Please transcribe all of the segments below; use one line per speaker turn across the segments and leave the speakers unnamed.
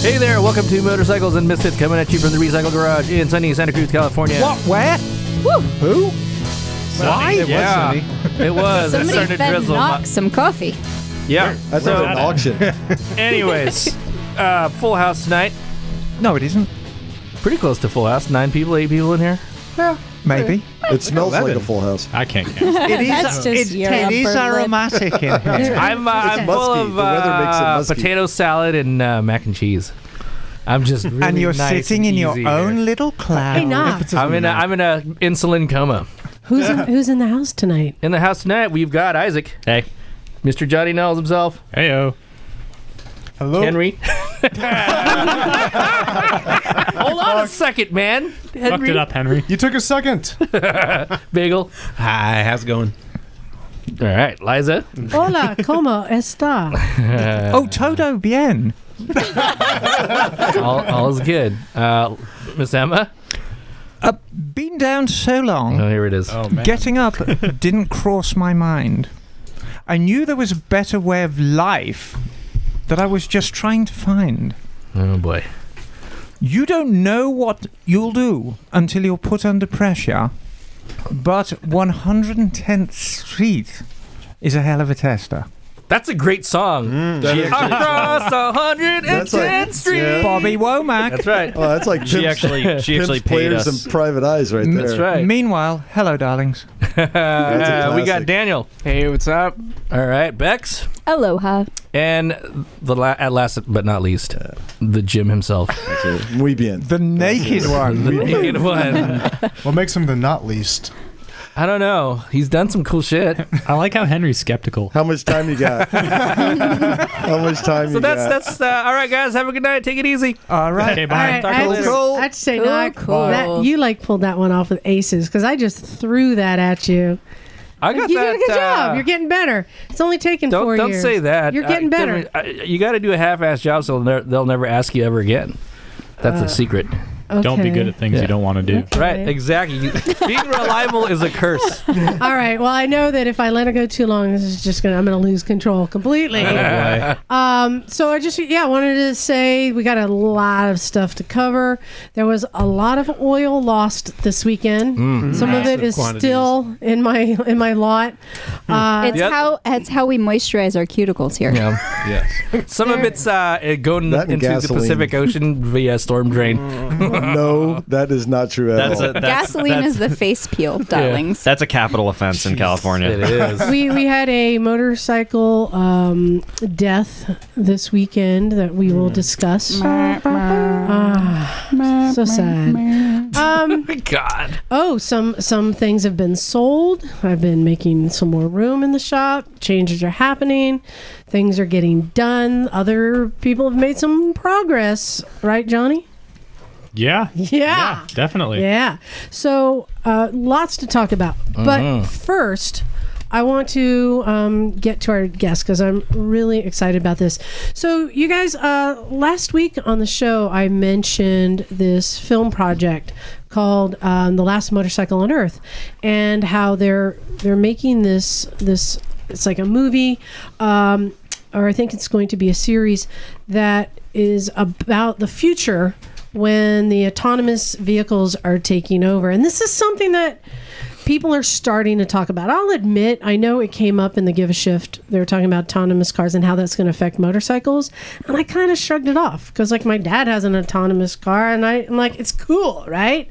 Hey there, welcome to Motorcycles and Misfits coming at you from the Recycle Garage in sunny Santa Cruz, California.
What? Where? Who? Why?
It was
yeah.
sunny.
It was. it
Somebody
started to
fed
drizzle.
Knock some coffee.
Yeah.
That sounds
so,
like an auction.
anyways, uh, full house tonight.
No, it isn't.
Pretty close to full house. Nine people, eight people in here.
Maybe.
it smells like a
11.
full house.
I can't count.
It is.
That's just
it,
your
it is
upper lip.
aromatic in here.
I'm, uh,
musky.
I'm full of
The weather makes it
uh,
musky.
potato salad and uh, mac and cheese. I'm just really
and you're
nice
sitting
and
in your
easy here.
own little cloud.
Hey, Nog.
I'm in a I'm in a insulin coma.
Who's in, who's in the house tonight?
In the house tonight, we've got Isaac. Hey. Mr. Johnny Knowles himself,
Heyo.
Hello.
Henry. Hold on a second, man.
Fucked
Henry
it up, Henry.
You took a second.
Bagel.
Hi, how's it going?
All right, Liza.
Hola, como esta?
Oh, Todo Bien.
all, all is good. Uh, Miss Emma.
Uh, been down so long.
Oh, here it is.
Oh man.
Getting up didn't cross my mind. I knew there was a better way of life that I was just trying to find.
Oh boy.
You don't know what you'll do until you're put under pressure, but 110th Street is a hell of a tester.
That's a great song.
Mm, That is-
Across 110th
That's like-
Street.
yeah.
Bobby Womack.
That's right.
Oh, that's like
She
Pimps-
actually she
Pimps,
actually paid
players
us.
and private eyes right there.
That's
That's right.
Meanwhile, hello, darlings.
Uh,
a
we got
classic.
Daniel.
Hey, what's up?
All right, Bex,
Aloha.
and the la- at last but not least, the Jim himself.
Okay. Muy bien.
The naked
The
one.
naked one.
What makes him the not least?
I don't know. He's done some cool shit.
I like how Henry's skeptical.
How much time you got? How much time
So
you
that's
got?
that's uh, all right, guys. Have a good night. Take it easy.
All right.
Okay,
All
bye.
right,
Talk
I,
to
have
you later.
to, I have to say,
Cool,
Nog,
cool.
that- you like pulled that one off with aces because I just threw that at you.
I got
you
that.
did a good
uh,
job. You're getting better. It's only taken
don't
four
don't
years.
say that.
You're getting
Uh,
better.
I- you got to do a half-ass job, so they'll, ne- they'll never ask you ever again. That's
Uh,
the secret.
Don't be
Okay.
good at things
Yeah.
you don't want to do.
Right, exactly. You- Being reliable is a curse.
All right. Well, I know that if I let it go too long, this is just gonna I'm gonna lose control
Oh,
completely. um. So I just yeah wanted to say we got a lot of stuff to cover. There was a lot of oil lost this weekend. Some of it
Hmm. Massive
is
quantities. Hmm.
still in my in my lot. Uh,
It's
Yep.
how it's how we moisturize our cuticles here.
Yeah.
Yes.
Some of it's uh, it going
That and
into
gasoline.
the Pacific Ocean via storm drain.
no, that is not true at
That's
all.
a that's,
Gasoline
that's,
is the face peel, darlings.
that's a capital offense in California.
It is.
we, we had a motorcycle um, death this weekend that we
Mm.
will discuss. Ah, so sad. Um,
God.
Oh, some some things have been sold. I've been making some more room in the shop. Changes are happening. Things are getting done. Other people have made some progress, right, Johnny?
Yeah.
Yeah.
Definitely.
Yeah. So uh, lots to talk about. But first, I want to um, get to our guest because I'm really excited about this. So, you guys, uh, last week on the show, I mentioned this film project called um, "The Last Motorcycle on Earth," and how they're they're making this this it's like a movie, um, or I think it's going to be a series that is about the future when the autonomous vehicles are taking over. And this is something that people are starting to talk about. I'll admit, I know it came up in the Give a Shift. They were talking about autonomous cars and how that's going to affect motorcycles. And I kind of shrugged it off because, like, my dad has an autonomous car and I, I'm like, it's cool, right?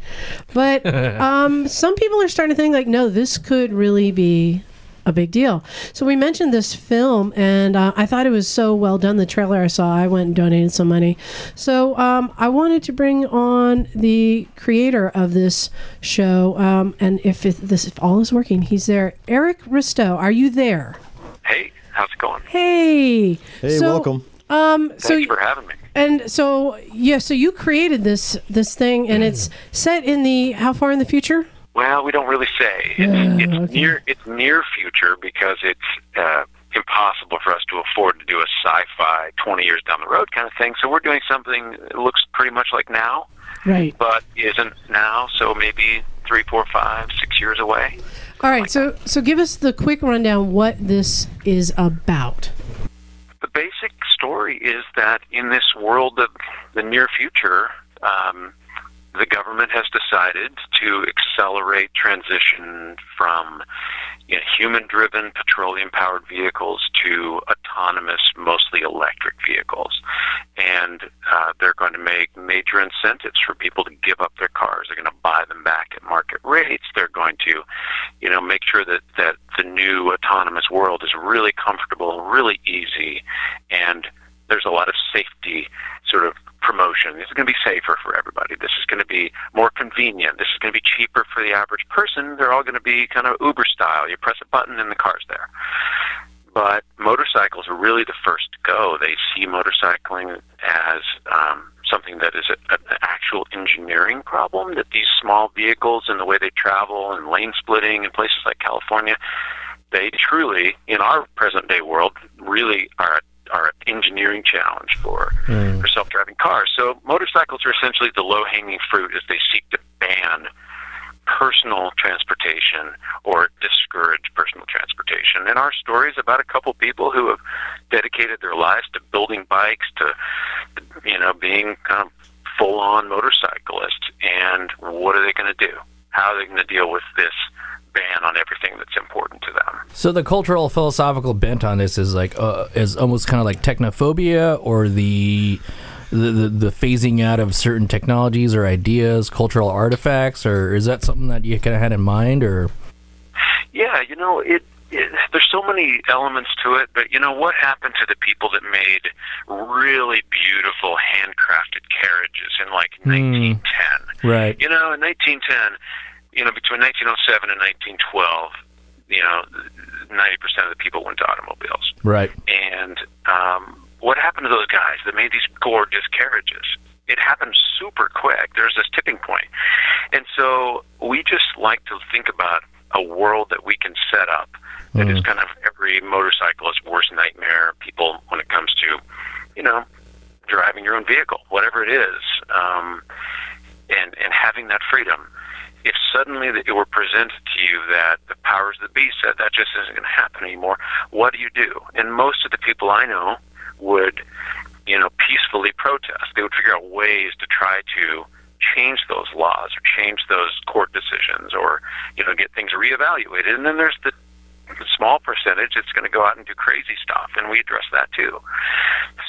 But um, some people are starting to think, like, no, this could really be a big deal. So we mentioned this film, and uh, I thought it was so well done. The trailer I saw, I went and donated some money. So um, I wanted to bring on the creator of this show, um, and if it, this if all is working, he's there. Eric Risto, are you there?
Hey, how's it going?
Hey.
hey,
So,
welcome.
Um. So
Thanks for having me.
and so yeah. So you created this this thing, and it's set in the how far in the future?
Well, we don't really say. It's,
Yeah,
it's
okay.
near it's near future because it's uh, impossible for us to afford to do a sci-fi 20 years down the road kind of thing. So we're doing something that looks pretty much like now,
Right.
but isn't now. So maybe three, four, five, six years away.
All right. So so give us the quick rundown what this is about.
The basic story is that in this world of the near future, um, the government has decided to accelerate transition from you know, human-driven petroleum-powered vehicles to autonomous, mostly electric vehicles, and uh, they're going to make major incentives for people to give up their cars. They're going to buy them back at market rates. They're going to, you know, make sure that that the new autonomous world is really comfortable, really easy, and there's a lot of safety sort of promotion. This is going to be safer for everybody. This is going to be more convenient. This is going to be cheaper for the average person. They're all going to be kind of Uber style. You press a button and the car's there. But motorcycles are really the first to go. They see motorcycling as um, something that is a, a, an actual engineering problem that these small vehicles and the way they travel and lane splitting in places like California, they truly, in our present day world, really are are an engineering challenge for
Hmm.
for self driving cars. So motorcycles are essentially the low hanging fruit as they seek to ban personal transportation or discourage personal transportation. And our story is about a couple people who have dedicated their lives to building bikes, to you know, being kind of full on motorcyclists and what are they gonna do? How are they gonna deal with this ban on everything that's important to them?
So the cultural philosophical bent on this is like uh, is almost kind of like technophobia or the the, the the phasing out of certain technologies or ideas, cultural artifacts, or is that something that you kind of had in mind, or
Yeah, you know, it, it there's so many elements to it, but you know what happened to the people that made really beautiful handcrafted carriages in like 1910?
Hmm. right?
You know, in 1910, you know, between 1907 and 1912, you know, 90% of the people went to automobiles.
Right.
And um, what happened to those guys that made these gorgeous carriages? It happened super quick. There's this tipping point. And so we just like to think about a world that we can set up that is kind of every motorcyclist's worst nightmare, people, when it comes to, you know, driving your own vehicle, whatever it is, um, and, and having that freedom. If suddenly it were presented to you that the powers that be said that just isn't going to happen anymore, what do you do? And most of the people I know would, you know, peacefully protest. They would figure out ways to try to change those laws or change those court decisions or, you know, get things reevaluated. And then there's the a small percentage that's going to go out and do crazy stuff, and we address that too.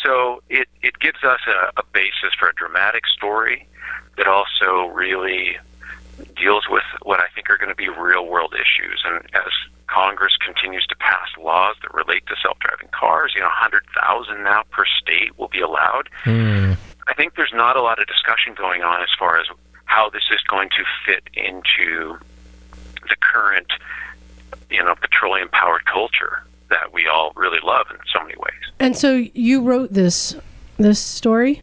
So it it gives us a, a basis for a dramatic story that also really deals with what I think are going to be real world issues. And as Congress continues to pass laws that relate to self driving cars, you know, 100,000 now per state will be allowed. I think there's not a lot of discussion going on as far as how this is going to fit into the current, you know, petroleum powered culture that we all really love in so many ways.
And so you wrote this this story.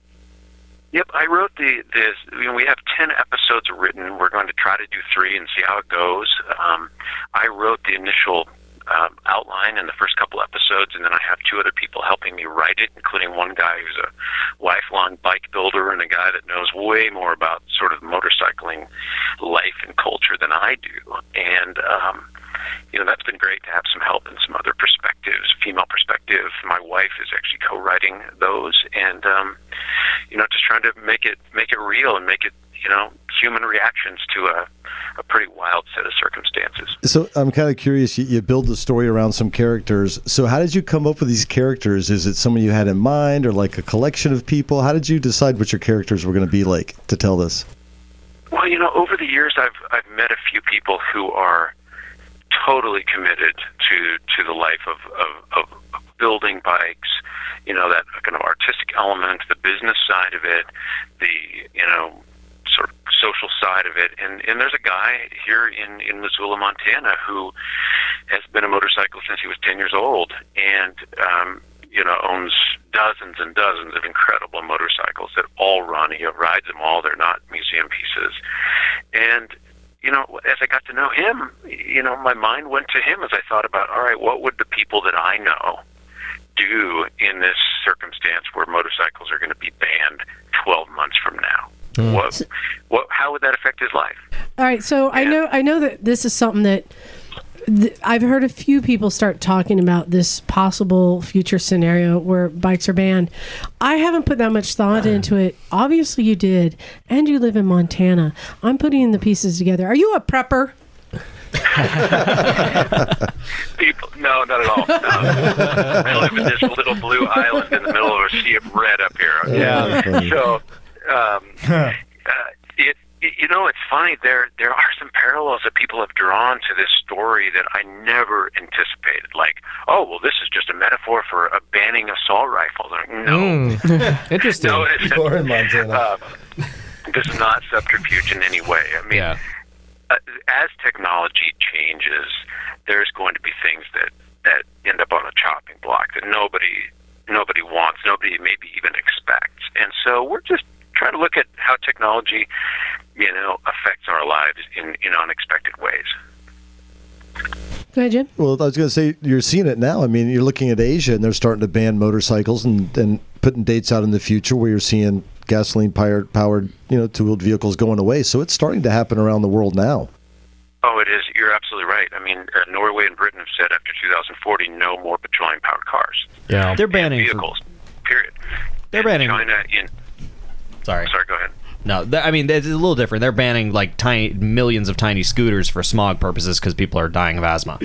Yep, I wrote the this. I mean, we have ten episodes written. We're going to try to do three and see how it goes. Um, I wrote the initial um, outline and the first couple episodes, and then I have two other people helping me write it, including one guy who's a lifelong bike builder and a guy that knows way more about sort of motorcycling life and culture than I do. And um, you know, that's been great to have some help and some other perspectives, female perspective. My wife is actually co-writing those, and um, you know, just trying to make it make it real and make it you know human reactions to a a pretty wild set of circumstances.
So I'm kind of curious. You, you build the story around some characters. So how did you come up with these characters? Is it someone you had in mind, or like a collection of people? How did you decide what your characters were going to be like to tell this?
Well, you know, over the years, I've I've met a few people who are totally committed to to the life of of, of building bikes. You know, that kind of artistic element, the business side of it, the you know sort of social side of it. And and there's a guy here in in Missoula, Montana, who has been a motorcycle since he was 10 years old, and um, you know owns dozens and dozens of incredible motorcycles that all run. He rides them all. They're not museum pieces, and you know, as I got to know him, you know, my mind went to him as I thought about, all right, what would the people that I know do in this circumstance where motorcycles are going to be banned 12 months from now? What, what, how would that affect his life?
All right, so I know I know that this is something that th- I've heard a few people start talking about this possible future scenario where bikes are banned. I haven't put that much thought into it. Obviously, you did, and you live in Montana. I'm putting the pieces together. Are you a prepper?
People, no, not at all. No. I live in this little blue island in the middle of a sea of red up here. okay?
Yeah, funny.
So, um, uh, it, it, you know, it's funny. There, there are some parallels that people have drawn to this story that I never anticipated. Like, oh, well, this is just a metaphor for a banning assault rifles. Like, no,
Hmm.
Interesting.
no, it's,
You are in Montana.
um, this is not subterfuge in any way. I mean,
Yeah.
uh, as technology changes, there's going to be things that that end up on a chopping block that nobody nobody wants, nobody maybe even expects. And so we're just trying to look at how technology, you know, affects our lives in in unexpected ways.
Go ahead, Jim.
Well, I was going to say you're seeing it now. I mean, you're looking at Asia and they're starting to ban motorcycles and, and putting dates out in the future where you're seeing gasoline powered powered you know two wheeled vehicles going away. So it's starting to happen around the world now.
Oh, it is. You're absolutely right. I mean, uh, Norway and Britain have said after 2040, no more petroleum-powered cars,
Yeah.
They're banning. For,
vehicles. Period.
they're banning.
China in.
Sorry.
Sorry, go ahead.
No, th- I mean it's a little different. They're banning like tiny millions of tiny scooters for smog purposes because people are dying of asthma.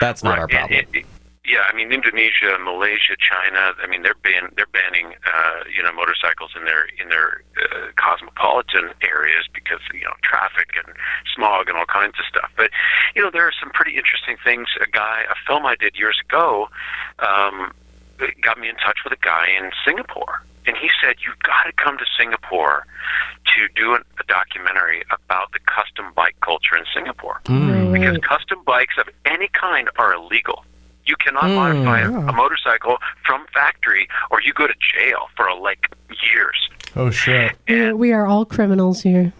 That's not our
Right.
problem.
It- it- it- yeah, I mean Indonesia, Malaysia, China. I mean they're ban they're banning uh, you know motorcycles in their in their uh, cosmopolitan areas because you know traffic and smog and all kinds of stuff. But you know there are some pretty interesting things. A guy, a film I did years ago, um, it got me in touch with a guy in Singapore, and he said you've got to come to Singapore to do an, a documentary about the custom bike culture in Singapore
No
because
way.
custom bikes of any kind are illegal. You cannot modify a, a motorcycle from factory, or you go to jail for like years.
Oh shit!
We are- we are all criminals here.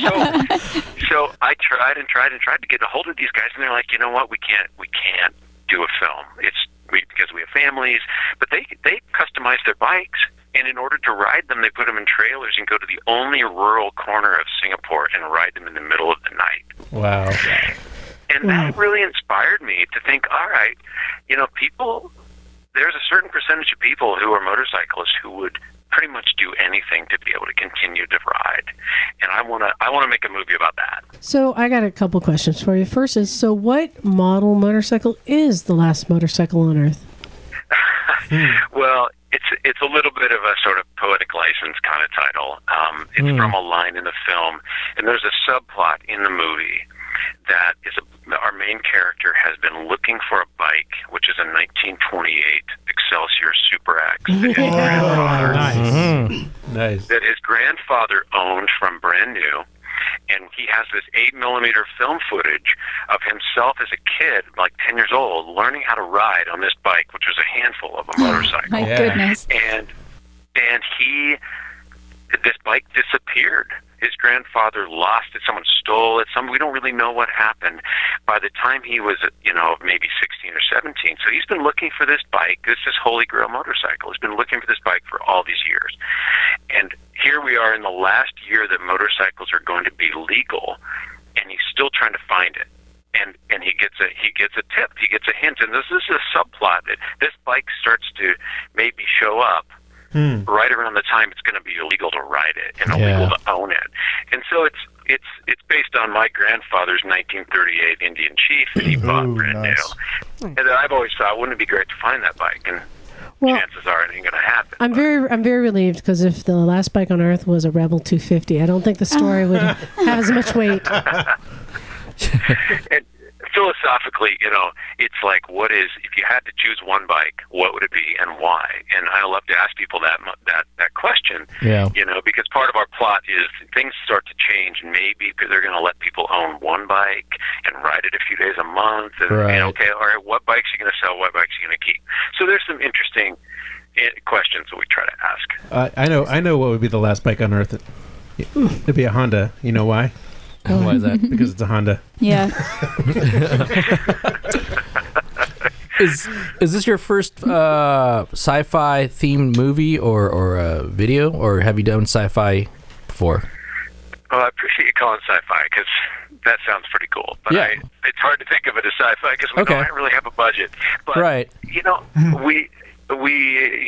So I tried and tried and tried to get a hold of these guys, and they're like, you know what, we can't, we can't do a film. It's we, because we have families, but they they customize their bikes, and in order to ride them, they put them in trailers and go to the only rural corner of Singapore and ride them in the middle of the night.
Wow.
And that really inspired me to think, all right, you know, people, there's a certain percentage of people who are motorcyclists who would pretty much do anything to be able to continue to ride. And I want to I want to make a movie about that.
So I got a couple questions for you. First is, so what model motorcycle is the last motorcycle on Earth?
Well, it's it's a little bit of a sort of poetic license kind of title. Um, it's from a line in the film, and there's a subplot in the movie that is a, our main character has been looking for a bike, which is a 1928 Excelsior Super X that his grandfather
Mm-hmm. Nice.
that his grandfather owned from brand new. And he has this eight millimeter film footage of himself as a kid, like ten years old, learning how to ride on this bike, which was a handful of a motorcycle
My goodness.
and and he this bike disappeared his grandfather lost it someone stole it some we don't really know what happened by the time he was you know maybe 16 or 17 so he's been looking for this bike this is holy grail motorcycle he's been looking for this bike for all these years and here we are in the last year that motorcycles are going to be legal and he's still trying to find it and and he gets a he gets a tip, he gets a hint, and this, this is a subplot that this bike starts to maybe show up
Hmm.
Hmm.
right around the time it's going to be illegal to ride it and illegal to own it, and so it's it's it's based on my grandfather's 1938 Indian Chief that he bought brand
nice.
new, and I've always thought wouldn't it be great to find that bike, and
Well,
chances are it ain't going to happen.
I'm very I'm very relieved because if the last bike on Earth was a Rebel 250, I don't think the story would have as much weight.
and philosophically, you know, it's like, what is if you had to choose one bike, what would it be and why? And I love to ask people that mu- that that question.
Yeah.
You know, because part of our plot is things start to change. Maybe they're going to let people own one bike and ride it a few days a month. And, and,
Right.
okay, all right, what bikes are you going to sell? What bikes are you going to keep? So there's some interesting eh, questions that we try to ask.
I I know. I know what would be the last bike on Earth. It'd be a Honda. You know why?
Oh.
Why is that?
because it's a Honda.
Yeah.
Is is this your first uh, sci-fi themed movie or or uh, video, or have you done sci-fi before?
Well, I appreciate you calling sci-fi because that sounds pretty cool. But
Yeah.
I, it's hard to think of it as sci-fi because we
Okay.
don't really have a budget. But
Right.
you know, we we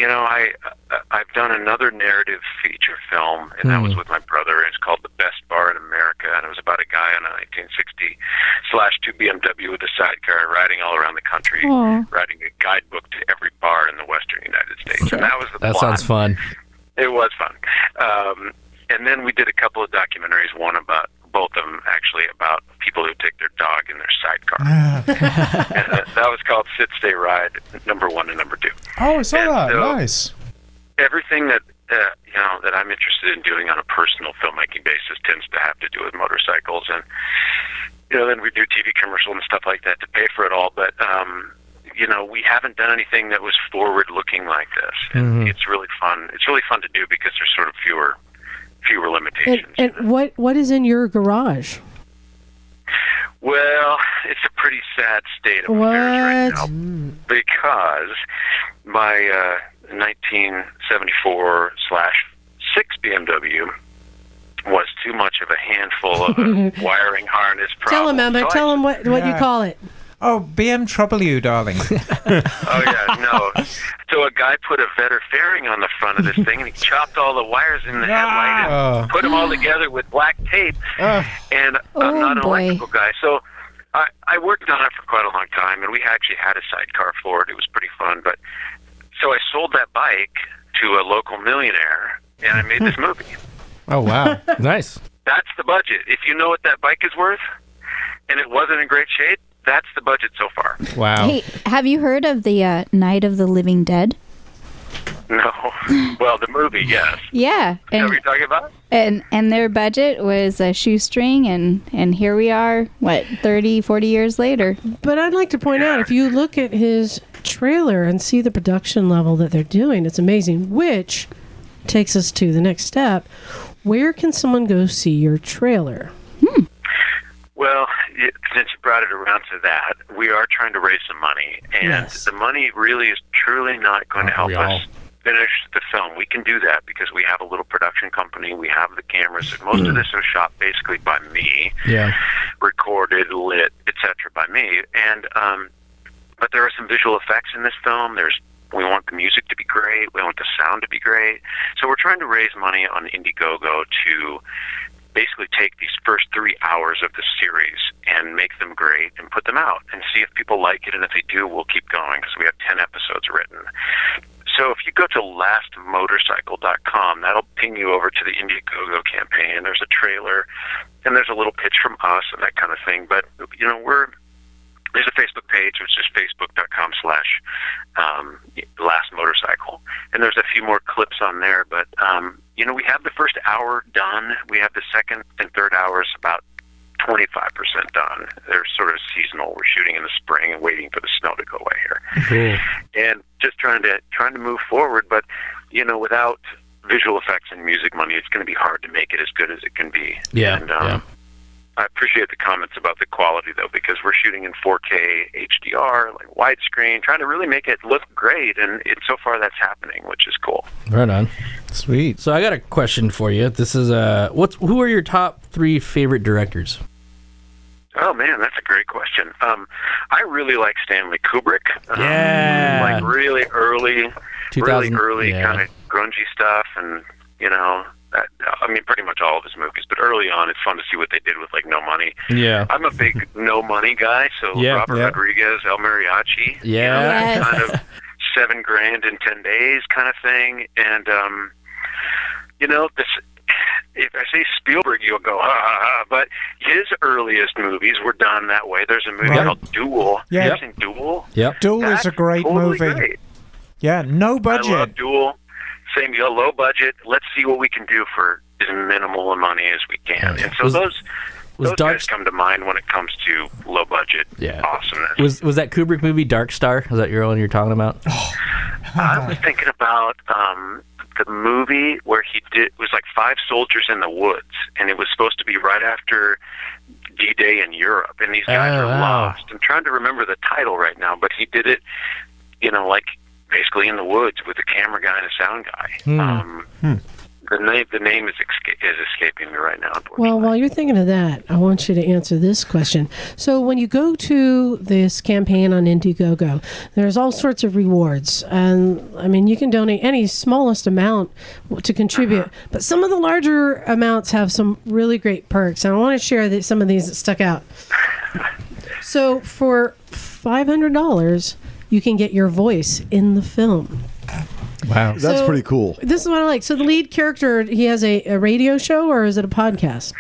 you know I I- I've done another narrative feature film, and that was
Hmm.
with my brother. It's called The Best Bar in America, and it was about a guy on a 1960 slash two BMW with a sidecar riding all around the country,
Aw.
writing a guidebook to every bar in the Western United States. And that was the
That
plot.
sounds fun.
It was fun. Um, and then we did a couple of documentaries, one about both of them actually about people who take their dog in their sidecar. and that, that was called Sit Stay Ride number 1 and number 2.
Oh, I saw
Yeah,
that.
so-
Nice.
Everything that uh, you know that I'm interested in doing on a personal filmmaking basis tends to have to do with motorcycles and you know then we do TV commercials and stuff like that to pay for it all but um you know we haven't done anything that was forward looking like this and it's really fun it's really fun to do because there's sort of fewer fewer
And,
limitations
and what what is in your garage?
Well, it's a pretty sad state of affairs
What?
right now because my uh, 1974 slash six BMW was too much of a handful of a wiring harness problem.
Tell him, Emma.
So I-
Tell him what, what you
Yeah.
call it.
Oh, BMW, darling.
Oh yeah, no. So a guy put a Vetter fairing on the front of this thing, and he chopped all the wires in the headlight and
Uh,
put them all together with black tape.
uh,
and
Oh,
I'm not an
boy.
electrical guy. So I, I worked on it for quite a long time, and we actually had a sidecar for it. It was pretty fun. But so I sold that bike to a local millionaire, and I made this movie.
oh wow.
Nice.
That's the budget. If you know what that bike is worth, and it wasn't in great shape, that's the budget so far.
Wow.
Hey, have you heard of the uh, Night of the Living Dead?
No, well, the movie, yes.
Yeah.
Is that what
And
you're talking about?
and, and their budget was a shoestring, and, and here we are, what, 30, 40 years later.
But I'd like to point out if you look at his trailer and see the production level that they're doing, it's amazing. Which takes us to the next step. Where can someone go see your trailer?
Well, y- since you brought it around to that, we are trying to raise some money, and
Yes.
the money really is truly not going to help
we
us
all?
finish the film. We can do that because we have a little production company, we have the cameras. Most of this was shot basically by me,
Yeah.
recorded, lit, etc., by me. And um, but there are some visual effects in this film. There's we want the music to be great. We want the sound to be great. So we're trying to raise money on Indiegogo to basically take these first three hours of the series and make them great and put them out and see if people like it. And if they do, we'll keep going because we have 10 episodes written. So if you go to lastmotorcycle.com, that'll ping you over to the Indiegogo campaign. There's a trailer and there's a little pitch from us and that kind of thing. But, you know, we're. There's a Facebook page, which is facebook.com slash um, last motorcycle. And there's a few more clips on there. But, um, you know, we have the first hour done. We have the second and third hours about 25% done. They're sort of seasonal. We're shooting in the spring and waiting for the snow to go away here
Cool.
and just trying to trying to move forward. But you know, without visual effects and music money, it's going to be hard to make it as good as it can be.
Yeah,
And, um,
yeah.
I appreciate the comments about the quality though, because we're shooting in 4K HDR, like widescreen, trying to really make it look great. And it, so far, that's happening, which is cool.
Right on.
Sweet.
So I got a question for you. This is uh, what's who are your top three favorite directors?
Oh man, that's a great question. Um, I really like Stanley Kubrick. Um,
Yeah.
like really early, really
2000
early
yeah.
kind of grungy stuff, and you know, that, I mean, pretty much all of his movies. But early on, it's fun to see what they did with like No Money.
Yeah.
I'm a big No Money guy, so
Yeah,
Robert
yeah.
Rodriguez, El Mariachi, you
Yeah.
know, that
Yes.
kind of seven grand in ten days kind of thing, and um, you know this. If I say Spielberg, you'll go, ha, ha, ha. but his earliest movies were done that way. There's a movie
Right.
called Duel.
Yeah.
Have you seen Duel?
Yep.
Duel
That's
is a great
totally
movie.
great.
Yeah, no
I love
budget.
Duel. Same deal, low budget. Let's see what we can do for as minimal money as we can.
Yeah.
And so
Was-
those
was
those
Dark
guys
S-
come to mind when it comes to low budget
Yeah.
awesomeness.
Was was that Kubrick Oh. movie Dark Star? Is that your one you're talking about?
I was thinking about um, the movie where he did it was like five soldiers in the woods, and it was supposed to be right after D Day in Europe, and these guys
Oh,
are
wow.
lost. I'm trying to remember the title right now, but he did it, you know, like basically in the woods with a camera guy and a sound guy. Um, The name the name is esca- is escaping me right now. unfortunately.
Well, while you're thinking of that, I want you to answer this question. So, when you go to this campaign on Indiegogo, there's all sorts of rewards, and I mean, you can donate any smallest amount w- to contribute, but some of the larger amounts have some really great perks. And I want to share that some of these that stuck out. So, for five hundred dollars, you can get your voice in the film.
Wow.
That's
So-
pretty cool.
This is what I like. So, the lead character, he has a, a radio show, or is it a podcast?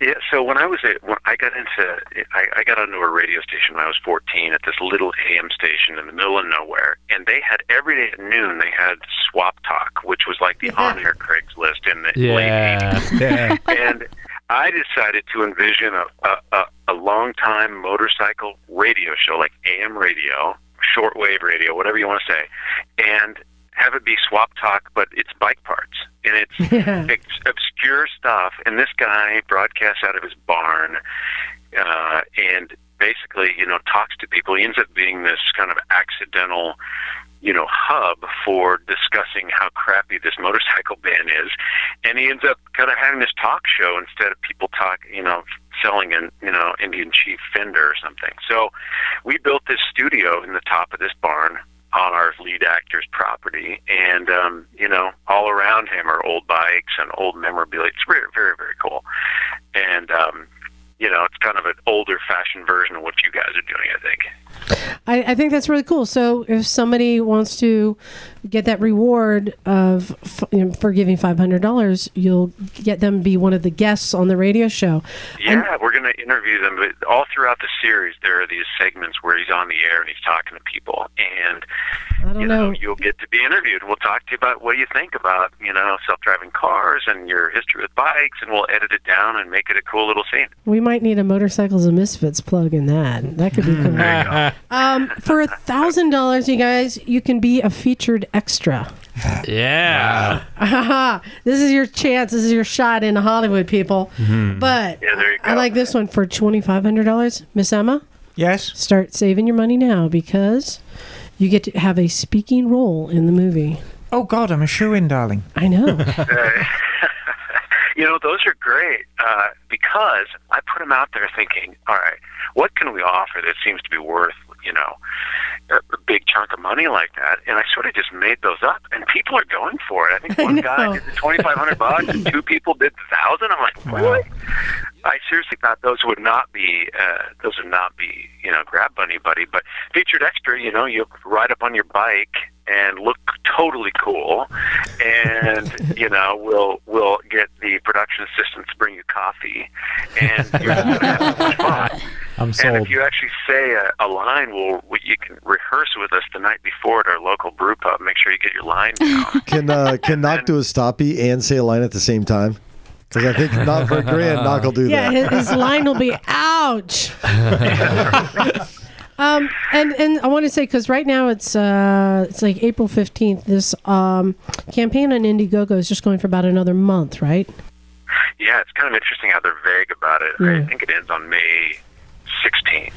Yeah, so when I was a, when I got into I, I got onto a radio station when I was 14 at this little AM station in the middle of nowhere, and they had every day at noon they had Swap Talk, which was like the on air Craigslist in the late 80s
Yeah. yeah.
and I decided to envision a, a, a, a long time motorcycle radio show, like AM radio, shortwave radio, whatever you want to say, and have it be swap talk, but it's bike parts. And it's,
Yeah.
it's obscure stuff. And this guy broadcasts out of his barn uh, and basically, you know, talks to people. He ends up being this kind of accidental you know, hub for discussing how crappy this motorcycle ban is. And he ends up kind of having this talk show instead of people talk, you know, selling an, you know, Indian Chief Fender or something. So we built this studio in the top of this barn on our lead actor's property. And, um, you know, all around him are old bikes and old memorabilia. It's very, very, very cool. And, um, you know, it's kind of an older fashioned version of what you guys are doing, I think.
I, I think that's really cool. So if somebody wants to get that reward of f- you know, for giving five hundred dollars, you'll get them to be one of the guests on the radio show.
Yeah, we're going to interview them. But all throughout the series, there are these segments where he's on the air and he's talking to people, and
I don't
you know,
know.
you'll get to be interviewed. We'll talk to you about what you think about you know self-driving cars and your history with bikes, and we'll edit it down and make it a cool little scene.
We might need a motorcycles and misfits plug in that. That could be cool. um, for a thousand dollars, you guys, you can be a featured extra. Aha! This is your chance. This is your shot into Hollywood, people. But
Yeah, there you
I
go.
like this one for twenty five hundred dollars, Miss Emma.
Yes.
start saving your money now because you get to have a speaking role in the movie.
Oh God, I'm a shoe in, darling.
I know.
You know, those are great uh, because I put them out there thinking, all right, what can we offer that seems to be worth, you know, a a big chunk of money like that? And I sort of just made those up, and people are going for it. I think one guy
know.
did the 2500 bucks, and two people did the 1000 I'm like, what? I seriously thought those would not be, uh, those would not be, you know, grab bunny buddy. But featured extra, you know, you ride up on your bike and look totally cool, and you know, we'll we'll get the production assistants to bring you coffee, and you're just gonna have so much fun.
I'm
And
sold.
if you actually say a, a line, well, we, you can rehearse with us the night before at our local brew pub. Make sure you get your line down.
Can uh, can knock do a stoppie and say a line at the same time? Because I think not for a grand, knock will do
yeah,
that.
his, his line will be ouch. um, and and I want to say because right now it's uh, it's like April fifteenth. This um, campaign on Indiegogo is just going for about another month, right?
yeah, it's kind of interesting how they're vague about it.
Yeah.
I think it ends on May 16th.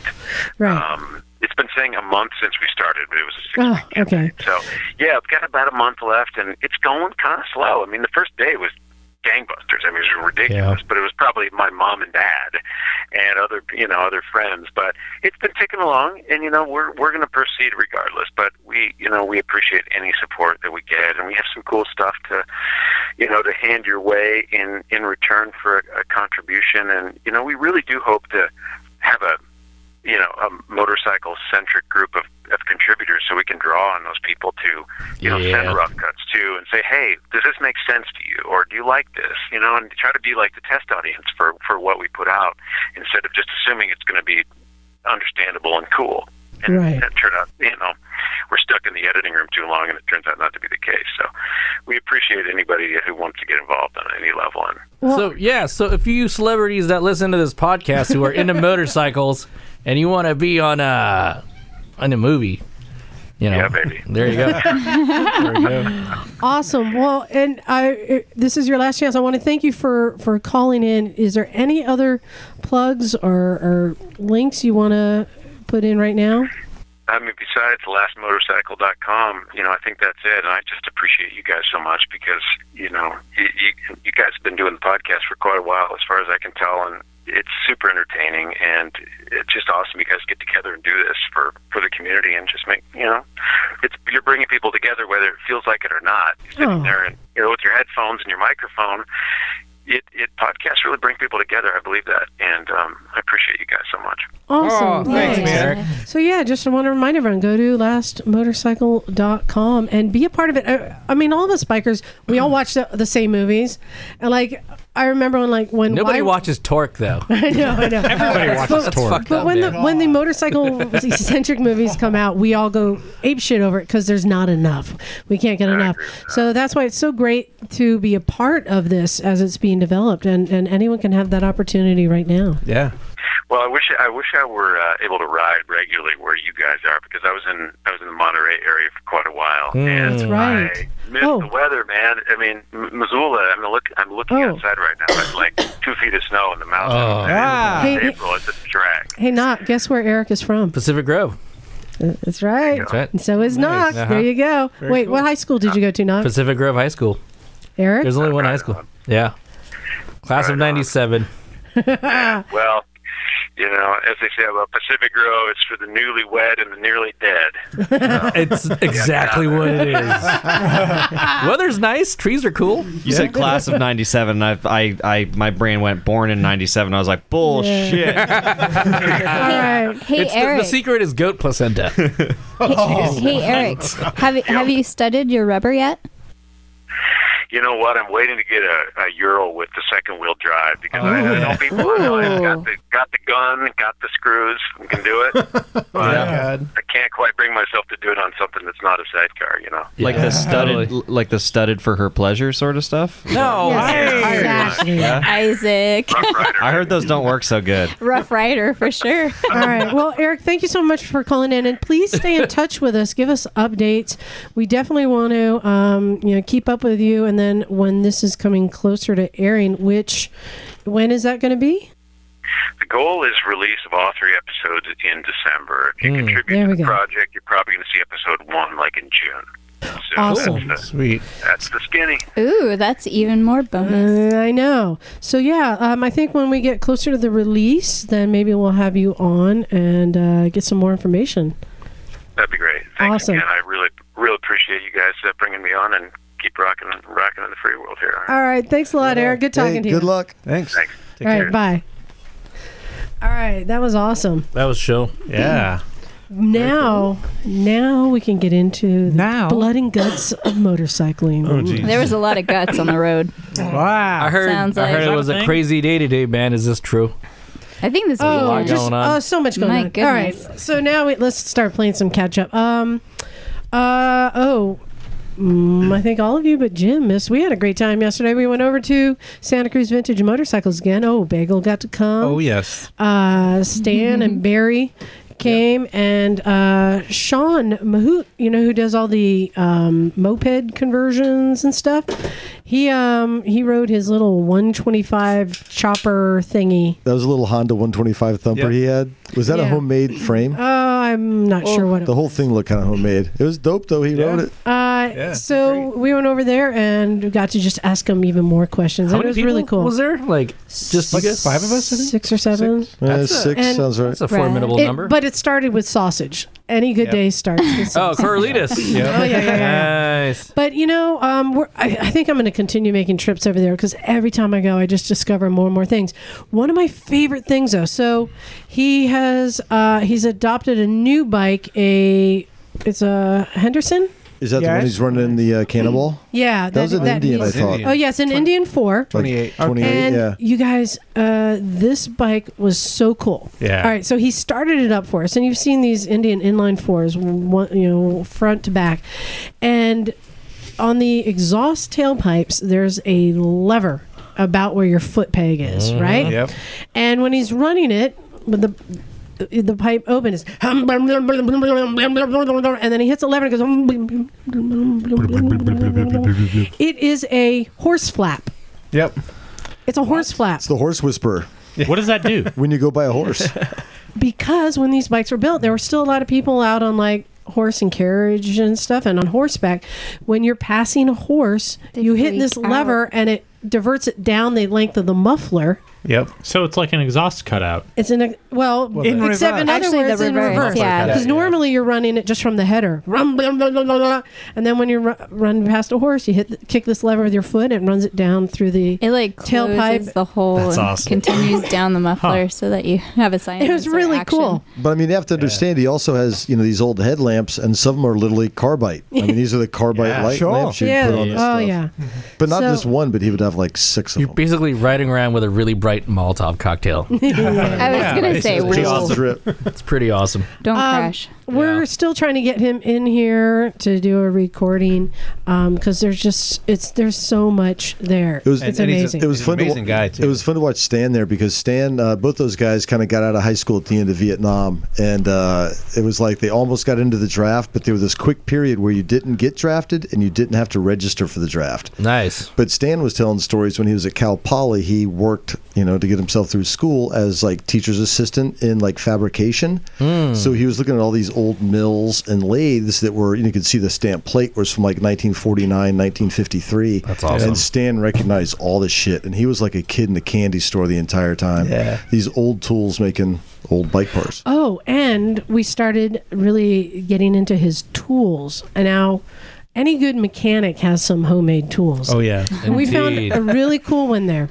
Right.
Um, it's been saying a month since we started, but it was a six
Oh,
week campaign.
okay.
So yeah, I've got about a month left, and it's going kind of slow. I mean, the first day was gangbusters. I mean, it was ridiculous, but it was probably my mom and dad and other you know other friends. But it's been ticking along, and you know we're we're going to proceed regardless. But we you know we appreciate any support that we get, and we have some cool stuff to you know to hand your way in in return for a, a contribution. And you know we really do hope to have a you know a motorcycle centric group of, of contributors so we can draw on those people to you know
Yeah.
send rough cuts to and say hey does this make sense to you or do you like this you know and try to be like the test audience for for what we put out instead of just assuming it's going to be understandable and cool and
Right.
that turned out you know we're stuck in the editing room too long and it turns out not to be the case so we appreciate anybody who wants to get involved on any level and
so yeah, so if you celebrities that listen to this podcast who are into motorcycles and you want to be on a on a uh, movie, You know,
Yeah, baby.
There you go. there you go.
Awesome. Well, and I it- this is your last chance. I want to thank you for for calling in. Is there any other plugs or, or links you want to put in right now?
I mean, besides lastmotorcycle.com, you know, I think that's it. And I just appreciate you guys so much because, you know, you, you, you guys have been doing the podcast for quite a while, as far as I can tell. And it's super entertaining. And it's just awesome you guys get together and do this for, for the community and just make, you know, it's you're bringing people together, whether it feels like it or not. You're sitting
Oh.
there and, you know, with your headphones and your microphone. It, it podcasts really bring people together. I believe that, and um, I appreciate you guys so much.
Awesome.
Oh, thanks,
Thanks.
man.
So yeah, just want to remind everyone: go to lastmotorcycle.com and be a part of it. I, I mean, all of us bikers, we all watch the, the same movies, and like I remember when like when
Nobody
Y-
watches Torque though.
I know, I know.
Everybody watches
That's
Torque.
fucked
But
up,
when
man.
the when the motorcycle eccentric movies come out, we all go ape shit over it because there's not enough. We can't get enough. So that's why it's so great to be a part of this as it's being developed, and and anyone can have that opportunity right now.
Yeah.
Well, I wish I wish I were uh, able to ride regularly where you guys are because I was in I was in the Monterey area for quite a while. and
Hmm. That's right.
I missed
Oh.
the weather, man. I mean, M- Missoula. I'm look. I'm looking
Oh.
outside right now. It's like two feet of snow in the mountain.
Ah.
It's
Hey,
April. It's a drag.
Hey, Knock, guess where Eric is from? Uh,
Pacific Grove.
That's right.
That's right.
And so is Knock.
Uh-huh.
There you go. Wait, what high school did you go to, Knock?
Pacific Grove High School.
Eric?
There's only one high school. Yeah. Class of
Right on.
'97.
Well, you know, as they say about Pacific Grove, it's for the newly wed and the nearly dead.
It's exactly what it is. Weather's nice. Trees are cool.
You said class of '97, and I, I, I, my brain went born in '97. I was like, bullshit.
All right.
Hey,
it's the- Oh,
Eric.
The, secret is goat placenta.
hey, hey, Eric. Have you, have you studied your rubber yet?
You know what? I'm waiting to get a, a Euro with the second wheel drive because I,
Oh.
I know people I know I've got the got the gun, got the screws, and can do it. But I can't quite bring myself to do it on something that's not a sidecar. You know.
Like the studded, like the studded for her pleasure sort of stuff.
no.
Exactly.
Isaac.
Rough rider.
I heard those don't work so good.
Rough Rider for sure.
All right. Well, Eric, thank you so much for calling in, and please stay in touch with us. Give us updates. We definitely want to, um, you know, keep up with you. And then when this is coming closer to airing, which, when is that going to be?
The goal is release of all three episodes in December. If you
Hmm.
There
contribute
we
to the
go.
project, you're probably going to see episode one like in June. So
Awesome.
That's the,
Sweet.
that's the skinny.
Ooh, that's even more bonus.
Uh, I know. So yeah, um, I think when we get closer to the release, then maybe we'll have you on and uh, get some more information.
That'd be great. Thanks
Awesome.
again. I really, really appreciate you guys uh, bringing me on and keep rocking, rocking in the free world here.
All right. Thanks a lot, Eric. Good talking
Hey,
to you.
good luck.
Thanks.
Thanks.
All right. Bye. All right. That was awesome.
That was show.
Yeah.
Now, now we can get into the
Now.
blood and guts of motorcycling.
Oh,
There was a lot of guts on the road.
I
Wow.
heard.
Sounds
I heard
like-
it was a crazy day today, man. Is this true?
I think this
Oh,
lot
weekend.
just,
going on.
oh, so much going
My
on.
goodness.
All right, so now we, let's start playing some catch up. Um, uh, oh, mm, I think all of you but Jim missed. We had a great time yesterday. We went over to Santa Cruz Vintage Motorcycles again. Oh, Bagel got to
Oh
come.
yes.
Uh, Stan
Mm-hmm.
and Barry came, and uh, Sean Mahout, you know who does all the um, moped conversions and stuff. He um, he rode his little 125 chopper thingy.
That was a little Honda 125 thumper
Yeah.
he had. Was that a
Yeah.
homemade frame?
Oh, I'm not sure what it
the whole thing looked kind of homemade. It was dope though. He
Yeah.
wrote Oh, it.
Uh,
Yeah,
so we went over there and got to just ask him even more questions.
How
and it
many
was
people
really cool.
was there? Like just
Like five of us, I think?
six or seven.
Uh,
That's a-
six
and-
sounds right.
That's a
Right.
formidable
It-
number.
but it started with sausage. Any good
Yep.
day starts with sausage.
oh, Corralitos.
Yeah.
Oh, yeah, yeah, yeah.
Nice.
But you know, um, we're, I, I think I'm going to continue making trips over there because every time I go, I just discover more and more things. One of my favorite things, though, so he has uh, he's adopted a new bike. A it's a Henderson.
Is that the
Yeah.
one he's running in the uh, cannonball?
Yeah,
That was an Indian, I
he's-
thought.
Indian.
Oh yes, an Indian four.
Like
28.
28,
And
yeah.
you guys, uh, this bike was so cool.
Yeah.
All right, so he started it up for us, and you've seen these Indian inline fours, one, you know, front to back, and on the exhaust tailpipes, there's a lever Mm-hmm. about where your foot peg is, right?
Yep.
And when he's running it, with the the pipe open is and then he hits 11 it goes it is a horse flap
Yep.
it's a horse flap
It's the horse whisperer
What does that do?
when you go buy a horse.
because when these bikes were built, there were still a lot of people out on like horse and carriage and stuff and on horseback. When you're passing a horse,
They
you hit
freak
this lever and it diverts it down the length of the muffler.
Yep.
So it's like an exhaust cutout.
It's in a well,
In
except in
reverse.
other
Actually,
words,
the
in
reverse,
reverse.
yeah.
Because normally you're running it just from the header, Rum, blum, blum, blum, blum, blum. and then when you run, run past a horse, you hit the, kick this lever with your foot and it runs it down through the.
It like closes
Tailpipe.
the hole
That's
and
awesome.
continues down the muffler so that you have a sign.
It was really cool.
But I mean, you have to understand he also has you know these old headlamps, and some of them are literally carbide. I mean, these are the carbide
Yeah,
light
sure.
lamps you
Yeah.
put on
Oh
this stuff.
yeah.
But not
So-
just one, but he would have like six of
You're
them.
basically riding around with a really bright Molotov cocktail.
I was gonna say,
It's
wow,
just drip.
It's pretty awesome.
don't
Um,
crash.
We're still trying to get him in here to do a recording because there's just it's there's so much there.
It was-
it's
And
amazing.
It was
He's an
fun. to,
amazing
wa-
guy, too.
It was fun to watch Stan there because Stan, uh, both those guys, kind of got out of high school at the end of Vietnam, and uh, it was like they almost got into the draft, but there was this quick period where you didn't get drafted and you didn't have to register for the draft.
Nice.
But Stan was telling stories when he was at Cal Poly. He worked, you know, to get himself through school as like teacher's assistant in like fabrication. So he was looking at all these old mills and lathes that were, you could see the stamp plate was from like 1949, 1953. That's
awesome.
And Stan recognized all this shit. And he was like a kid in a candy store the entire time.
Yeah.
These old tools making old bike parts.
oh, and we started really getting into his tools. And now, any good mechanic has some homemade tools.
Oh yeah.
And we found
Indeed.
a really cool one there.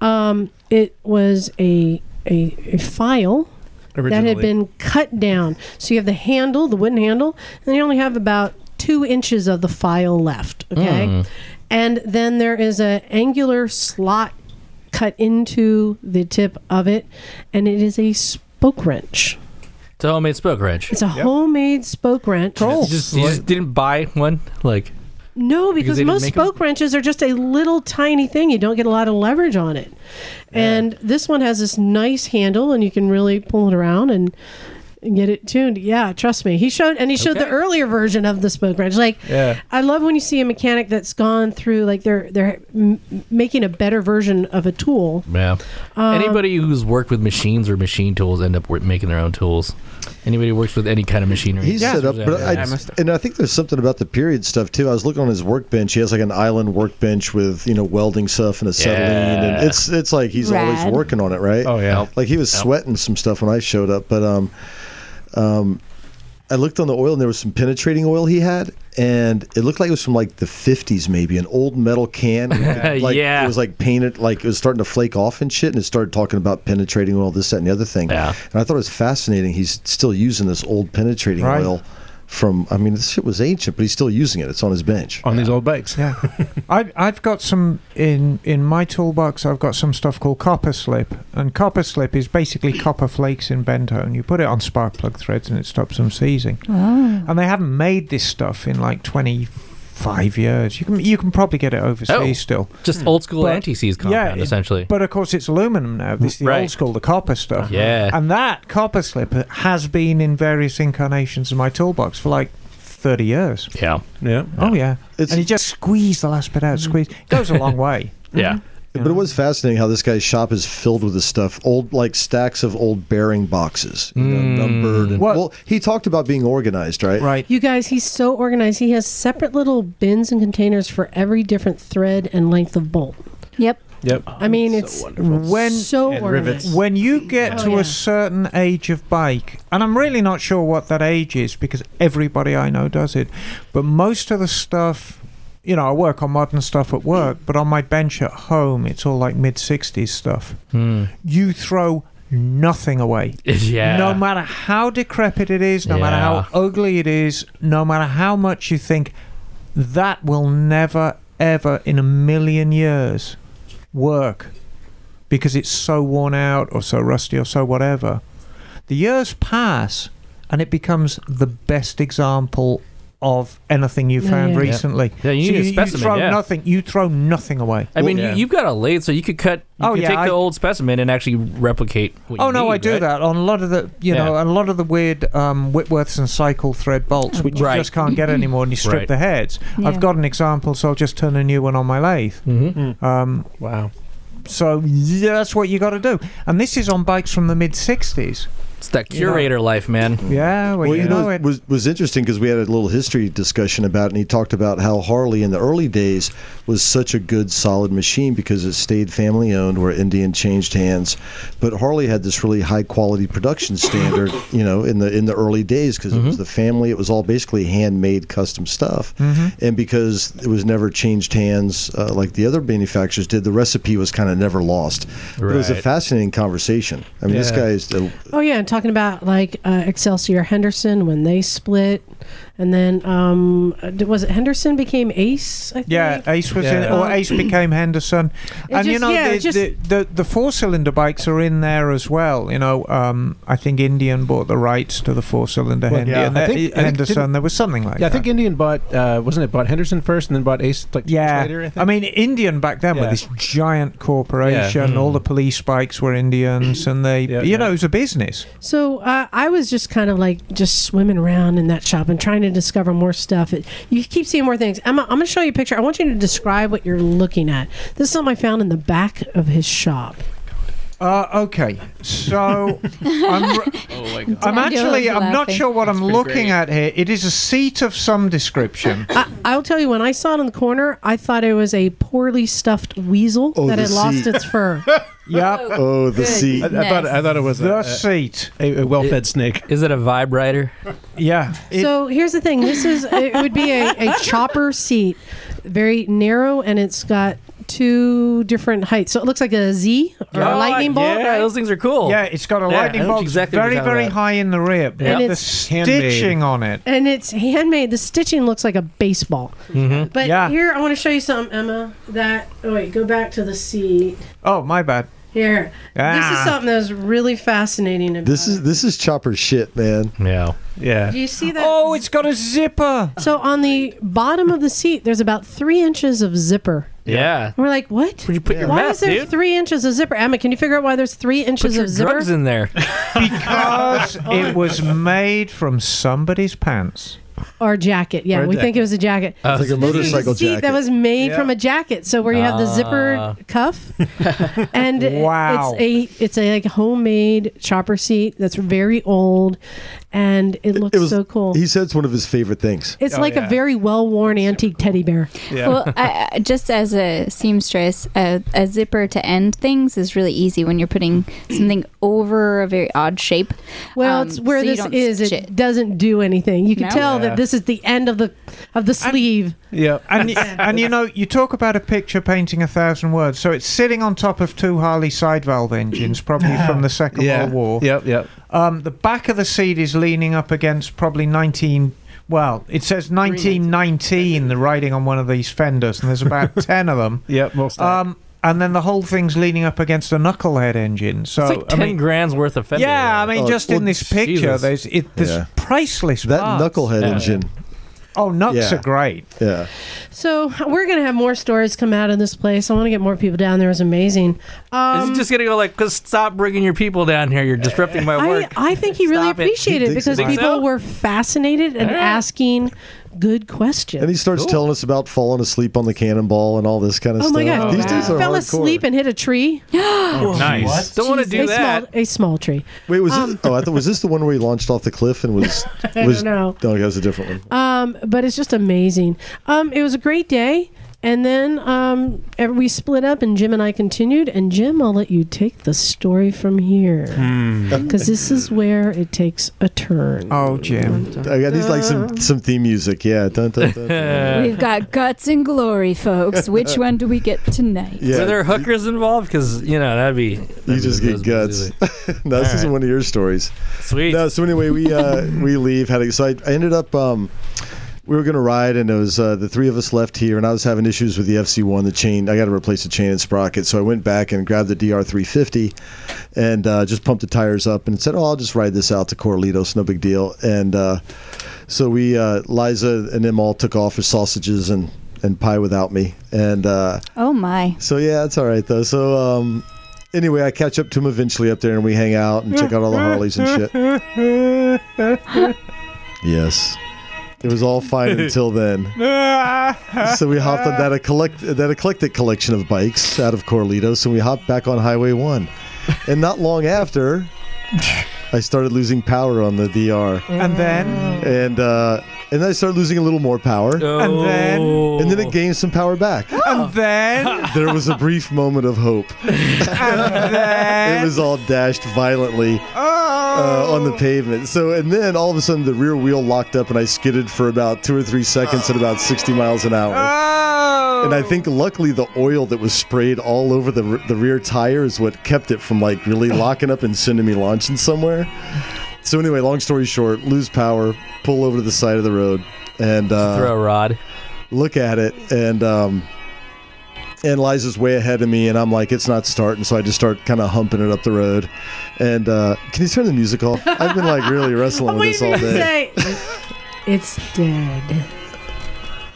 Um, it was a a, a file. that had been cut down. So you have the handle, the wooden handle, and you only have about two inches of the file left. Okay,
Hmm.
Hmm.
and then there is a angular slot cut into the tip of it, and it is a spoke wrench.
It's a homemade spoke wrench.
It's a homemade spoke wrench.
You just, you just didn't buy one, like
No, because,
Because they didn't
most
make 'em?
spoke wrenches are just a little tiny thing. You don't get a lot of leverage on it. And this one has this nice handle, and you can really pull it around and and get it tuned. Yeah, trust me. He showed, and he showed the
Okay.
earlier version of the spoke wrench. Like,
Yeah.
I love when you see a mechanic that's gone through, like they're they're m- making a better version of a tool.
yeah.
Um,
Anybody who's worked with machines or machine tools end up wor- making their own tools. Anybody who works with any kind of machinery.
He's set up, but I,
I must-
and I think there's something about the period stuff too. I was looking on his workbench. He has like an island workbench with you know welding stuff and acetylene, and it's it's like he's
Rad.
always working on it, right?
Oh, yeah.
like he was sweating some stuff when I showed up, but um, um, I looked on the oil and there was some penetrating oil he had, and it looked like it was from like the 50s, maybe an old metal can. Like,
Yeah.
it was like painted, like it was starting to flake off and shit, and it started talking about penetrating oil, this, that, and the other thing.
Yeah.
And I thought it was fascinating. He's still using this old penetrating
Right.
oil from, I mean, this shit was ancient, but he's still using it. It's on his bench.
Oh,
on these old bikes.
Yeah, I've I've got some in in my toolbox. I've got some stuff called copper slip, and copper slip is basically copper flakes in bentone. You put it on spark plug threads, and it stops them seizing.
Oh.
And they haven't made this stuff in like twenty five years. You can you can probably get it overseas
Oh.
still, Hmm.
just old school
But-
anti-seize compound,
yeah, it-
essentially.
but of course it's aluminum now. This is the
Right. Uh-huh.
old school, the copper stuff.
yeah.
And that copper slip has been in various incarnations in my toolbox for like thirty years.
yeah.
Yeah.
Oh yeah,
It's-
and you just squeeze the last bit out. Squeeze goes a long way.
Yeah.
But it was fascinating how this guy's shop is filled with this stuff, old like stacks of old bearing boxes, you know,
Mm.
numbered. And,
What-
well, he talked about being organized, right?
Right.
You guys, he's so organized. He has separate little bins and containers for every different thread and length of bolt.
Yep.
Yep.
I mean, it's
When
so
Oh, And
organized.
rivets.
when you get
Oh,
to
yeah.
a certain age of bike, and I'm really not sure what that age is because everybody I know does it, but most of the stuff, you know, I work on modern stuff at work, but on my bench at home, it's all like mid 60s stuff.
Hmm.
You throw nothing away.
yeah.
No matter how decrepit it is, no matter how ugly it is, no matter how much you think that will never, ever in a million years work because it's so worn out or so rusty or so whatever, the years pass and it becomes the best example of anything you
Yeah,
found
yeah.
recently.
Yeah, you
So
need a specimen,
throw
yeah.
nothing. You throw nothing away.
I mean,
Yeah.
you, you've got a lathe, so you could cut. You
Oh,
could
yeah,
take
I-
the old specimen and actually replicate. What
Oh
you
no,
need,
I do
right?
that on a lot of the you know a lot of the weird um, Whitworths and cycle thread bolts, which
Right.
you just can't get anymore, and you strip
Right.
the heads.
Yeah.
I've got an example, so I'll just turn a new one on my lathe.
Mm-hmm.
Mm.
Um,
Wow.
so yeah, that's what you got to do, and this is on bikes from the mid '60s.
It's that
You know.
curator life, man.
Yeah, well,
Well, you know,
it.
it was was interesting because we had a little history discussion about, it, and he talked about how Harley in the early days was such a good, solid machine because it stayed family owned, where Indian changed hands. But Harley had this really high quality production standard, you know, in the in the early days because it was the family. It was all basically handmade, custom stuff, and because it was never changed hands uh, like the other manufacturers did, the recipe was kind of never lost. But it was a
Right.
fascinating conversation. I mean, this
Yeah.
guy is. the
Oh yeah, and talking about like uh, Excelsior Henderson when they split, and then um, uh, was it Henderson became Ace? I think?
Yeah, Ace was in,
Yeah.
or Ace became Henderson,
It
and you
just-
know
yeah,
the,
it just-
the, the the four cylinder bikes are in there as well. You know, um, I think Indian bought the rights to the four cylinder
Well,
Hendy,
yeah.
and
I
that-
think- I think-
Henderson.
didn't-
there was something like
Yeah, I
that.
think Indian bought uh, wasn't it bought Henderson first and then bought Ace like two years
yeah,
later. I, think?
I, mean Indian back then
Yeah.
with this giant corporation.
Yeah.
All the police bikes were Indians, and they,
Yeah,
you know,
yeah.
it was a business.
So uh, I was just kind of like just swimming around in that shop and trying to discover more stuff. It, you keep seeing more things. I'm, I'm going to show you a picture. I want you to describe what you're looking at. This is something I found in the back of his shop.
Uh, okay, so I'm, r- I'm
Daniel
actually
is
I'm not
laughing.
sure what I'm looking at here. It is a seat of some description.
I, I'll tell you, when I saw it in the corner, I thought it was a poorly stuffed weasel
Oh,
that
the
had lost
seat.
its fur.
yep.
Oh, the seat.
I, I thought I thought it was
The
a,
seat.
a, a well-fed snake.
Is it a vibrator?
Yeah. It-
so here's the thing. This is it would be a, a chopper seat, very narrow, and it's got two different heights. So it looks like a Z or a lightning bolt.
Yeah,
right?
those things are cool.
yeah, it's got a
Yeah, I
lightning
know
bolt
exactly what
very,
you're talking
very
about.
high in the rib.
Yeah.
But
And
the
it's
handmade.
stitching on it.
and it's handmade. The stitching looks like a baseball. But
Yeah.
here, I want to show you something, Emma. That oh wait, go back to the seat
Oh, my bad.
here. This
Ah.
is something that's really fascinating. About
This is
it.
this is chopper shit, man.
Yeah.
Yeah.
Do you see that?
Oh, it's got a zipper.
so on the bottom of the seat, there's about three inches of zipper.
Yeah.
And we're like, what?
Where'd you put your
why
meth,
is there
dude?
three inches of zipper? Emma, can you figure out why there's three
Put
inches
your
of zipper? Oh.
drugs in there.
Because it was made from somebody's pants.
or jacket? Yeah,
Or a
we think
jacket.
it was a jacket.
Uh,
It's like a
This is a
motorcycle
seat
jacket.
that was made
Yeah.
from a jacket. So where you have the
Ah.
zipper cuff, and it-
Wow.
it's a it's a like homemade chopper seat that's very old, and it looks
It was-
so cool.
He said it's one of his favorite things.
It's
Oh,
like
yeah.
a very well worn antique teddy bear.
Yeah.
Well, I, I- just as a seamstress, a, a zipper to end things is really easy when you're putting something over a very odd shape.
Well,
Um,
it's where
so you
this
don't
is. It
stitch it.
doesn't do anything. You can
No?
tell
Yeah.
that this is the end of the of the sleeve.
yeah.
And, y- and you know, you talk about a picture painting a thousand words. So it's sitting on top of two Harley side valve engines, probably from the Second
Yeah.
World War.
Yep. Yep.
Um, the back of the seat is leaning up against probably 19. Well, it says 1919, the writing on one of these fenders, and there's about 10 of them.
Yep. Most.
Um, and then the whole thing's leaning up against a knucklehead engine. So,
It's like
I
ten
mean,
grand's worth of fender.
yeah, I mean,
Oh,
just
well,
in this picture,
Jesus.
there's it, there's
Yeah.
priceless.
That
parts.
knucklehead
Yeah.
engine.
Oh, nuts
Yeah.
are great.
Yeah.
So we're gonna have more stories come out of this place. I want to get more people down there. It's amazing.
Is
Um,
it just gonna go like, 'Cause stop bringing your people down here. You're disrupting my
I,
work.
I think he really
Stop it.
appreciated it
Think so?
because
Think
people
so?
were fascinated and
All right.
asking good questions.
And he starts telling us about falling asleep on the cannonball and all this kind of
oh
stuff.
my god!
These days are
fell
hardcore.
asleep and hit a tree.
Oh,
nice.
Don't want to
Oh, Jeez,
do
a
that.
Small, a small tree. Um,
Wait, was this, oh, I thought was this the one where he launched off the cliff and was
I
was
don't know.
No, that was a different one.
Um, but it's just amazing. Um, it was a great day, and then um, ev- we split up, and Jim and I continued. And Jim, I'll let you take the story from here
Hmm.
because this is where it takes a turn.
Oh, Jim.
I got these like some some theme music. Yeah. Dun, dun, dun, dun.
We've got guts and glory, folks. Which one do we get tonight?
Yeah.
Were there hookers involved? Because you know that'd be. that'd
you
be
just get
those
guts.
movies.
no, this isn't
right.
one of your stories.
Sweet.
No, so anyway, we uh, we leave. Had a, so I, I ended up. Um, we were gonna ride, and it was uh, the three of us left here, and I was having issues with the FC one, the chain. I got to replace the chain and sprocket, so I went back and grabbed the DR three fifty, and uh, just pumped the tires up, and said, "Oh, I'll just ride this out to Corralitos, no big deal." And uh, So we, uh, Liza and them all took off for sausages and, and pie without me. And uh,
Oh my.
so yeah, it's all right though. So um, anyway, I catch up to him eventually up there, and we hang out and check out all the Harleys and shit. Yes. It was all fine until then. so we hopped on that eclect- that eclectic collection of bikes out of Corlitos, and we hopped back on Highway One. And not long after, I started losing power on the DR,
And then,
and uh, and then I started losing a little more power,
and then,
and then it gained some power back.
and then,
There was a brief moment of hope.
and
It
then.
was all dashed violently uh, on the pavement. So, and then all of a sudden, the rear wheel locked up, and I skidded for about two or three seconds at about 60 miles an hour.
Oh.
And I think luckily the oil that was sprayed all over the, r- the rear tire is what kept it from like really locking up and sending me launching somewhere. So anyway, long story short, lose power, pull over to the side of the road, and uh,
Throw a rod.
look at it and um and Liza's way ahead of me and I'm like it's not starting so I just start kind of humping it up the road and uh can you turn the music off I've been like really wrestling
I'm
with this
waiting
all
for you to
day
say it's dead.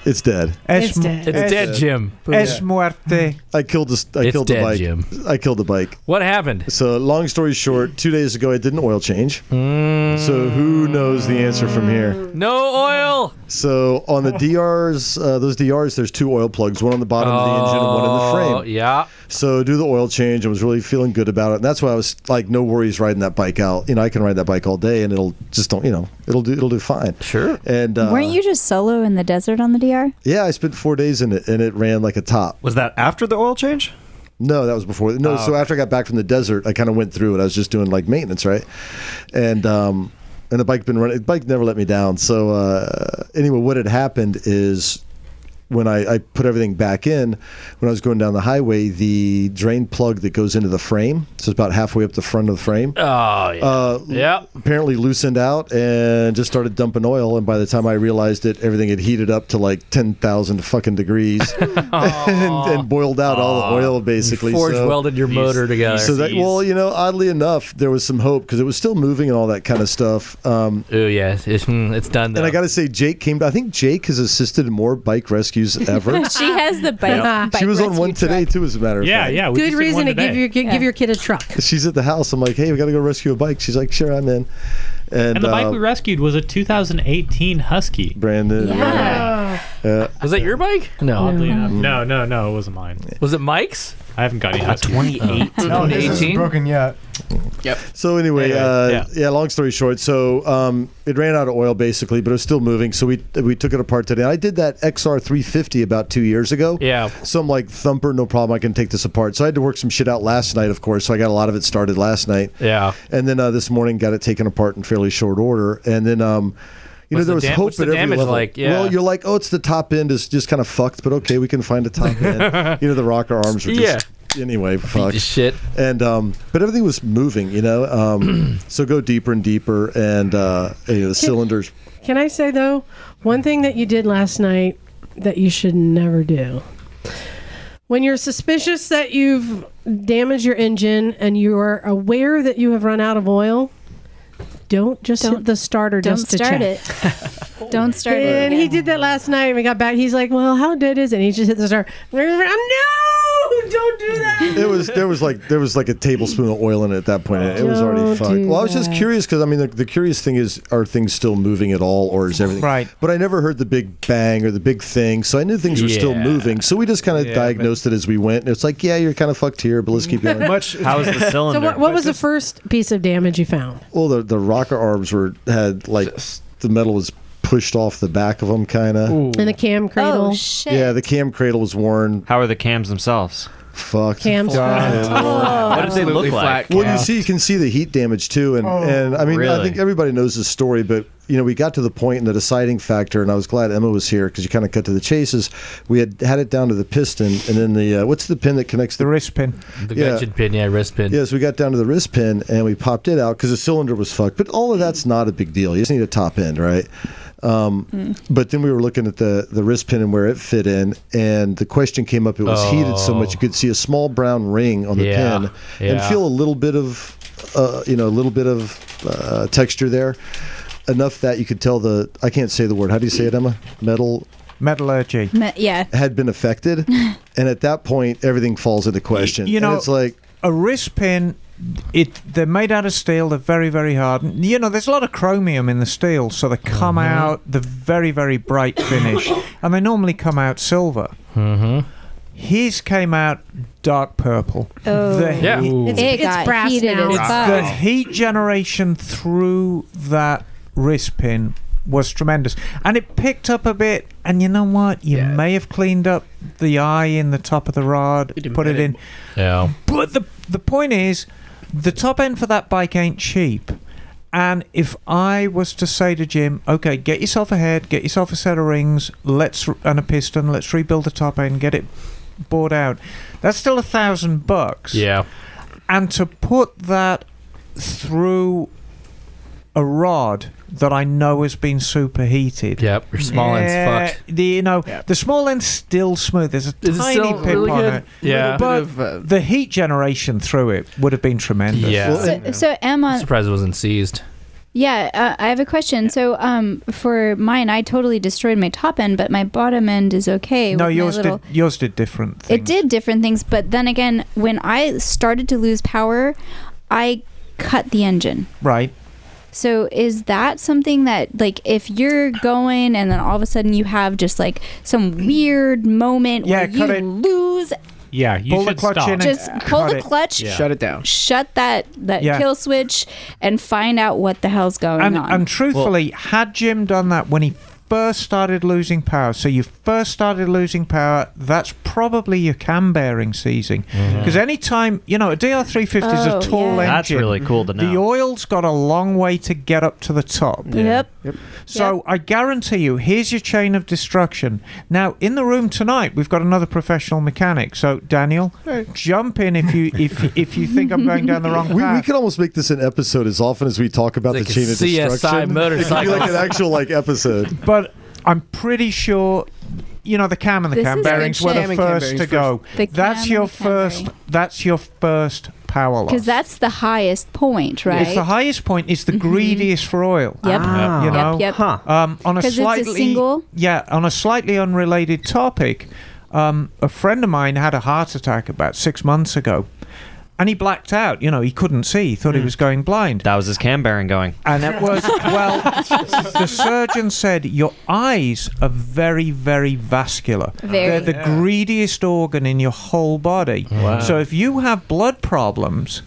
it's dead
Es,
It's dead.
It's dead, Jim.
es muerte.
I killed this I
Mm. It's
killed the
dead,
bike
Jim.
I killed the bike
What happened?
so long story short two days ago I did an oil change so who knows the answer from here
Mm. No oil.
so on the DRs uh, those DRs there's two oil plugs one on the bottom of the engine and one in the frame
Oh, Yeah.
So do the oil change. I was really feeling good about it. And that's why I was like, no worries riding that bike out. You know, I can ride that bike all day, and it'll just don't. You know, it'll do. It'll do fine.
Sure.
And uh,
Weren't you just solo in the desert on the DR?
Yeah, I spent four days in it, and it ran like a top.
Was that after the oil change?
No, that was before. No,
Oh.
so after I got back from the desert, I kind of went through it. I was just doing like maintenance, right? And um, and the bike been running. The bike never let me down. So uh, anyway, what had happened is when I, I put everything back in, when I was going down the highway, the drain plug that goes into the frame, so it's about halfway up the front of the frame.
Oh yeah.
Uh,
Yep.
apparently loosened out and just started dumping oil. And by the time I realized it, everything had heated up to like 10,000 fucking degrees and,
Oh,
and boiled out
Ah,
all the oil basically.
Forge
so,
welded your
These-
motor together.
So that, well, you know, oddly enough, there was some hope because it was still moving and all that kind of stuff. Um,
Ooh yeah, it's, mm, it's done. Though.
and I got to say, Jake came. I think Jake has assisted in more bike rescues ever.
She has the bike. bike
she was on
rescue
one today
truck.
too, as a matter of
Yeah,
fact.
yeah. We
Good
just did one
reason to
today.
give your give
Yeah.
your kid a truck.
She's at the house. I'm like, hey, we got to go rescue a bike. She's like, sure, I'm in. And,
And the bike
uh,
we rescued was a 2018 Husky.
Brandon.
Yeah.
was that your bike? No.
Oddly enough. No, no, no. It wasn't mine.
Was it Mike's?
I haven't got any Huskies. 28.
No, this isn't
18?
broken yet.
So anyway, uh, yeah.
yeah.
Long story short, so um, it ran out of oil basically, but it was still moving. So we we took it apart today. I did that XR 350 about two years ago.
Yeah.
So I'm like thumper, no problem. I can take this apart. So I had to work some shit out last night, of course. So I got a lot of it started last night,
Yeah.
and then uh, this morning got it taken apart in fairly short order, and then. Um, you know, there
What's the
was
dam-
hope
what's the
at every
damage
level.
like? Yeah.
Well, you're like, oh, it's the top end is just kind of fucked, but okay, we can find a top end. you know, the rocker arms were just anyway, fucked
Shit.
and um, but everything was moving, you know. Um, so go deeper and deeper, and uh, you know, the cylinders.
Can I say though, one thing that you did last night that you should never do. When you're suspicious that you've damaged your engine and you're aware that you have run out of oil, don't just hit
Don't-
the starter
Don't
just to
start
check.
it. Don't start
And
it.
he did that last night. And we got back. He's like, "Well, how dead is it?" And he just hit the start. No, don't do that.
It was there was like there was like a tablespoon of oil in it at that point. It was already
Don't
fucked.
do
Well, I was just
that.
curious because I mean, the, the curious thing is, are things still moving at all, or is everything
Right.
But I never heard the big bang or the big thing, so I knew things were still
Yeah.
moving. So we just kind of diagnosed it as we went. And it's like, yeah, you're kind of fucked here, but let's keep going.
Much.
How was the cylinder?
So, what, what was the first piece of damage you found?
Well, the the rocker arms were had like the metal was pushed off the back of them, kind of.
In the cam cradle.
Oh shit.
Yeah, the cam cradle was worn.
How are the cams themselves?
Fucked.
Cam's
what did they
Oh.
look like?
Well, you see, you can see the heat damage too, and and I mean, I
Really?
think everybody knows this story, but you know, we got to the point in the deciding factor, and I was glad Emma was here because you kind of cut to the chases. We had had it down to the piston, and then the uh, what's the pin that connects
The
the
wrist pin.
The
Yeah.
gudgeon pin, yeah, wrist pin.
yeah, so we got down to the wrist pin and we popped it out because the cylinder was fucked. But all of that's not a big deal. You just need a top end, right? Um,
Mm.
But then we were looking at the, the wrist pin and where it fit in, and the question came up. It was heated so much you could see a small brown ring on the
Oh. Yeah,
pin and
yeah.
feel a little bit of, uh, you know, a little bit of uh, texture there. enough that you could tell the I can't say the word. How do you say it, Emma? Metal
metallurgy
Me- yeah.
had been affected, and at that point everything falls into question.
You
And
know,
it's like
a wrist pin. It they're made out of steel. They're very very hard. And, You know, there's a lot of chromium in the steel, so they come out the very very bright finish, and they normally come out silver.
Mm-hmm.
His came out dark purple.
Oh.
The
Yeah.
heat-
It's,
It
it's
got
brass
heated
now.
as
it's
fuck.
the heat generation through that wrist pin was tremendous, and it picked up a bit. And you know what? You
Yeah.
may have cleaned up the eye in the top of the rod,
It
put it in.
Yeah.
But the the point is, the top end for that bike ain't cheap. And if I was to say to Jim, okay, get yourself a head, get yourself a set of rings, let's and a piston, let's rebuild the top end, get it bored out. That's still a thousand bucks.
Yeah.
And to put that through a rod that I know has been superheated.
Yep. Your small end's fucked.
Yeah, The, you know, the small end's still smooth. There's a
Is it
tiny
still
pip
really
on
good?
it.
Yeah.
But
Bit of, uh,
the heat generation through it would have been tremendous.
Yeah.
So, so Emma,
I'm surprised it wasn't seized.
yeah, uh, I have a question. So, um, for mine, I totally destroyed my top end, but my bottom end is okay.
No,
with my
yours
little-
did. Yours did different. Things.
It did different things, but then again, when I started to lose power, I cut the engine.
right.
So is that something that like if you're going and then all of a sudden you have just like some weird moment
Yeah,
where
cut
you
it.
lose
Yeah, Uh, you
Pull the
should
clutch
stop.
in and-
just
Cut
pull the
it.
clutch,
Yeah.
Shut it down.
shut that that
Yeah.
kill switch and find out what the hell's going
And,
on.
and truthfully, had Jim done that when he first started losing power, so you first started losing power, that's probably your cam bearing seizing. Because any time, you know, a DR350 is
Oh,
a tall
yeah.
engine.
Mm-hmm. That's really cool to
The
know.
oil's got a long way to get up to the top.
Yep.
So
Yep.
I guarantee you, here's your chain of destruction. Now, in the room tonight, we've got another professional mechanic. So Daniel, jump in if you if if you think I'm going down the wrong
we, we
path.
could almost make this an episode as often as we talk about
Like
the
a
chain of
CSI
destruction. It'd be
motorcycle.
like an actual like episode.
but I'm pretty sure. You know the cam and the
This
cam
is good
bearings were the
shit.
Cam and cam
first to
bearings
go.
The cam
That's
and
your
the cam bearing.
first. That's your first power loss.
Because that's the highest point, right? Mm-hmm.
It's the highest point. It's the greediest for oil.
Yep.
Ah.
You know,
Yep, yep.
Huh.
Um, on a
'Cause it's a
slightly
single?
yeah, on a slightly unrelated topic, um, a friend of mine had a heart attack about six months ago, and he blacked out. You know, he couldn't see. He thought he was going blind,
Hmm. That was his cam bearing going.
and it was well. the surgeon said your eyes are very, very vascular.
Very.
They're the greediest organ in your whole body.
Wow.
So if you have blood problems.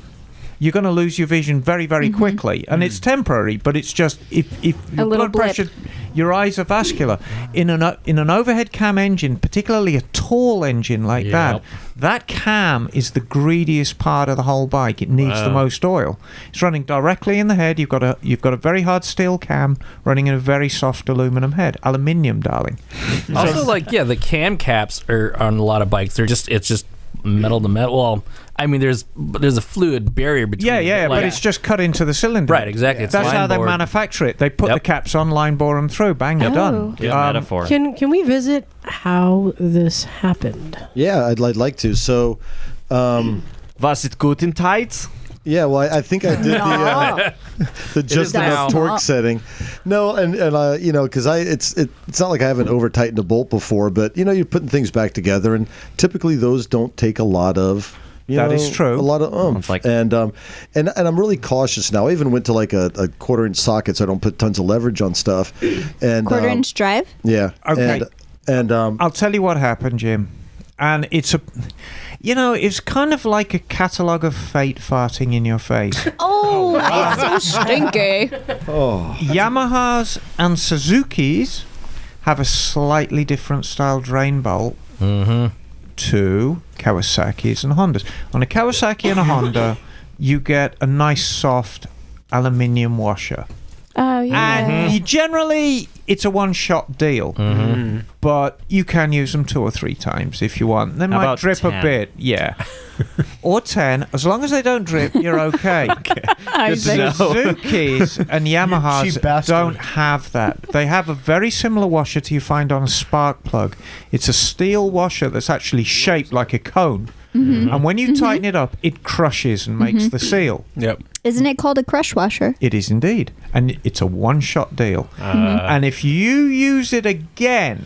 You're going to lose your vision very, very
Mm-hmm.
quickly,
Mm.
and it's temporary. But it's just if, if your
little
blood
blip.
pressure your eyes are vascular. In an o- in an overhead cam engine, particularly a tall engine like
Yep.
that, that cam is the greediest part of the whole bike. It needs
Oh.
the most oil. It's running directly in the head. You've got a you've got a very hard steel cam running in a very soft aluminum head, aluminium, darling.
Also, like, yeah, the cam caps are on a lot of bikes. They're just, it's just metal to metal. Well, I mean, there's there's a fluid barrier between.
Yeah, yeah,
like-
but it's just cut into the cylinder.
Right, exactly. It's
That's how they
line-bored.
manufacture it. They put
Yep.
the caps on, line bore them through, bang,
Yep.
you're
Oh.
done.
Good
Um,
metaphor.
Can can we visit how this happened?
Yeah, I'd, I'd like to. So, um,
Was it good in tights?
yeah, well, I, I think I did the
Oh.
uh, the just
is now.
enough torque setting. No, and and uh, you know, because I it's it, it's not like I haven't over tightened a bolt before, but you know, you're putting things back together, and typically those don't take a lot of. You
That
know,
is true.
A lot of oomph,
like-
and um, and and I'm really cautious now. I even went to like a, a quarter inch socket, so I don't put tons of leverage on stuff. And
Quarter
um,
inch drive.
yeah,
Okay.
and and um,
I'll tell you what happened, Jim. And it's a, you know, it's kind of like a catalogue of fate farting in your face.
Oh, it's so stinky.
Yamahas and Suzuki's have a slightly different style drain bolt to Kawasaki's and Hondas. On a Kawasaki and a Honda, you get a nice soft aluminium washer.
Oh yeah.
And you
Mm-hmm.
generally, it's a one shot deal. But you can use them two or three times if you want. They
How
might
about
drip
10?
a bit, yeah. or 10. As long as they don't drip, you're okay. Suzuki's and
You cheap
Yamahas
bastard.
don't have that. They have a very similar washer to you find on a spark plug. It's a steel washer that's actually
Mm-hmm.
shaped like a cone. And when you tighten it up, it crushes and makes the seal.
Yep.
Isn't it called a crush washer?
It is indeed, and it's a one-shot deal.
Mhm.
And if you use it again,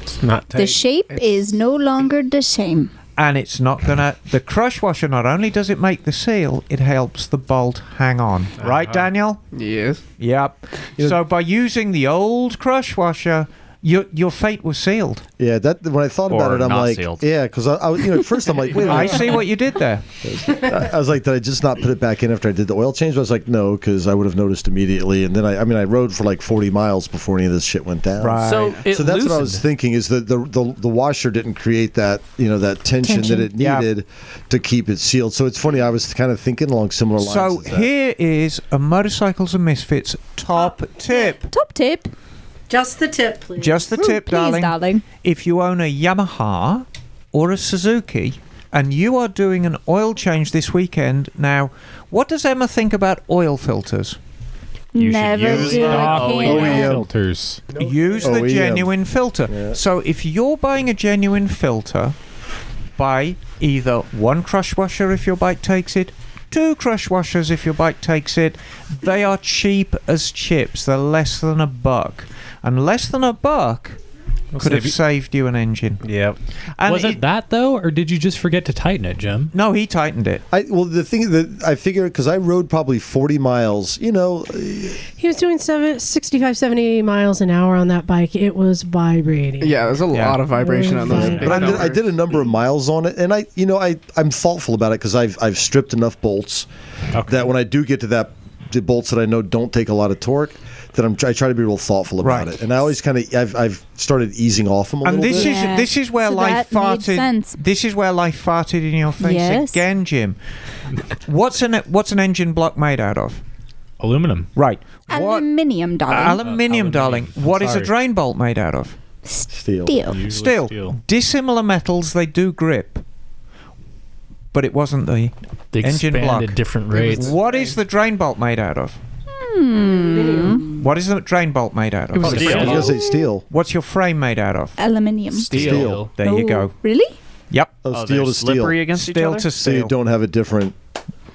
it's not
The shape is no longer the same.
and it's not gonna. The crush washer not only does it make the seal, it helps the bolt hang on. Right, Daniel?
Yes.
Yep. so by using the old crush washer, your your fate was sealed.
Yeah, that when I thought about
Or
it, I'm
not
like,
sealed.
yeah, because I, I, was- you know, at first I'm like, wait, a
I
minute.
see what you did there.
I I was like, did I just not put it back in after I did the oil change? I was like, no, because I would have noticed immediately. And then I, I mean, I rode for like 40 miles before any of this shit went down.
Right. So it
that's what I was
loosened.
thinking is that the, the the washer didn't create that you know that tension,
Tension.
that it
Yeah.
needed to keep it sealed. So it's funny. I was kind of thinking along similar lines.
So here is a motorcycles and misfits top tip.
Top tip.
Just the tip, please.
Just the tip, darling. If you own a Yamaha or a Suzuki and you are doing an oil change this weekend, now, what does Emma think about oil filters?
You Never
use do not
Oh,
it
E
again. OEM
filters. Use the
OEM.
genuine filter. So if you're buying a genuine filter, buy either one crush washer if your bike takes it, two crush washers if your bike takes it. They are cheap as chips. They're less than a buck, and less than a buck could
save
have
you-
saved you an engine. Yep.
was it, that though, or did you just forget to tighten it, Jim?
No, he tightened it.
I, well, the thing that I figure because I rode probably 40 miles, you know,
He was doing seven, 65, 70 80 miles an hour on that bike. It was vibrating.
Yeah, there's a lot of vibration on those. big
But I did, I
numbers.
did a number of miles on it, and I, you know, I I'm thoughtful about it because I've I've stripped enough bolts that when I do get to that the bolts that I know don't take a lot of torque, that I'm I try to be real thoughtful about it, and I always kind of I've I've started easing off them a
and
little
this
bit.
is this is where
So
life
that made
farted.
sense.
This is where life farted in your face
Yes.
again, Jim. What's an what's an engine block made out of?
Aluminum.
Right. Uh,
Aluminium, darling.
Aluminium, darling. What is
Sorry.
a drain bolt made out of?
Steel.
Steel.
Steel. Dissimilar metals, they do grip. But it wasn't the
They
engine
expand
block.
at different rates.
What is the drain bolt made out of?
Hmm.
What is the drain bolt made out of?
It was Steel. steel.
I was gonna say steel.
What's your frame made out of?
Aluminium. Oh,
Steel. There you go.
Really?
Yep.
Oh, steel to steel.
steel to
So
steel.
you don't have a different.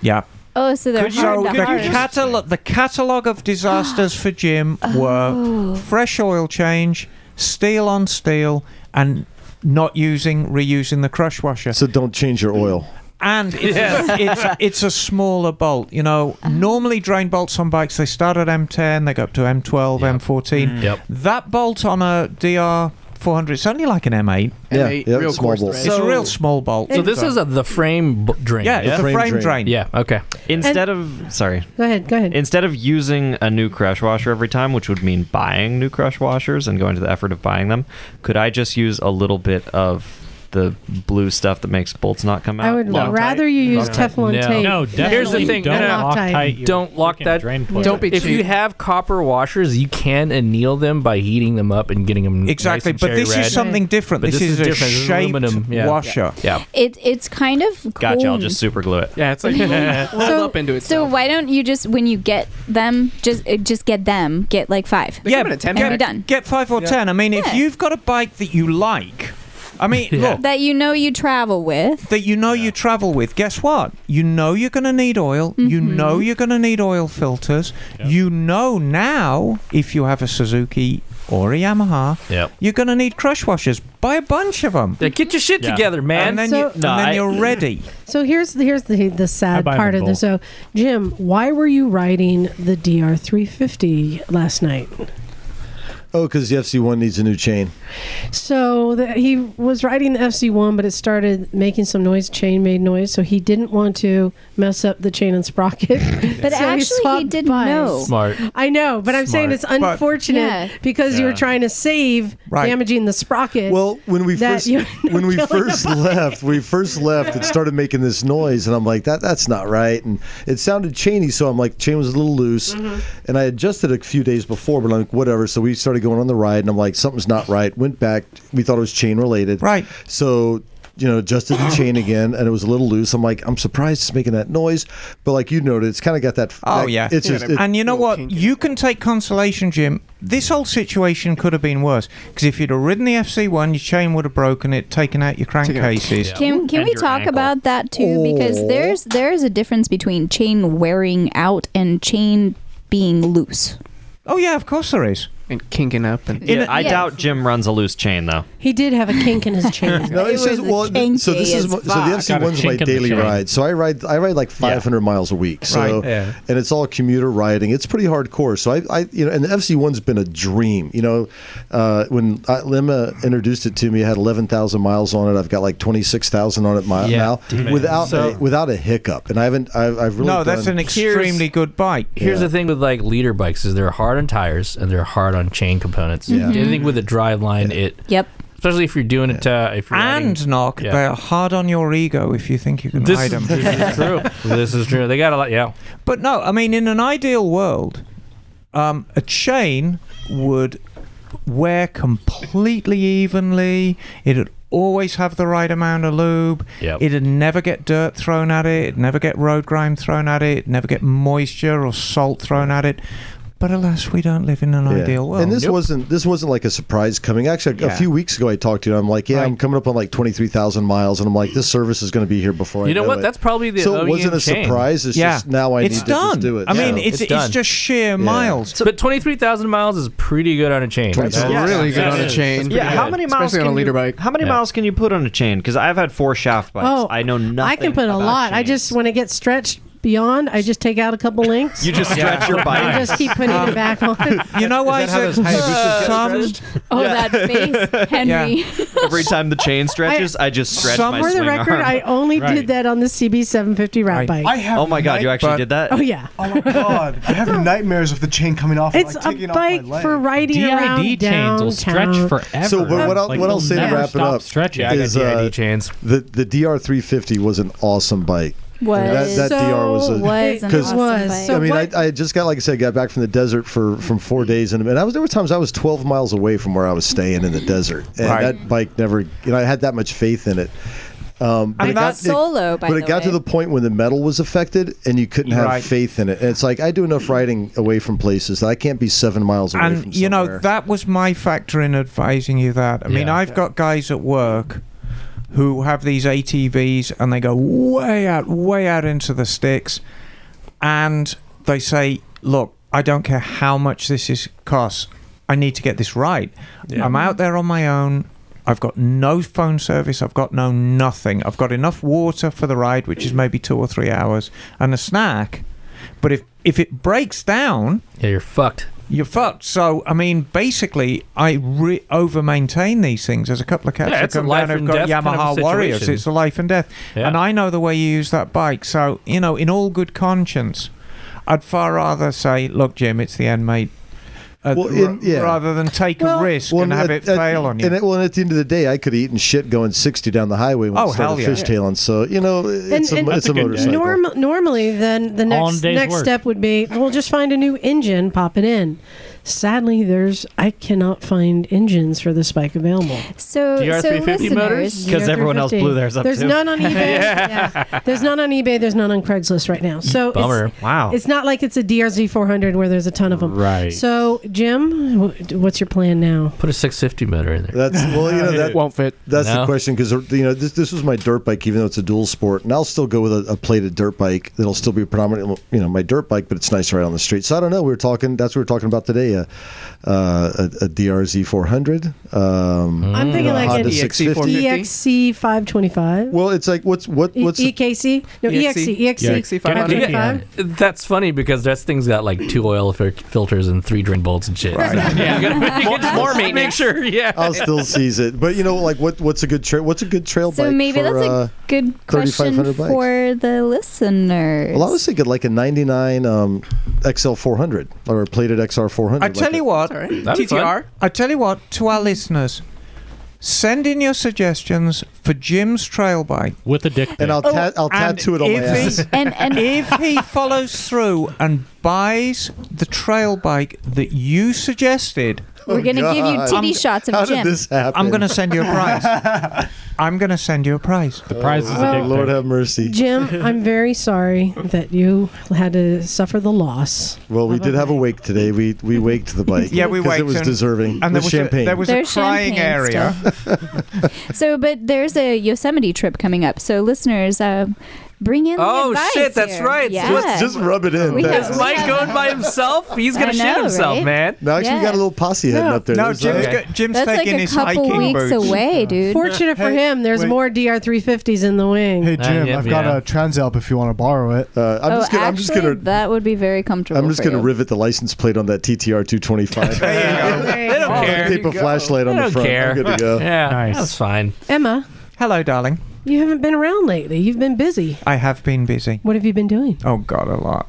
Yeah.
Oh, so they're hard to
the
hard.
catalog the catalog of disasters for Jim were fresh oil change, steel on steel, and not using reusing the crush washer.
So don't change your oil.
And it's,
Yeah.
it's, it's a smaller bolt. You know, normally drain bolts on bikes, they start at M10, they go up to M12, M14.
Yep.
That bolt on a DR 400, it's only like an M8.
Yeah, M8, yeah, real small coarse bolt. thread.
It's a real small bolt.
So this is a, the frame b- drain.
Yeah, it's the frame drain.
Yeah. Okay.
Instead of sorry.
Go ahead. Go ahead.
Instead of using a new crush washer every time, which would mean buying new crush washers and going to the effort of buying them, could I just use a little bit of the blue stuff that makes bolts not come out?
I would
Loctite?
rather you use Teflon
No.
tape.
No,
than-
Here's the thing.
than
no, no,
Loctite.
Don't lock that.
plug.
Don't be If you
cheap.
have copper washers, you can anneal them by heating them up and getting them
Exactly,
Nice and
but
cherry
this is
red.
something different.
But
This is a
different. This is
shaped
aluminum yeah.
washer.
Yeah.
It, it's kind of
Gotcha. I'll
cool.
just super glue it.
Yeah, it's like rolled
So-
up into it.
So why don't you just when you get them, just uh, just get them, get like five.
They Yeah, come in a 10
and you're
pack.
done.
Get five or
Yeah.
ten. I mean, if
Yeah.
you've got a bike that you like, I mean, look,
That you know you travel with.
that you know you travel with, guess what? You know you're going to need oil. You know you're going to need oil filters. You know now, if you have a Suzuki or a Yamaha,
Yep.
you're going to need crush washers. Buy a bunch of them.
Yeah, get your shit
Yeah.
together, man.
And then, you,
So-
and
No,
then
I-
you're ready.
So here's the, here's the the
I
sad
buy
part
them
of this. So, Jim, why were you riding the DR 350 last night?
Oh, because the FC1 needs a new chain.
So the, he was riding the FC1, but it started making some noise. Chain made noise, so he didn't want to mess up the chain and sprocket.
But
So
actually, he
swapped
didn't
bikes.
know.
Smart.
I know, but I'm saying
Smart.
it's unfortunate
Yeah.
because you were
Yeah.
trying to save
Right.
damaging the sprocket.
Well, when we
that
first
you're
when we
killing the
first left, we first left, it started making this noise, and I'm like, that that's not right, and it sounded chainy, so I'm like, chain was a little loose, and I adjusted a few days before, but I'm like, whatever. So we started going on the ride, and I'm like, something's not right. Went back, we thought it was chain related,
right?
So you know, adjusted the chain again, and it was a little loose. I'm like, I'm surprised it's making that noise, but like you noted, it's kind of got that.
Oh
that-
yeah,
it's just. it-
and you know what? You can take consolation, Jim. This whole situation could have been worse because if you'd have ridden the FC one, your chain would have broken it, taken out your crankcases.
Can can we talk about that too? Because there's there's a difference between chain wearing out and chain being loose.
Oh yeah, of course there is.
And kinking up. And
In
yeah,
a-
I
yeah.
doubt Jim runs a loose chain though.
He did have a kink in his chain.
No, it's just well. th- So this is my- so the FC one's my daily ride. So I ride I ride like 500 miles a week. So
Right, yeah.
and it's all commuter riding. It's pretty hardcore. So I, I you know, and the FC one's been a dream. You know, uh, when I, Lima introduced it to me, I had 11,000 miles on it. I've got like 26,000 on it mi-
Yeah,
now
damn.
without
So-
a, without a hiccup. And I haven't. I've, I've really
no, that's an
done-
extremely good bike.
Here's the thing with like leader bikes is they're hard on tires and they're hard on chain components.
Yeah. Mhm.
Anything with a drive line, it
Yep.
especially if you're doing it uh, if you're
And
riding-
knock,
Yeah.
they're hard on your ego if you think you can
This
hide them.
is- this is true. This is true. They got a lot. Yeah.
But no, I mean, in an ideal world, um, a chain would wear completely evenly. It'd always have the right amount of lube.
Yep.
It'd never get dirt thrown at it. It'd never get road grime thrown at it. It'd never get moisture or salt thrown at it. But alas, we don't live in an
Yeah.
ideal world.
And this wasn't this wasn't like a surprise coming. Actually, a
Yeah.
few weeks ago, I talked to you. And I'm like, yeah, I'm coming up on like twenty three thousand miles, and I'm like, this service is going to be here before I
You know what?
it.
That's probably the
so it
OEM
wasn't a
chain.
surprise. It's just now I
it's
need
done.
to just do it.
I mean,
So-
it's, it's, just sheer miles.
but twenty three thousand miles is pretty good on a chain.
That's really good on a chain.
That's pretty
Yeah, how many miles
Especially
can
on a leader
you,
bike?
How many
Yeah.
miles can you put on a chain? Because I've had four shaft bikes.
Oh,
I know nothing.
I can put a
about
lot. I just when it gets stretched beyond, I just take out a couple links.
You just stretch your Um, bike.
I just keep putting it back on.
You know why?
those Hayabusas
some-
Oh, that face, Henry.
Every time the chain stretches, I, just stretch
Some
my
for the
swing
record,
arm.
I only did that on the CB750 rat bike.
oh my god, you actually
but-
did that?
Oh yeah.
Oh my god, I have nightmares of the chain coming off. and,
It's
like,
a
taking
bike
off my leg.
for riding around downtown.
So, but what I'll, what I'll say to wrap it up is uh,
chains.
the the DR three hundred and fifty was an awesome bike.
Was.
that, that
So
DR was a
was an awesome bike.
I mean
So
I, I just got like I said got back from the desert for from four days and, and I was there were times I was twelve miles away from where I was staying in the desert and
Right.
that bike never you know I had that much faith in it. Um, but
And
it got
that's solo, by
but it
the
got to
way.
the point when the metal was affected and you couldn't have
Right.
faith in it. And it's like I do enough riding away from places that I can't be seven miles away from.
and you know that was my factor in advising you that i mean
Yeah.
i've got guys at work who have these atvs and they go way out way out into the sticks and they say look i don't care how much this is costs i need to get this right i'm out there on my own I've got no phone service. I've got no nothing. I've got enough water for the ride, which is maybe two or three hours, and a snack. But if if it breaks down,
yeah, you're fucked.
You're fucked. So I mean, basically, I re- over maintain these things. There's a couple of cats
Yeah,
who
it's a
come
life
down who've
and
got
death kind
Yamaha
of a
Warriors.
situation.
It's a life and death,
Yeah.
and I know the way you use that bike. So you know, in all good conscience, I'd far rather say, "Look, Jim, it's the end, mate," uh,
Well,
r-
in- yeah. uh,
rather than take a risk and have it
at-
fail on you.
And at, well, and at the end of the day, I could have eaten shit going 60 down the highway when
Oh,
I started
hell yeah.
fishtailing. So, you know, it's a, it's a motorcycle.
norm- normally, then the
All in a
next
day's
next
work.
step would be we'll just find a new engine, pop it in. Sadly, there's I cannot find engines for this bike available.
So, so listeners,
DR350. There's none on eBay.
Yeah.
Yeah. There's none on eBay. There's none on Craigslist right now. So it's-
Bummer. Wow.
It's not like it's a DRZ 400 where there's a ton of them.
Right.
So Jim, wh- what's your plan now?
Put a six fifty motor in there.
That's well, you know that
won't fit.
That's the question because you know this this was my dirt bike, even though it's a dual sport, and I'll still go with a, a plated dirt bike that'll still be predominantly you know my dirt bike, but it's nice right on the street. So I don't know. We were talking. That's what we were talking about today. Uh, uh, a, a DRZ 400. Um,
I'm thinking like
Honda
an E
650.
EXC 525.
Well, it's like what's what
E
what's the-
EKC? No,
E
E EXC. EXC.
That's funny because that thing's got like two oil fil- filters and three drain bolts and shit. yeah, you gotta make, more, more make sure. Yeah,
I'll still seize it. But you know, like what what's a good trail? What's a good trail
So
bike?
maybe
for,
that's a
uh,
good
3,500
question
bikes.
for the listeners.
Well, I was thinking like a '99 um, XL 400 or a plated XR 400.
I tell
like
you
a-
what,
That'd be fun. TTR?
I tell you what, to our listeners, send in your suggestions for Jim's trail bike Oh,
with a dick,
and I'll ta- I'll tattoo it on my
if
ass.
He, and, if he follows through and buys the trail bike that you suggested,
Oh,
We're gonna give you
God.
titty
I'm-
shots of Jim.
I'm going to send you a prize. I'm going to send you a prize. The
prize is a dick pic.
Oh, Lord have mercy.
Jim, I'm very sorry that you had to suffer the loss.
Well, we did have a wake today. We we waked the bike.
Yeah, we
'cause It
waked
was
and-
deserving.
and there
with
was a-
champagne.
there was a There's crying champagne area.
So, but there's a Yosemite trip coming up. So, listeners, uh, bring in. the
Oh,
advice
shit, that's
here.
right.
Yeah.
Just, just rub it in.
We
That's-
have-
Is Mike going by himself? He's gonna
I know,
shit himself,
right?
man.
No, actually, we got a little posse heading up there.
No,
There's,
Jim's
uh,
got- Jim's
That's like a couple weeks away, dude.
Fortunate for him, there's more DR350s in the wing.
Hey Jim, I've got
yeah.
a Transalp if you want to borrow it.
Uh, I'm
oh,
just gonna, I'm
actually,
just gonna
that would be very comfortable.
I'm just
for
gonna
you.
rivet the license plate on that TTR 225.
They don't care.
Tape a flashlight on
They
the
don't
front.
care.
I'm good to go.
Yeah, that's fine.
Emma,
Hello, darling.
you haven't been around lately. You've been busy.
I have been busy.
What have you been doing?
Oh, God, a lot.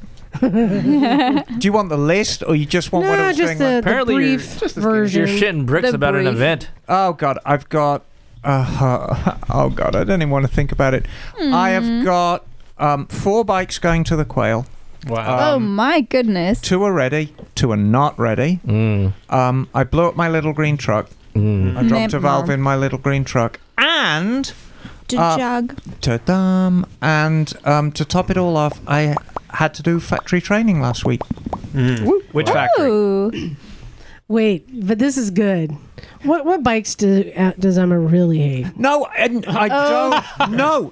no,
Do you want the list or you just want what I was doing?
just the, the
Apparently you're-
brief
just the-
version.
you're shitting bricks The about an brief. event.
Oh god, I've got. Uh, oh god, I don't even want to think about it. I
Hmm.
have got um, four bikes going to the quail.
Oh
Um,
my goodness.
Two are ready, two are not ready.
Hmm.
Um, I blew up my little green truck. I dropped a
Mem-
valve in my little green truck. And uh,
jog.
Ta-dum. And um, to top it all off, I had to do factory training last week.
Mm.
Mm.
Which
Wait, but this is good. What what bikes do, uh, does Emma really hate? Oh.
No, and I
Oh.
don't. No, no,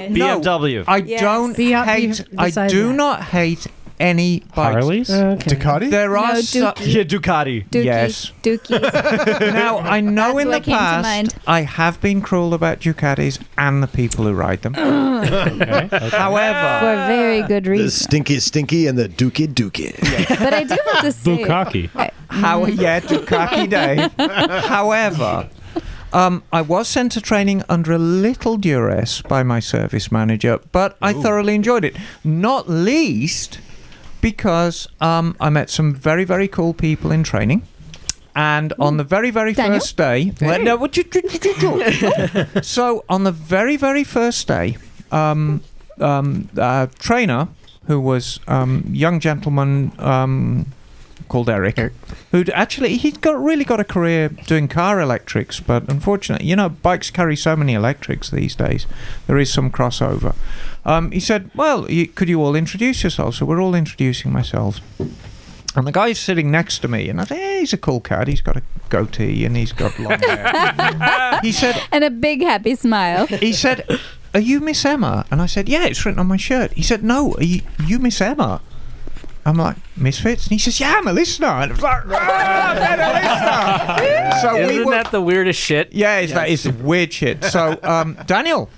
goodness.
no.
BMW.
I
Yes.
don't
Be up- be
hate. I
beside
do
that.
not hate any bikes.
Harleys?
Okay.
Ducati?
There are
No,
so-
Dookie.
Yeah, Ducati.
Dookie,
Yes.
Dookies.
Now I know
That's
in the
what came to
past
mind.
I have been cruel about Ducatis and the people who ride them. However,
for very good
The
reason.
stinky, stinky, and the dookie, dookie.
but I do have to say,
How yeah, Dukaki Day. However, um, I was sent to training under a little duress by my service manager, but I thoroughly enjoyed it. Not least because um, I met some very very cool people in training. And on the very, very
Daniel?
first day, well, no, what you- you- you- you- you- so on the very, very first day, um, um, uh, trainer who was um, young gentleman um, called Eric, who'd actually he'd got really got a career doing car electrics, but unfortunately, you know, bikes carry so many electrics these days. There is some crossover. Um, he said, "Well, you, could you all introduce yourselves?" So we're all introducing myself. And the guy's sitting next to me, and I think hey, he's a cool cat. He's got a goatee and he's got long hair. he said,
and a big happy smile.
he said, "Are you Miss Emma?" And I said, "Yeah, it's written on my shirt." He said, "No, are you, you Miss Emma?" I'm like, Misfits? And he says, Yeah, I'm a listener. And I was like, Ah, I'm a listener. so
Isn't
we were,
that the weirdest shit?
Yeah, it's, that is weird shit. So, um, Daniel.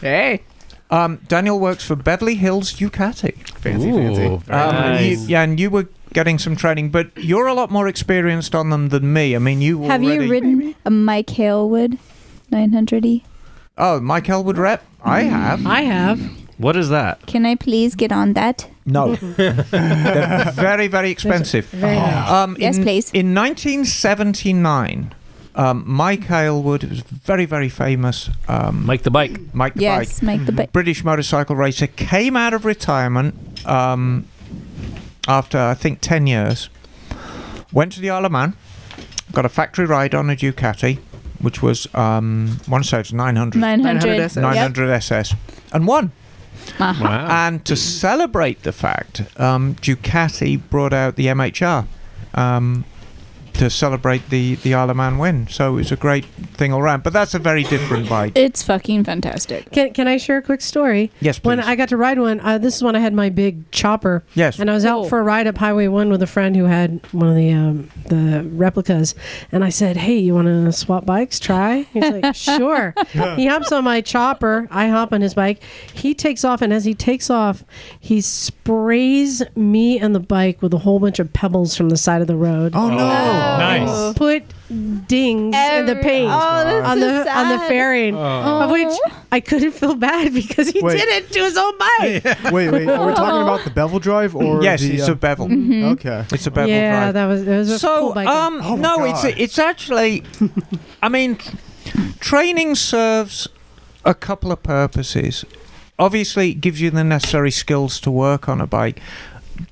Hey. Um, Daniel works for Beverly Hills Ducati.
Fancy, fancy.
Ooh, very
Um,
nice.
you- yeah, and you were getting some training, but you're a lot more experienced on them than me. I mean, you
Have
already-
you ridden a Mike Halewood E? 900e?
Oh, Mike Elwood rep. I have.
I have.
What is that?
Can I please get on that?
No. They're very, very expensive.
Very nice.
um,
Yes,
in,
please.
In 1979, um, Mike Aylward was very, very famous. Um,
Mike the Bike.
Mike the
Yes,
Bike.
Mike the Bike.
British motorcycle racer came out of retirement um, after, I think, 10 years. Went to the Isle of Man, got a factory ride on a Ducati, which was, um, one size 900.
900. Yep.
900 SS. And won.
Uh-huh.
And to celebrate the fact, um, Ducati brought out the MHR um, to celebrate the, the Isle of Man win. So it was a great thing all round. But that's a very different bike.
It's fucking fantastic.
Can, can I share a quick story?
Yes,
When
please.
I got to ride one, uh, this is when I had my big chopper.
Yes.
And I was out
Oh.
for a ride up Highway 1 with a friend who had one of the um, the replicas. And I said, hey, you want to swap bikes? Try? He's like, sure. he hops on my chopper. I hop on his bike. He takes off. And as he takes off, he sprays me and the bike with a whole bunch of pebbles from the side of the road.
Oh, no.
Nice. Put dings in the paint on the on the fairing,
Oh.
of which I couldn't feel bad because he
Wait.
did it to his own bike.
wait, wait. Are we talking about the bevel drive or
yes,
the,
it's
uh,
a bevel.
Okay.
It's a bevel
yeah,
drive.
that was it was a
so
cool bike.
um
Oh my
no
God.
it's it's actually i mean training serves a couple of purposes obviously it gives you the necessary skills to work on a bike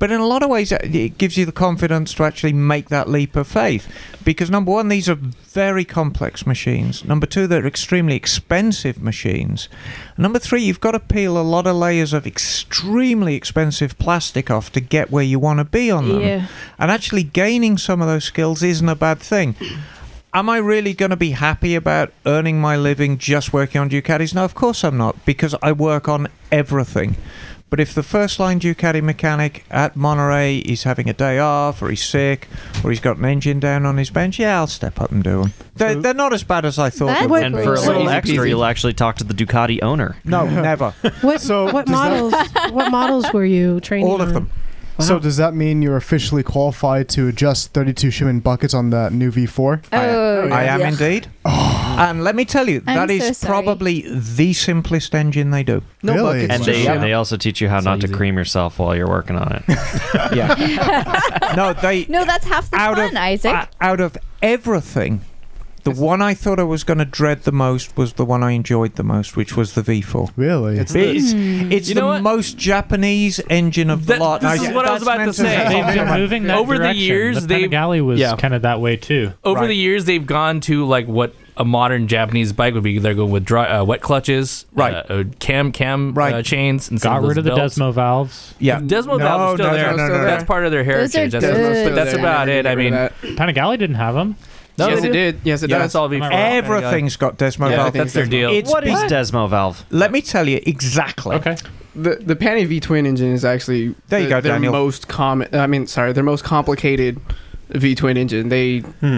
But in a lot of ways, uh, it gives you the confidence to actually make that leap of faith. Because number one, these are very complex machines. Number two, they're extremely expensive machines. And number three, you've got to peel a lot of layers of extremely expensive plastic off to get where you want to be on them.
Yeah.
And actually, gaining some of those skills isn't a bad thing. Am I really going to be happy about earning my living just working on Ducatis? No, of course I'm not, because I work on everything. But if the first line Ducati mechanic at Monterey is having a day off, or he's sick, or he's got an engine down on his bench, yeah, I'll step up and do them. They're, they're not as bad as I thought. they would
and
be.
for a little extra, you'll actually talk to the Ducati owner.
No, never.
What, what models? what models were you training?
All of
on?
them. Uh-huh. So does that mean you're officially qualified to adjust 32 Shimmin buckets on that new V4?
Oh,
I am
yeah. Oh.
indeed. And let me tell you,
I'm
that is
so sorry.
probably the simplest engine they do.
No
Really?
And they,
Yeah.
they also teach you how not to cream yourself while you're working on it.
no, they
No, that's half the fun, Isaac.
out of everything, the one I thought I was going to dread the most was the one I enjoyed the most, which was the V4.
Really?
It's,
the-
it's,
Hmm.
it's
You
the
know what?
most Japanese engine of the lot.
this is what I was about to say.
They've been
moving that
Over the
direction.
years,
the
they've-
Panigale was
yeah.
kind of that way too.
Over the years, they've gone to like what a modern Japanese bike would be. They're going with dry, uh, wet clutches, right? Uh, uh, cam cam uh, chains, and
Got rid of the Desmo valves.
Yeah,
Desmo valve is still there. That's part of their
Those
heritage.
are
That's
good.
but that's
Yeah,
about
they
it. I mean,
Panigale didn't have them.
No, Yes, they it did. did. Yes, it Yeah, does. it's all V4.
Everything's got Desmo
Yeah,
valve.
that's their deal.
It's
What is
been-
Desmo valve?
Let me tell you exactly. Okay.
The the Panny V twin engine is actually
There you
the-
go,
their
Daniel.
most common. I mean, sorry, their most complicated V twin engine. They th- they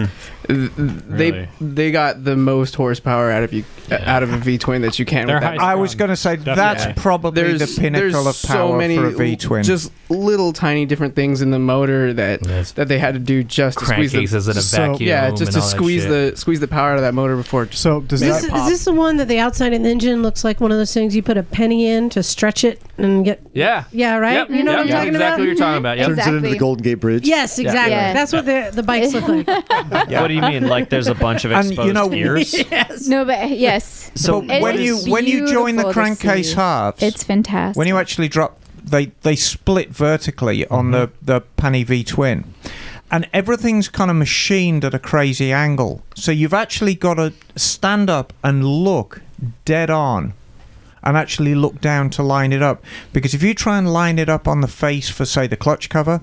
Hmm. Really?
they got the most horsepower out of you out of a V twin that you can. with that
I was going to say that's probably
there's,
the pinnacle
there's
of power
so many
for a V twin.
Just little tiny different things in the motor that that they had to do just to squeeze the,
Crankcases and a
so-
vacuum
Yeah, just
and
to
all that
squeeze
shit.
the squeeze the power out of that motor before. It
so does
This, is this the one that the outside of the engine looks like one of those things you put a penny in to stretch it and get?
Yeah.
Yeah, right?
Yep.
You know what
Yep.
I'm talking
exactly
about?
what you're talking about. Yep.
Turns it into the Golden Gate Bridge.
Yes, exactly. That's what the the bikes look like.
What do you mean? Like there's a bunch of
And
exposed
you know-
gears?
Yes. No, but eh, yes.
So
It
when
is
you when you join the
beautiful to
crankcase
see.
halves,
it's fantastic.
when you actually drop, they they split vertically on the the Pani V twin, and everything's kind of machined at a crazy angle. So you've actually got to stand up and look dead on. And actually look down to line it up because if you try and line it up on the face for say the clutch cover,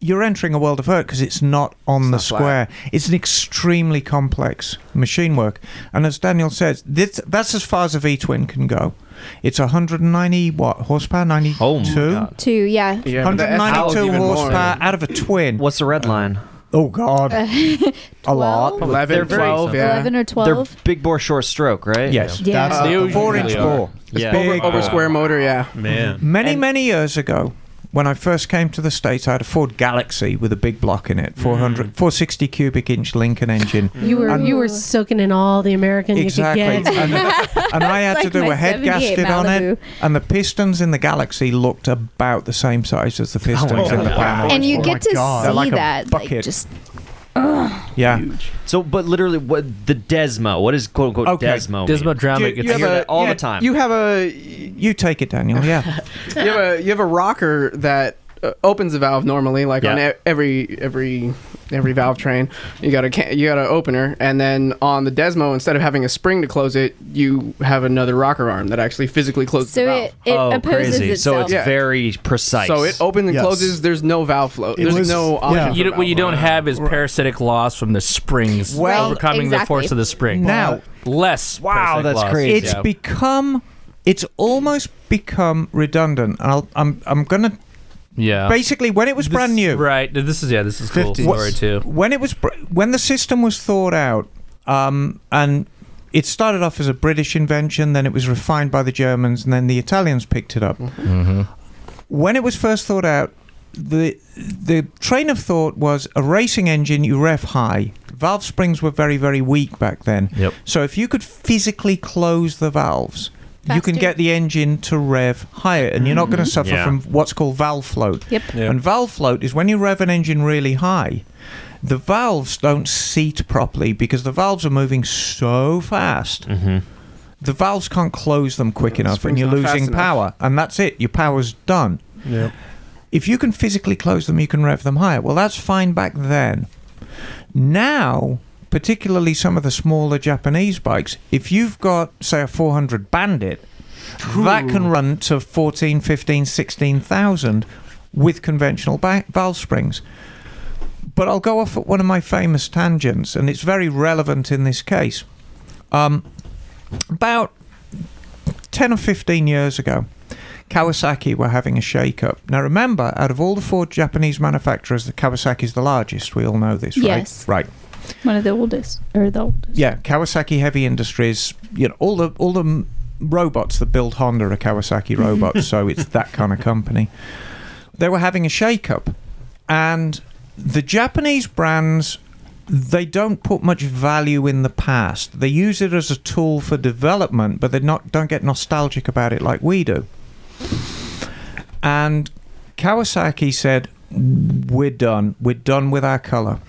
you're entering a world of hurt because it's not on the square. It's an extremely complex machine work, and as Daniel says, this that's as far as a V twin can go. It's 190 what horsepower? 92.
Two, yeah.
but the SL is
192
even more.
horsepower out of a twin.
What's the red line?
Oh God, a lot.
11,
They're very-
12, yeah.
11 or 12?
They're big bore short stroke, right?
Yes. Yeah. That's the four inch bore. It's
Yeah.
big.
over, over
Oh,
bore.
square motor. Yeah,
Many, many years ago, when I first came to the States, I had a Ford Galaxy with a big block in it, 400, 460 cubic inch Lincoln engine.
You were
And-
you were soaking in all the American
Mm-hmm. Exactly.
you could get.
And, and I had
That's
to
like
do
my
a head
78
gasket on
Malibu.
it, and the pistons in the Galaxy looked about the same size as the pistons in the
God.
Panhard.
and you get to
They're
see
like a
that. Like
bucket.
just
yeah.
So, but literally, what the Desmo? What is quote unquote
Okay.
Desmo? mean?
You- you
I
have
hear
a-
that all
yeah,
the time.
You have a
You take it, Daniel. Yeah.
you have a you have a rocker that uh, opens the valve normally, like on
Yeah.
e- every every every valve train. You got a ca- you got an opener, and then on the Desmo, instead of having a spring to close it, you have another rocker arm that actually physically closes.
So
the
it,
valve.
it opposes
Oh, So
itself.
it's very precise.
So it opens and closes. There's no valve flow. There's no option.
You
for
don't- what you
valve
don't have is parasitic loss from the springs
Well-
overcoming the force
exactly.
of the spring.
Now-
less. parasitic loss.
It's
Yeah.
become, it's almost become redundant. I'll, I'm, I'm gonna.
Yeah.
Basically, when it was
This-
brand new,
Right. This is yeah. This is cool
50s.
story too.
When it was br- when the system was thought out, um, and it started off as a British invention, then it was refined by the Germans, and then the Italians picked it up.
Mm-hmm.
When it was first thought out, the the train of thought was a racing engine. You rev high. Valve springs were very very weak back then.
Yep.
So if you could physically close the valves. You can
Faster.
get the engine to rev higher, and you're not
Mm-hmm.
going to suffer
Yeah.
from what's called valve float.
Yep. Yep.
And valve float is when you rev an engine really high, the valves don't seat properly because the valves are moving so fast. The valves can't close them quick enough, and
spring's
you're
not fast
losing
enough.
power, and that's it. Your power's done.
Yeah.
If you can physically close them, you can rev them higher. Well, that's fine back then. Now, particularly some of the smaller Japanese bikes, if you've got, say, a 400 Bandit, that can run to 14, 15, 16,000 with conventional ba- valve springs. But I'll go off at one of my famous tangents, and it's very relevant in this case. Um, about 10 or 15 years ago, Kawasaki were having a shake up. Now, remember, out of all the four Japanese manufacturers, the Kawasaki is the largest. We all know this, right?
Yes.
Right.
One of the oldest, or the old.
Yeah, Kawasaki Heavy Industries. You know, all the all the m- robots that build Honda are Kawasaki robots, so it's that kind of company. They were having a shake-up, and the Japanese brands they don't put much value in the past. They use it as a tool for development, but they not don't get nostalgic about it like we do. And Kawasaki said, We're done. We're done with our color.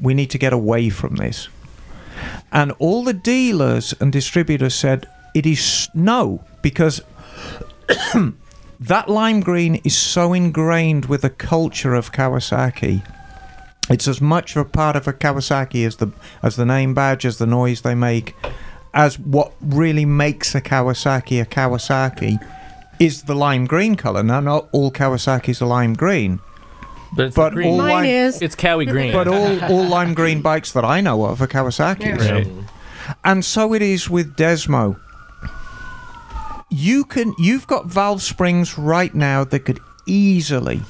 We need to get away from this. And all the dealers and distributors said, It is no, because that lime green is so ingrained with the culture of Kawasaki. It's as much a part of a Kawasaki as the as the name badge, as the noise they make, as what really makes a Kawasaki a Kawasaki is the lime green color. Now, not all Kawasaki's are lime green,
But, it's
But
the green.
all Mine lime- is.
It's Cowie green.
but all all lime green bikes that I know of are Kawasaki's.
Yeah. Right.
And so it is with Desmo. You can you've got valve springs right now that could easily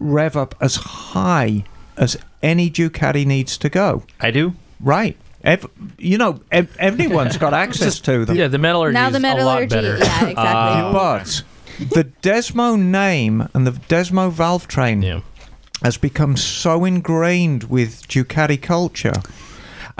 rev up as high as any Ducati needs to go.
I do.
Right. Ev- you know, ev- everyone's got access to them.
Yeah, the metallurgy
Now the
is a
metallurgy,
lot
yeah,
better.
exactly.
Uh,
But the Desmo name and the Desmo valve train has become so ingrained with Ducati culture.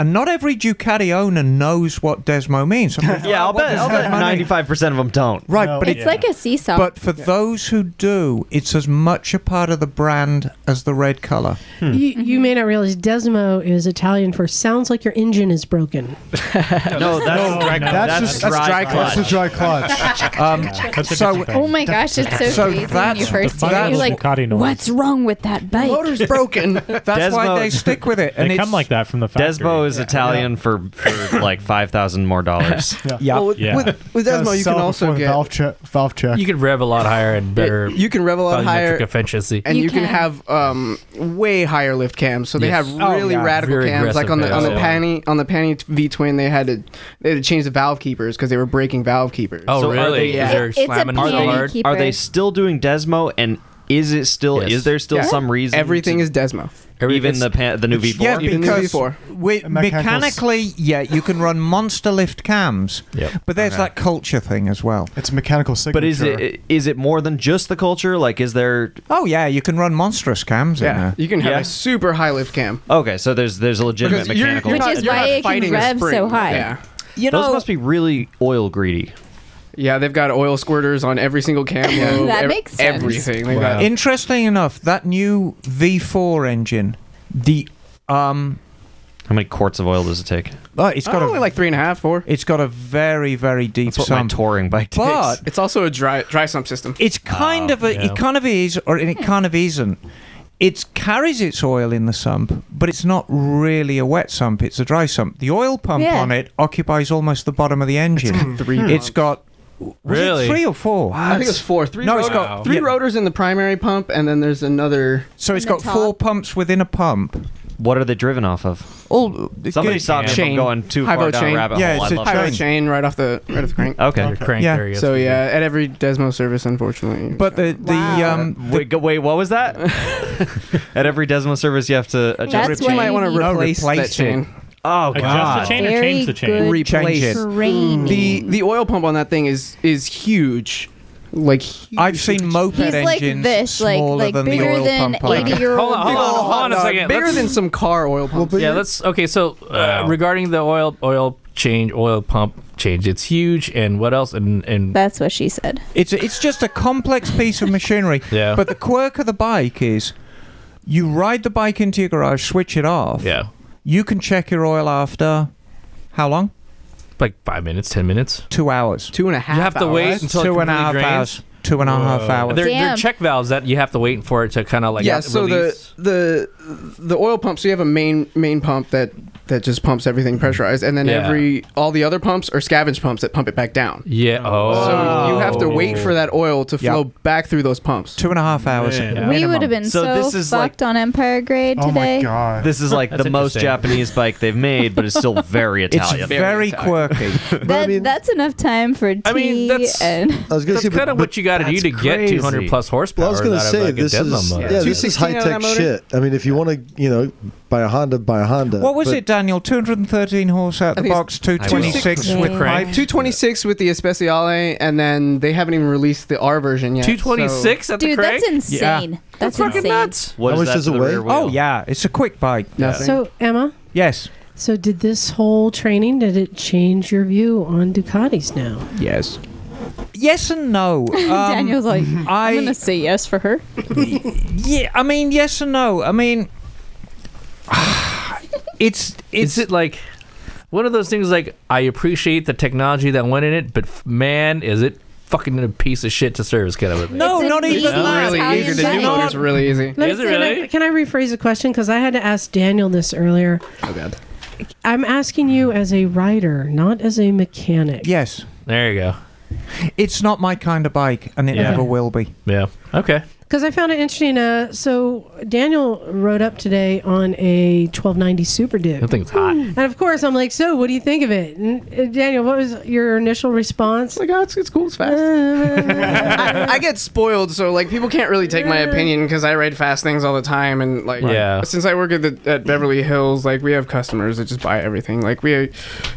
And not every Ducati owner knows what Desmo means. Some people
Yeah, I'll
What
bet.
does
I'll
that
bet
mean?
ninety-five percent of them don't.
Right, but
it's like a seesaw.
But for those who do, it's as much a part of the brand as the red color.
Hmm.
You, you may not realize Desmo is Italian for sounds like your engine is broken.
no, that's
No,
dry,
that's just- that's dry clutch. That's a dry clutch.
Um,
That's a
so,
different
Oh my gosh, it's so,
So
crazy when
that's-
you first hear it.
that's-
You're like,
Ducati noise.
what's wrong with that bike?
Motor's broken. That's
That's why they stick with it. And
Oh, They
it's,
come like that from the factory.
Desmo is Italian for, for like five thousand more dollars.
yeah.
Well, with,
Yeah.
With, with Desmo, you can also get
valve check. Valve check.
you could rev a lot higher and better.
you can rev a lot
volumetric
higher,
efficiency.
and you,
You
can,
can.
have um, way higher lift cams. So they
Yes.
have
Oh,
really
yeah.
radical
Very
cams. Like
aggressive
on the on the
valves, yeah.
Panny on the Panny V twin, they had to they had to change the valve keepers because they were breaking valve keepers.
Oh,
So are
really?
they- uh,
Is
yeah.
there
It's a
slamming so
panty
hard?
keep-
Are they
Keeper.
still doing Desmo? And is it still?
Yes.
Is there still
Yeah.
some reason?
Everything
to-
is Desmo.
Every-
even
it's-
the pan, the new V4.
Yeah,
Even the
because
V4.
we,
Mechanicals.
mechanically, yeah, you can run monster lift cams.
Yep.
But there's
Okay.
that culture thing as well.
It's a mechanical signature.
But is it is it more than just the culture? Like, is there?
Oh yeah, you can run monstrous cams in
Yeah,
there.
you can have
Yeah.
a super high lift cam.
Okay, so there's there's a legitimate
Because you're,
mechanical.
you're not,
Which is
you're
why
not
it can
fighting a
rev so
spring.
high.
Yeah.
You
Those must be really oil greedy.
yeah, they've got oil squirters on every single cam. lobe,
That
ev-
makes sense.
Everything. They've got-
Interesting enough, that new V4 engine, the um,
How many quarts of oil does it take?
oh, it's
I
got
only
a
like three and a half, four.
it's got a very very deep
That's what my
sump.
touring bike takes.
But
It's also a dry dry sump system.
it's
Ah,
kind of a
yeah.
it kind of is or
Hmm.
it kind of isn't. It carries its oil in the sump, but it's not really a wet sump. It's a dry sump. The oil pump
Yeah.
on it occupies almost the bottom of the engine.
Three.
it's got was it
Really?
three or four.
I think it's four. Three.
No, it's
rot-
got-
three
yeah.
rotors in the primary pump, and then there's another.
So it's
In the
got four
top.
pumps within a pump.
What are they driven off of?
All
Somebody stop me
Chain.
from going too
High
far
boat
down
chain.
a rabbit
Yeah,
hole.
it's
I
a
love
High
that.
road chain right off the right off the crank.
Okay.
Crank
Yeah.
there, yes.
So yeah, at every Desmo service, unfortunately.
But the the
Wow.
um
Wait, go- wait, what was that? At every Desmo service, you have to adjust.
That's
you
why
might want
need
to
No,
replace,
replace
that chain.
Oh
Adjust
god.
the chain or
Very
change the chain.
good
Replace it.
training.
The the oil pump on that thing is is huge, like huge.
I've seen moped
He's like
engines
this, like
smaller
like
than the
bigger
oil
than
pump. on it.
eighty year
Hold on,
old.
hold on, hold on a
Uh,
second.
bigger
Let's-
than some car oil pumps.
yeah, let's okay. So uh, regarding the oil oil change, oil pump change, it's huge. And what else? And and
That's what she said.
It's it's just a complex piece of machinery.
Yeah.
But the quirk of the bike is you ride the bike into your garage, switch it off.
yeah,
You can check your oil after how long?
like five minutes, ten minutes.
Two hours.
Two and a half.
You have to
hours.
wait until it
Two and a half
completely drains?
hours. two and a half hours.
They're, they're check valves that you have to wait for it to kind of like
yeah, so
release.
the the the oil pump. So you have a main main pump that that just pumps everything pressurized, and then
Yeah.
every all the other pumps are scavenge pumps that pump it back down.
yeah. Oh,
So you have to wait for that oil to flow back through those pumps.
Two and a half hours.
We would have been so,
So this is like-
fucked on Empire Grade
Oh my
today.
God.
This is like
That's
the most
interesting.
Japanese bike they've made, but it's still very
It's
Italian.
very quirky.
That, that's enough time for tea
I mean, that's
and
that's kind of what you got to do to get 200 plus horsepower.
Well, I was going
out
to
of,
say
like, a
this
Desmo
is
motor.
yeah, this is high tech shit. I mean, if you want to, you know, buy a Honda, buy a Honda.
What was
But
it, Daniel? 213 horse out the
I think
box,
it's
226 with pipe.
226 with the Especiale, and then they haven't even released the R version yet.
226
so-
at the Dude, that's crank?
insane. That's
fucking
insane.
nuts.
What
How
is
much
that
does
to
it
the
weigh?
rear wheel?
Oh, yeah. It's a quick bike.
Nothing.
So Emma,
Yes.
so did this whole training did it change your view on Ducatis now?
Yes. Yes and no. Um,
Daniel's like,
I-
I'm gonna say yes for her.
yeah, I mean, yes and no. I mean, it's, it's
is it like one of those things like I appreciate the technology that went in it, but f- man, is it fucking a piece of shit to service kind of a thing.
No,
It's
not
an
even
easy
that.
Really Italian eager to do
It's
it.
not-
It's
really easy.
Let me-
Is it
can I-
really?
can I rephrase the question? Because I had to ask Daniel this earlier.
Oh god.
I'm asking you as a rider, not as a mechanic.
Yes.
There you go.
It's not my kind of bike, and it
Yeah.
never will be.
Yeah. Okay.
Because I found it interesting. Uh, so Daniel rode up today on a 1290 Super Duke.
That thing's hot.
And of course, I'm like, so what do you think of it? And uh, Daniel, what was your initial response? Uh,
Like, oh, it's, it's cool, it's
fast.
I, I get spoiled, so like people can't really take my opinion because I ride fast things all the time, and like
Yeah.
since I work at, the, at Beverly Hills, like we have customers that just buy everything. Like we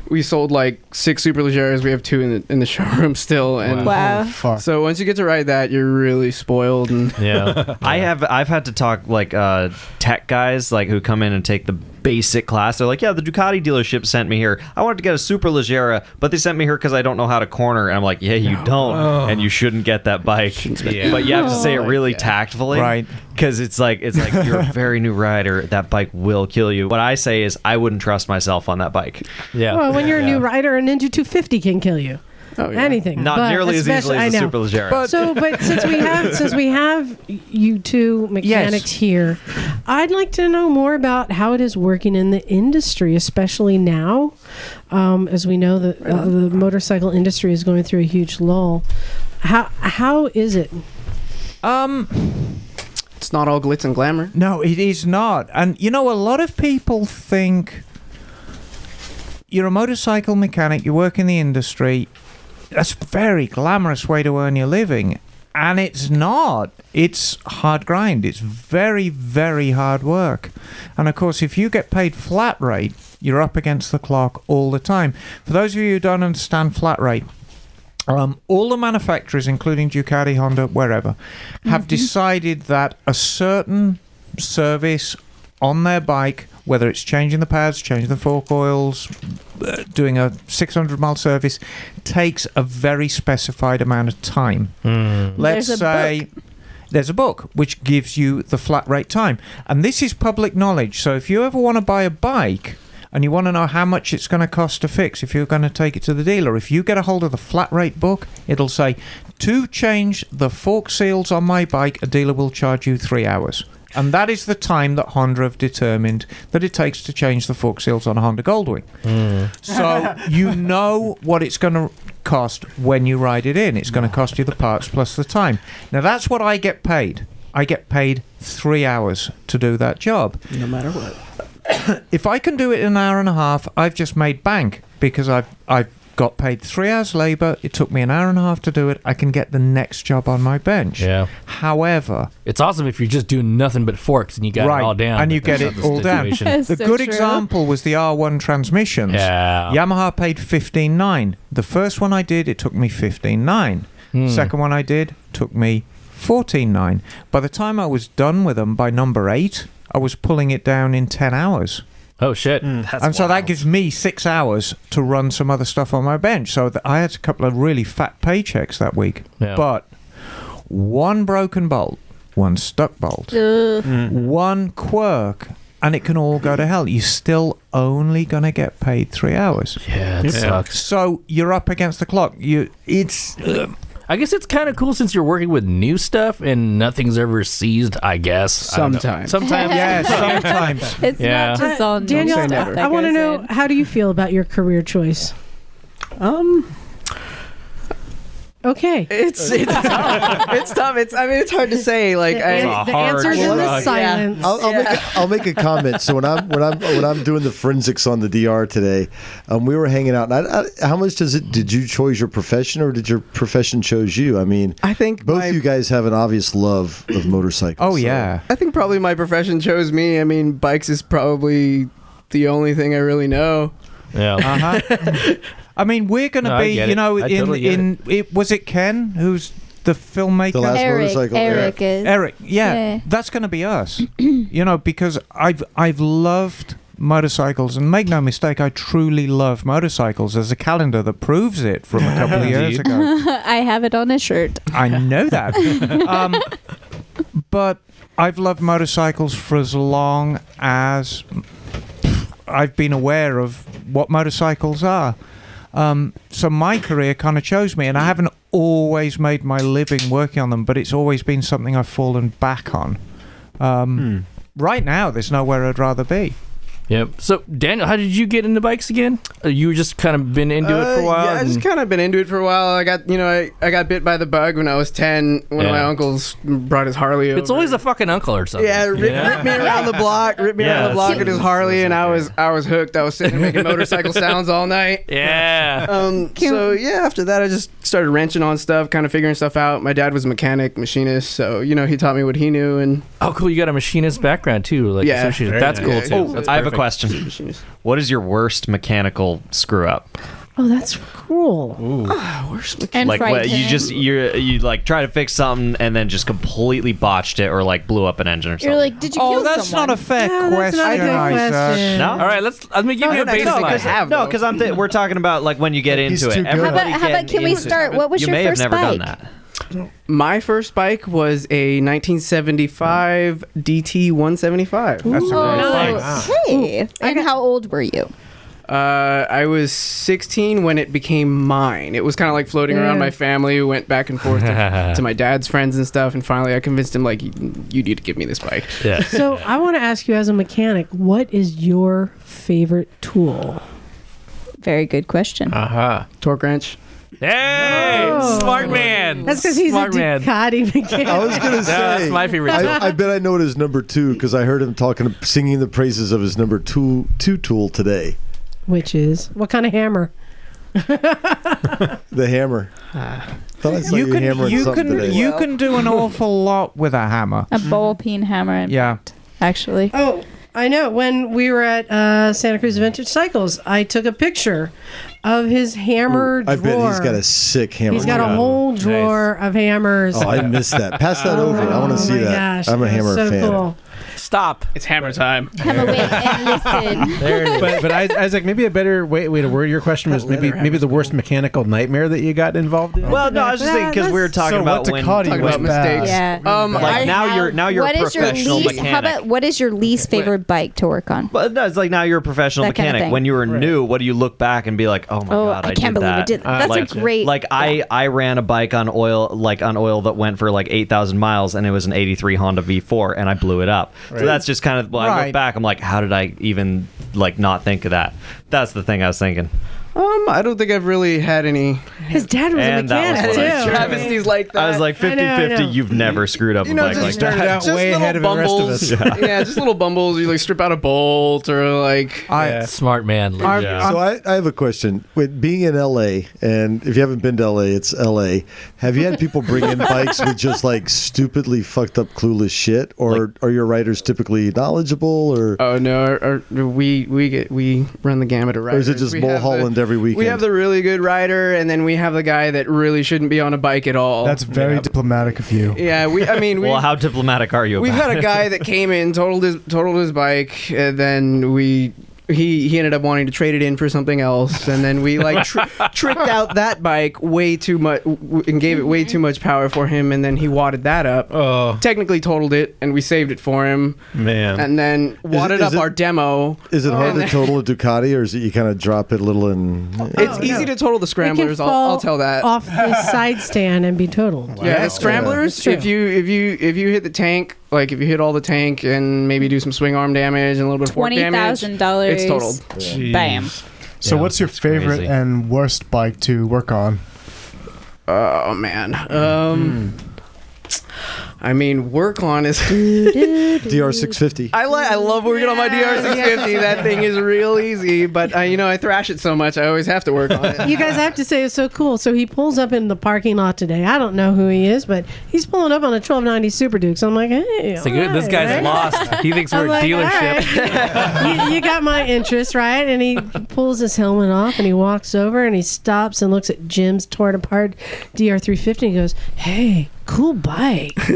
we sold like six Superleggers, we have two in the in the showroom still, and
Wow.
So once you get to ride that, you're really spoiled, and
Yeah.
I have I've had to talk like uh, tech guys like who come in and take the basic class. They're like, yeah, the Ducati dealership sent me here. I wanted to get a Super Leggera, but they sent me here because I don't know how to corner. And I'm like, yeah, you don't, and you shouldn't get that bike. But you have to say it really tactfully,
Right.
Because it's like it's like you're a very new rider. That bike will kill you. What I say is I wouldn't trust myself on that bike.
Yeah.
Well, when you're a new rider, a Ninja 250 can kill you. Anything.
Not
but
nearly as
especially-
easily as
I
a
know.
Superleggera.
so, but since we have since we have you two mechanics here, I'd like to know more about how it is working in the industry, especially now, um, as we know that uh, the motorcycle industry is going through a huge lull. How how is it?
Um,
it's not all glitz and glamour.
No, it is not. And you know, a lot of people think you're a motorcycle mechanic, you work in the industry. That's a very glamorous way to earn your living. And it's not. It's hard grind. It's very, very hard work. And of course, if you get paid flat rate, you're up against the clock all the time. For those of you who don't understand flat rate, um, all the manufacturers, including Ducati, Honda, wherever,
Mm-hmm.
have decided that a certain service on their bike, whether it's changing the pads, changing the fork oils, uh, doing a 600 mile service, takes a very specified amount of time. Let's
There's a
say there's a book which gives you the flat rate time. And this is public knowledge. So if you ever want to buy a bike and you want to know how much it's going to cost to fix, if you're going to take it to the dealer, if you get a hold of the flat rate book, it'll say, to change the fork seals on my bike, a dealer will charge you three hours. And that is the time that Honda have determined that it takes to change the fork seals on a Honda Goldwing.
Hmm.
So you know what it's going to cost when you ride it in. It's going to cost you the parts plus the time. Now that's what I get paid. I get paid three hours to do that job.
No matter what.
If I can do it in an hour and a half, I've just made bank because I've I've got paid three hours labor. It took me an hour and a half to do it. I can get the next job on my bench.
Yeah.
However,
It's awesome if you're just doing nothing but forks and you got
right,
it all down.
and
but
you
that's
get
not
it
the
all down. the
situation.
good example was the R1 transmissions.
Yeah.
Yamaha paid fifteen nine. The first one I did, it took me fifteen nine.
Hmm.
Second one I did took me fourteen nine. By the time I was done with them, by number eight, I was pulling it down in ten hours.
Oh shit. That's
and so that gives me six hours to run some other stuff on my bench. So th- I had a couple of really fat paychecks that week.
Yeah.
But one broken bolt, one stuck bolt,
Mm.
one quirk, and it can all go to hell. You're still only going to get paid three hours.
Yeah, it sucks.
So you're up against the clock. You, it's.
I guess it's kind of cool since you're working with new stuff and nothing's ever seized. I guess I don't know.
Sometimes.
sometimes,
Yes, sometimes.
It's not just all new
Daniel,
stuff that
I, want
goes
to know
in.
how do you feel about your career choice?
Um.
Okay.
It's it's tough. It's tough. It's I mean it's hard to say. Like
The
I,
an- It's a the hard answer's in the slug. silence.
I'll, I'll, make a, I'll make a comment. So when I'm when I'm when I'm doing the forensics on the DR today, um, we were hanging out. And I, I, how much does it? Did you choose your profession, or did your profession chose you? I mean,
I think
both you guys have an obvious love of motorcycles.
Oh,
yeah,
I think probably my profession chose me. I mean, bikes is probably the only thing I really know.
Yeah.
Uh-huh. I mean, we're going to
No, I
be,
get
you
it.
know,
I
in
totally get
in it. was it Ken who's the filmmaker?
The last Eric- motorcycle, Eric
Eric. is.
Eric, yeah,
Yeah.
that's going to be us. you know, because I've I've loved motorcycles, and make no mistake, I truly love motorcycles. There's a calendar that proves it from a couple of years
Indeed.
ago.
I have it on a shirt.
I know that. um, but I've loved motorcycles for as long as I've been aware of what motorcycles are. Um, so my career kind of chose me, and I haven't always made my living working on them, but it's always been something I've fallen back on. Um, Right now, there's nowhere I'd rather be.
Yep. So Daniel, how did you get into bikes again? Uh, You were just kind of been into it for a
Uh,
while.
Yeah, I just
and-
kind of been into it for a while. I got you know I, I got bit by the bug when I was ten. One of my
Yeah.
uncles brought his Harley.
It's
over.
always a fucking uncle or something.
Yeah, rip,
you know?
rip me around the block, rip me
Yeah,
around the block
that's-
with his Harley, and I was I was hooked. I was sitting there making motorcycle sounds all night.
Yeah.
Um. So yeah, after that, I just started wrenching on stuff, kind of figuring stuff out. My dad was a mechanic, machinist, so you know he taught me what he knew, and
Oh, cool! You got a machinist background too. Like,
Yeah.
associated.
Very
that's
nice.
cool
Yeah,
too.
yeah.
That's
Oh, I have a
perfect.
question. What is your worst mechanical screw up?
Oh, that's cruel.
Ah,
And
like
fried
what, you
chicken.
just you you like try to fix something and then just completely botched it or like blew up an engine or something.
You're like, did you
Oh,
kill
that's
someone?
not a fair
No, that's
question,
not a good
Isaac.
question.
No.
All right, let's. Let me give you a baseline.
No, because I'm th- we're talking about like when you get
He's
into it.
too good. How
Everybody
about- how about can we
into it.
start? What was
you
your
may
first
have never
bike?
done that.
my first bike was a 1975 DT 175.
That's a great
Oh, okay. And how old were you?
Uh, I was 16 when it became mine. It was kind of like floating around
Yeah.
my family. We went back and forth to, to my dad's friends and stuff, and finally I convinced him like, you you need to give me this bike.
Yeah.
So I want to ask you, as a mechanic, what is your favorite tool?
Very good question.
Uh huh.
Torque wrench.
Hey,
Oh.
smart man.
That's because he's
smart
a
man.
Ducati mechanic.
I was gonna say
that's my favorite too.
I, I bet I know it is number two because I heard him talking, singing the praises of his number two two tool today,
Which is what kind of hammer?
the hammer.
Ah.
Ah.
Thought I saw you,
you can
hammering
you
something
can
today.
you can do an awful lot with a hammer.
A ball peen hammer, in
Yeah.
fact, actually.
Oh, I know. When we were at uh, Santa Cruz Vintage Cycles, I took a picture of his hammer
I
drawer.
bet he's got a sick hammer.
He's got
Oh
a whole drawer of hammers.
Oh, I missed that. Pass that over. I want to see
my
that.
gosh,
I'm a
that's
hammer
so
fan.
cool.
Stop.
It's hammer time.
There it is. but, but I- Isaac, maybe a better way, way to word your question was maybe maybe the worst mechanical nightmare that you got involved in.
Well, no, I was just thinking because we were talking
So
about
what
when
Ducati
talking
was
about
bad.
mistakes.
Yeah.
Um, like
I
now
have-
you're now you're
what
a
is your
professional
least,
mechanic.
How about what is your least favorite bike to work on?
But no, it's like now you're a professional
That kinda
mechanic.
thing.
when you were new, what do you look back and be like, oh my
Oh,
god,
I
I,
can't
did
believe I
that.
did that. That's a
like,
great-
Like I, I ran a bike on oil, like on oil that went for like eight thousand miles, and it was an '83 Honda V4, and I blew it up.
Right.
So that's just kind of. Well, I
Right.
look back, I'm like, how did I even like not think of that? That's the thing I was thinking.
Um, I don't think I've really had any.
His dad was
And
a
that was
mechanic
what I
too.
chose.
Travesties like that.
I was like
I know, I
50-50,
know.
You've never screwed up
You
a
know,
bike like
just,
that.
Started out
just
way
little
ahead of the rest of
bumbles.
us.
Yeah. just little bumbles. You like strip out a bolt or like.
I
Smart man. Yeah.
So I, I have a question. With being in LA, and if you haven't been to LA, it's LA. Have you had people bring in bikes with just like stupidly fucked up, clueless shit, or are your riders typically knowledgeable, or
Oh no! Our, our, we we get we run the gamut of
or is
riders.
it just
We have the-
Mulholland every weekend?
We have the really good rider, and then we have the guy that really shouldn't be on a bike at all.
That's very diplomatic of you.
yeah. We I mean we.
well, how diplomatic are you?
We've
about
had a
it?
guy that came in, totaled his totaled his bike, and then we he he ended up wanting to trade it in for something else, and then we like tr- tricked out that bike way too much w- and gave it way too much power for him, and then he wadded that up. Oh. Technically totaled it, and we saved it for him.
Man.
And Oh, then
Is it-
wadded
is
up
it-
our demo.
Is it hard
and
to
then-
total a Ducati, or is it you kind of drop it a little and?
Oh,
It's easy to total the scramblers. I'll, I'll tell that.
off the side stand and be totaled.
Yeah, the scramblers. If you if you if you hit the tank, like if you hit all the tank and maybe do some swing arm damage and a little bit of fork damage,
$20,000
It's totaled.
Yeah. Bam.
So, what's your favorite
crazy.
and worst bike to work on?
Oh man. Um, I mean, work on is
DR650.
I like. I love working on my DR650. That thing is real easy, but uh, you know I thrash it so much, I always have to work on it.
you guys I have to say it's so cool. So he pulls up in the parking lot today. I don't know who he is, but he's pulling up on a 1290 Super Duke. So I'm like, hey,
It's like, this
alright,
guy's
right?
lost. He thinks
I'm
we're
like,
a dealership.
you, you got my interest, right? And he pulls his helmet off and he walks over and he stops and looks at Jim's torn apart DR350 and goes, hey, cool bike.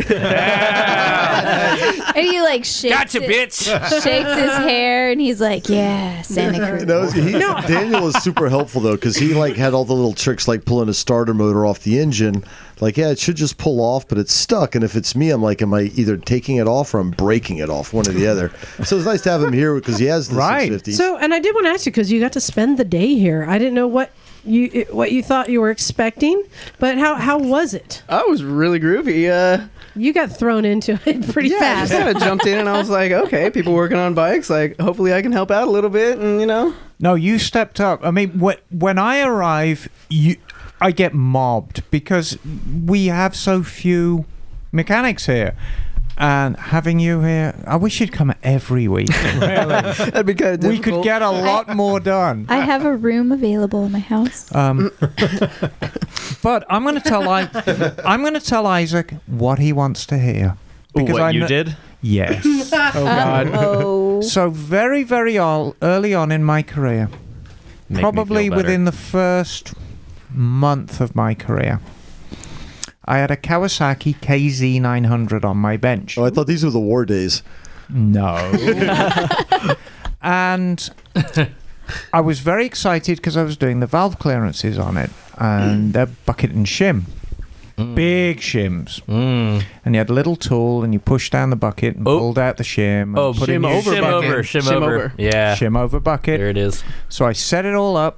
and he like shakes
Gotcha,
it-
bitch.
shakes his hair and he's like yeah santa cruz
No, he, Daniel was super helpful though because he like had all the little tricks like pulling a starter motor off the engine. Like, yeah, it should just pull off, but it's stuck. And if it's me, I'm like, am I either taking it off or I'm breaking it off, one or the other. So it's nice to have him here because he has the 650.
So, and I did want to ask you because you got to spend the day here. I didn't know what you it- what you thought you were expecting, but how how was it?
I was really groovy. Uh,
you got thrown into it pretty
yeah, I
fast.
just kind of jumped in and I was like, okay, people working on bikes. Like, hopefully I can help out a little bit, and you know.
No, you stepped up. I mean, when when I arrive, you, I get mobbed because we have so few mechanics here. And having you here, I wish you'd come every week.
That'd be kind
We could get a lot more done.
i have a room available in my house
Um, but I'm going to tell I, I'm going to tell Isaac what he wants to hear.
Ooh, what
I
you
kn-
did?
Yes.
Oh, God. Uh-oh.
So very, very al- early on in my career,
Make me
probably
feel better.
within the first month of my career, I had a Kawasaki KZ900 on my bench.
Oh, I thought these were the war days.
No. and I was very excited because I was doing the valve clearances on it,
Mm.
and they're bucket and shim. Big shims,
Mm.
and you had a little tool, and you pushed down the bucket and pulled out the shim. and
Oh,
put a
shim
new-
over Shim bucket. over, shim over. Yeah.
shim over bucket. There
it is.
So I set it all up,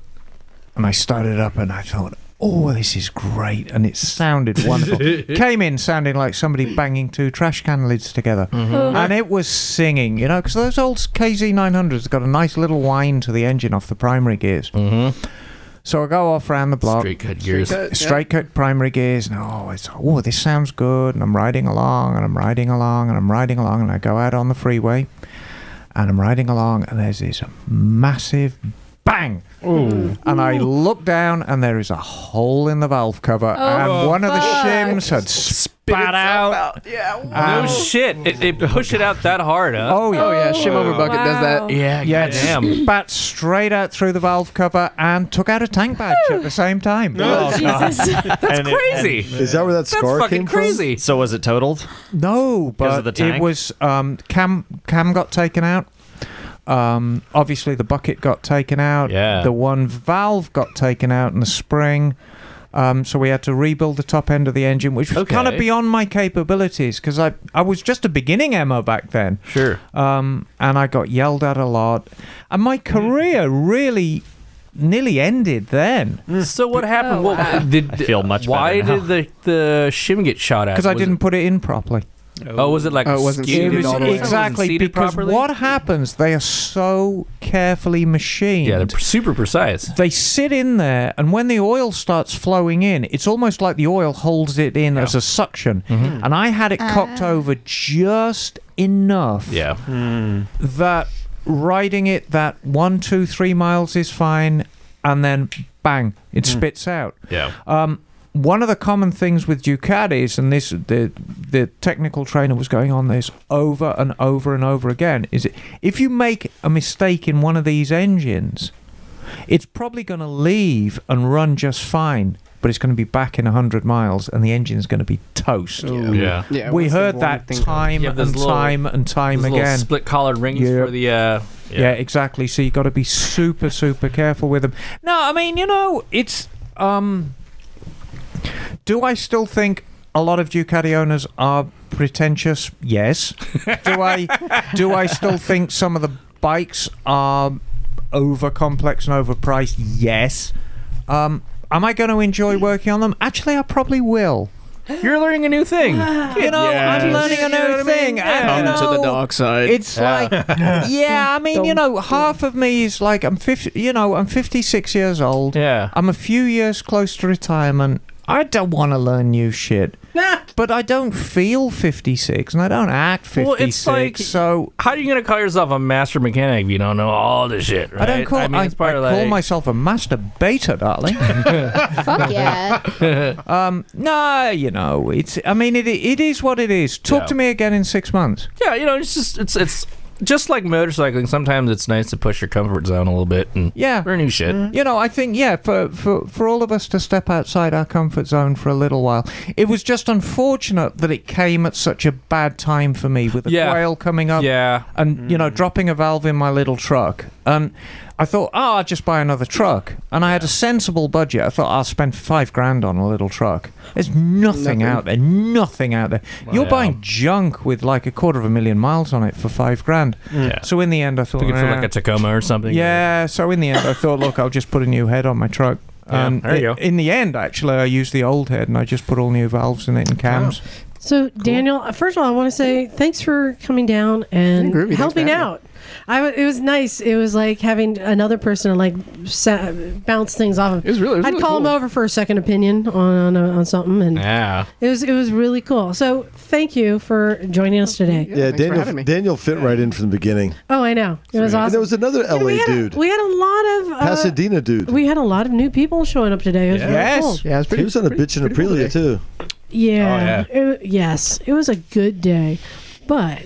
and I started up, and I thought, "Oh, this is great," and it sounded wonderful. Came in sounding like somebody banging two trash can lids together,
Mhm.
and it was singing, you know, because those old KZ900s got a nice little whine to the engine off the primary gears. Mm-hmm. So I go off round the block. Straight
cut gears.
Straight
Straight
cut,
cut, yeah.
primary gears. And oh, it's, oh, this sounds good. And I'm riding along and I'm riding along and I'm riding along. And I go out on the freeway and I'm riding along and there's this massive bang. And I look down and there is a hole in the valve cover. and
Oh,
one of the
fuck.
shims had spat out.
Yeah.
no shit. It, it pushed it out that hard, huh?
Oh yeah,
Yeah,
yeah, it
goddamn.
spat straight out through the valve cover and took out a tank badge at the same time.
No, Oh, God. Jesus. That's
And it-
crazy.
and-
Is that where that That's scar fucking came from? crazy. So was it totaled?
No,
Because
but
of the tank?
it was um, Cam. Cam got taken out. Um, obviously, the bucket got taken out.
Yeah.
The one valve got taken out in the spring. Um, so we had to rebuild the top end of the engine, which was kind of
Okay.
beyond my capabilities because I, I was just a beginning Emma back then.
Sure.
Um, and I got yelled at a lot. And
Mm.
my career really nearly ended then.
So what happened? Well, did feel much Why
better now.
did the the shim get shot at?
Because I
Was it-
didn't put it in properly.
Oh, was it like
it wasn't
skewed
seated
all the way? Wasn't
exactly
seated
because
properly?
what happens? They are so carefully machined.
Yeah, they're super precise.
They sit in there, and when the oil starts flowing in, it's almost like the oil holds it in as a suction.
Mm-hmm.
Mm-hmm. And I had it cocked over just enough Hmm.
Yeah.
that riding it that one, two, three miles is fine, and then bang, it
Hmm.
spits out.
Yeah.
Um, one of the common things with Ducatis, and this the the technical trainer was going on this over and over and over again, is it, if you make a mistake in one of these engines, it's probably going to leave and run just fine. But but it's going to be back in 100 miles and the engine's going to be toast.
Yeah.
Yeah,
we
once they
heard
warm
that
the thing up.
time
Yeah,
and
those little-
time and time
those little
again.
split collared rings for the, uh,
yeah. exactly. So you got to be super super careful with them. No, I mean, you know, it's um do I still think a lot of Ducati owners are pretentious? Yes. do I do I still think some of the bikes are over complex and overpriced? Yes. Um, am I going to enjoy working on them? Actually, I probably will.
You're learning a new thing.
You know, I'm learning a new thing. and, you know,
side.
It's like, yeah, I mean, you know, half of me is like, I'm 50, you know, I'm 56 years old.
Yeah.
I'm a few years close to retirement. I don't want to learn new shit. but I don't feel 56 and I don't act 56.
Well, it's like
so.
How are you gonna call yourself a master mechanic if you don't know all this shit? Right?
I don't call, I
mean, it's
I
part
call
of like,
myself a masturbator, darling.
Fuck yeah.
um, no, you know, it's, I mean, it, it is what it is. Talk to me again in six months.
Yeah, you know, it's just it's it's just like motorcycling. Sometimes it's nice to push your comfort zone a little bit and
Yeah.
learn new shit.
You know, I think yeah, for, for for all of us to step outside our comfort zone for a little while. It was just unfortunate that it came at such a bad time for me with the
Yeah. Mm.
quail coming up
Yeah.
and you know, dropping a valve in my little truck. And I thought, oh, I'll just buy another truck. And I had a sensible budget. I thought I'll spend five grand on a little truck. There's nothing,
Nothing.
out there. Nothing out there. You're
yeah.
buying junk with like a quarter of a million miles on it for five grand.
Yeah.
So in the end I thought
Looking for
"Nah."
like a Tacoma or something.
Yeah, so in the end, I thought, look, I'll just put a new head on my truck.
Yeah,
And
there you
i-
go.
In the end, actually, I used the old head and I just put all new valves in it and cams.
So, Daniel, uh, first of all, I want to say thanks for coming down and
agree with you. Thanks for
helping
having me.
out. I w- it was nice. It was like having another person to like sa- bounce things off of. It was really.
it was
I'd
really
call him
cool.
over for a second opinion on on, on something, and
Yeah.
it was it was really cool. So, thank you for joining us today.
Yeah, Daniel. Daniel fit right in from the beginning.
Oh, I know. It was
And
awesome.
there was another
And
LA
we had a-
dude.
we had a lot of uh,
Pasadena dude.
We had a lot of new people showing up today. It was really cool.
Yeah, it's pretty.
He was on a bitch in
pretty cool
Aprilia too.
Yeah. It- yes, it was a good day, but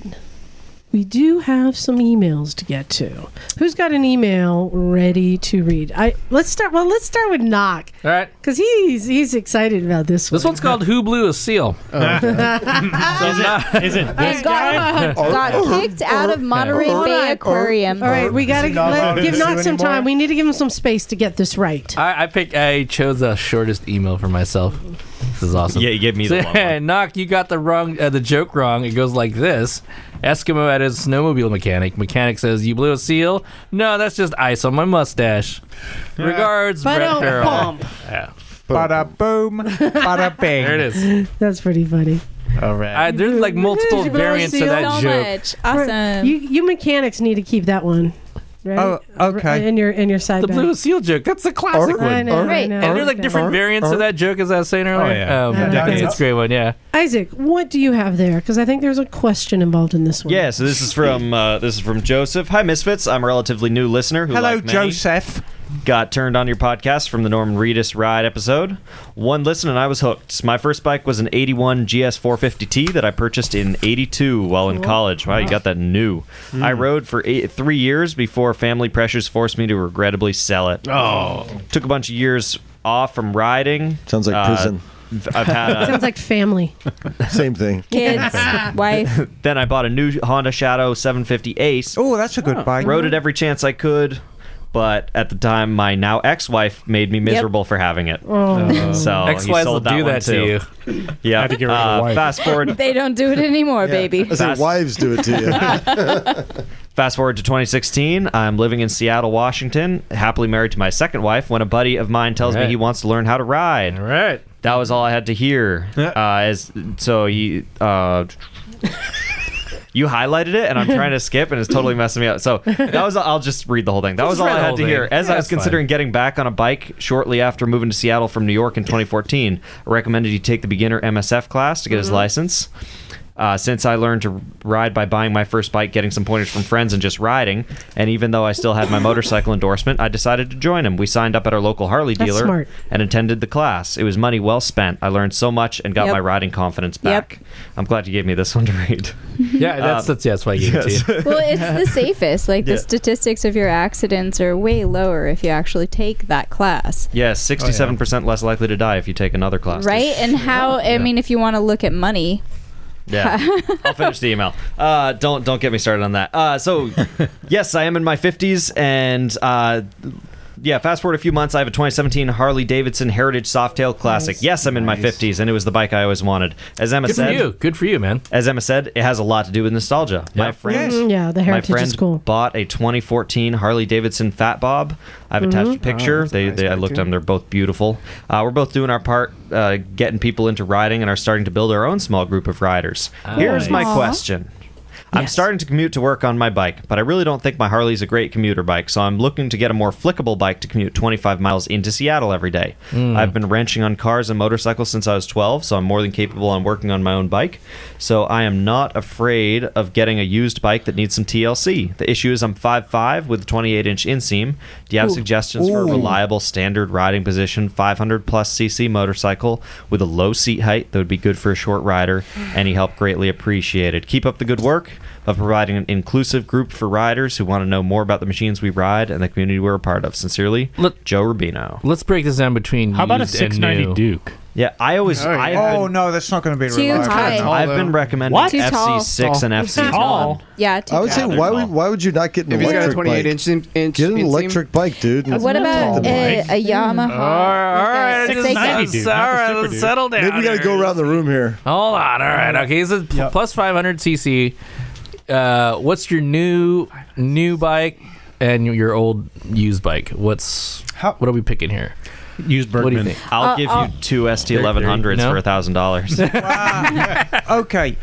we do have some emails to get to. Who's got an email ready to read? I let's start. Well, let's start with Knock
All right.
because he's he's excited about this.
This one's called "Who Blew a Seal."
Oh, is it
I got,
Oh.
got kicked out of Monterey Bay Aquarium.
All right, we gotta
not allowed
let,
to
give
do
Knock some
anymore?
time. We need to give him some space to get this right.
I, I picked. I chose the shortest email for myself. This is awesome.
Yeah, you gave me the long one.
knock. You got the wrong, uh, the joke wrong. It goes like this: Eskimo at his snowmobile mechanic. Mechanic says, "You blew a seal." No, that's just ice on my mustache. Regards, Brett Farrell.
Ba-dum-bum.
Yeah. Oh.
Bada Uh, boom, bada bing.
There it is.
That's pretty funny.
All right. I, there's like multiple variants of that joke.
Awesome.
You you mechanics need to keep that one. Right?
Oh, okay.
In your in your side.
The
bag.
blue seal joke. That's the classic
I
one.
know, I Right. know.
And there's like
Okay.
different
Arr,
variants
arr.
of that joke, as I was saying earlier.
Oh,
yeah.
Um,
Yeah.
Decades. It's a great one. Yeah.
Isaac, what do you have there? Because I think there's a question involved in this one.
Yeah, so this is from uh, this is from Joseph. Hi, Misfits. I'm a relatively new listener. Who
Hello,
like many,
Joseph.
Got turned on your podcast from the Norman Reedus ride episode. One listen and I was hooked. My first bike was an '81 GS450T that I purchased in '82 while
Oh,
in college. Wow, you got that new. I rode for eight, three years before family pressures forced me to regrettably sell it. Oh, took a bunch of years off from riding. Uh,
Sounds like prison.
I've had a,
Sounds like family.
Same thing.
Kids, wife.
then I bought a new Honda Shadow 750 Ace.
Oh, that's a good bike.
Rode it every chance I could, but at the time, my now ex-wife made me miserable for having it.
Oh.
So
Ex-wives
he sold
will
that
do
one
that to
too.
you.
Yeah.
Had to get rid of the
Uh,
wife.
Fast forward.
They don't do it anymore, baby.
I say wives do it to you.
Fast forward to 2016. I'm living in Seattle, Washington, happily married to my second wife. When a buddy of mine tells me
Right.
he wants to learn how to ride,
All right.
that was all I had to hear. Uh, as so he. Uh, You highlighted it, and I'm trying to skip, and it's totally messing me up. So that was. I'll just read the whole thing. That
Just
was all I
read the
had
whole
to hear.
thing.
As
Yeah,
I was
that's fine.
considering getting back on a bike shortly after moving to Seattle
Mm-hmm.
from New York in 2014, I recommended he take the beginner MSF class to get his license. Uh, Uh, since I learned to ride by buying my first bike, getting some pointers from friends, and just riding, and even though I still had my motorcycle endorsement, I decided to join him. We signed up at our local Harley
That's
dealer
smart.
and attended the class. It was money well spent. I learned so much and got
Yep.
my riding confidence back. I'm glad you gave me this one to read.
Yeah, that's- that's- yeah, that's why I gave it to you. Oh,
well, it's the safest. Like
Yeah.
the statistics of your accidents are way lower if you actually take that class.
Yeah, 67% less likely to die if you take another class.
Right? And how, I mean, if you want to look at money,
Yeah, I'll finish the email. Uh, don't don't get me started on that. Uh, so, yes, I am in my fifties, and uh, yeah, fast forward a few months, I have a 2017 Harley Davidson Heritage Softail Classic. Yes, I'm in my fifties, and it was the bike I always wanted. As Emma
Good for
said,
you.
good for you, man. As Emma said, it has a lot to do with nostalgia. My friend,
Mm, yeah, the heritage
my friend
is cool.
bought a 2014 Harley Davidson Fat Bob. I've attached
Mhm.
Oh, a picture. they, they I looked at them. They're both beautiful. Uh, we're both doing our part, uh, getting people into riding, and are starting to build our own small group of riders. Here's my
Nice. Aw.
question. I'm starting to commute to work on my bike, but I really don't think my Harley's a great commuter bike, so I'm looking to get a more flickable bike to commute 25 miles into Seattle every day.
Mm.
I've been wrenching on cars and motorcycles since I was 12, so I'm more than capable on working on my own bike. So I am not afraid of getting a used bike that needs some TLC. The issue is I'm 5'5 with a 28 inch inseam. Do you have
Ooh.
suggestions
Ooh.
for a reliable? reliable standard riding position 500 plus cc motorcycle with a low seat height that would be good for a short rider any help greatly appreciated keep up the good work of providing an inclusive group for riders who want to know more about the machines we ride and the community we're a part of sincerely joe rubino
Let's break this down between.
How about a
used and
690
new.
Duke? yeah i always
Oh, yeah.
I've
Oh,
been-
no, that's not going to be
Too reliable. high.
i've been recommending
What? Too tall.
fc6 and
Tall.
fc1
Tall. yeah. Too
I would
bad.
say, why would, why would you not get an
If he's got a
electric
28
bike?
inch in- inch
get an
inseam.
electric bike, dude.
What about a, a Yamaha? Uh,
Uh-huh.
right,
Like a-
just
like a-
ninety, dude. All right, let's settle down.
Maybe we got to go around the room here.
Hold on. All right. Okay. This is pl- plus 500 cc. Uh, what's your new new bike and your old used bike? What's what are we picking here?
Used
What do you
Bergman.
think?
I'll
Uh,
give you two ST1100s
No?
for a thousand dollars.
okay.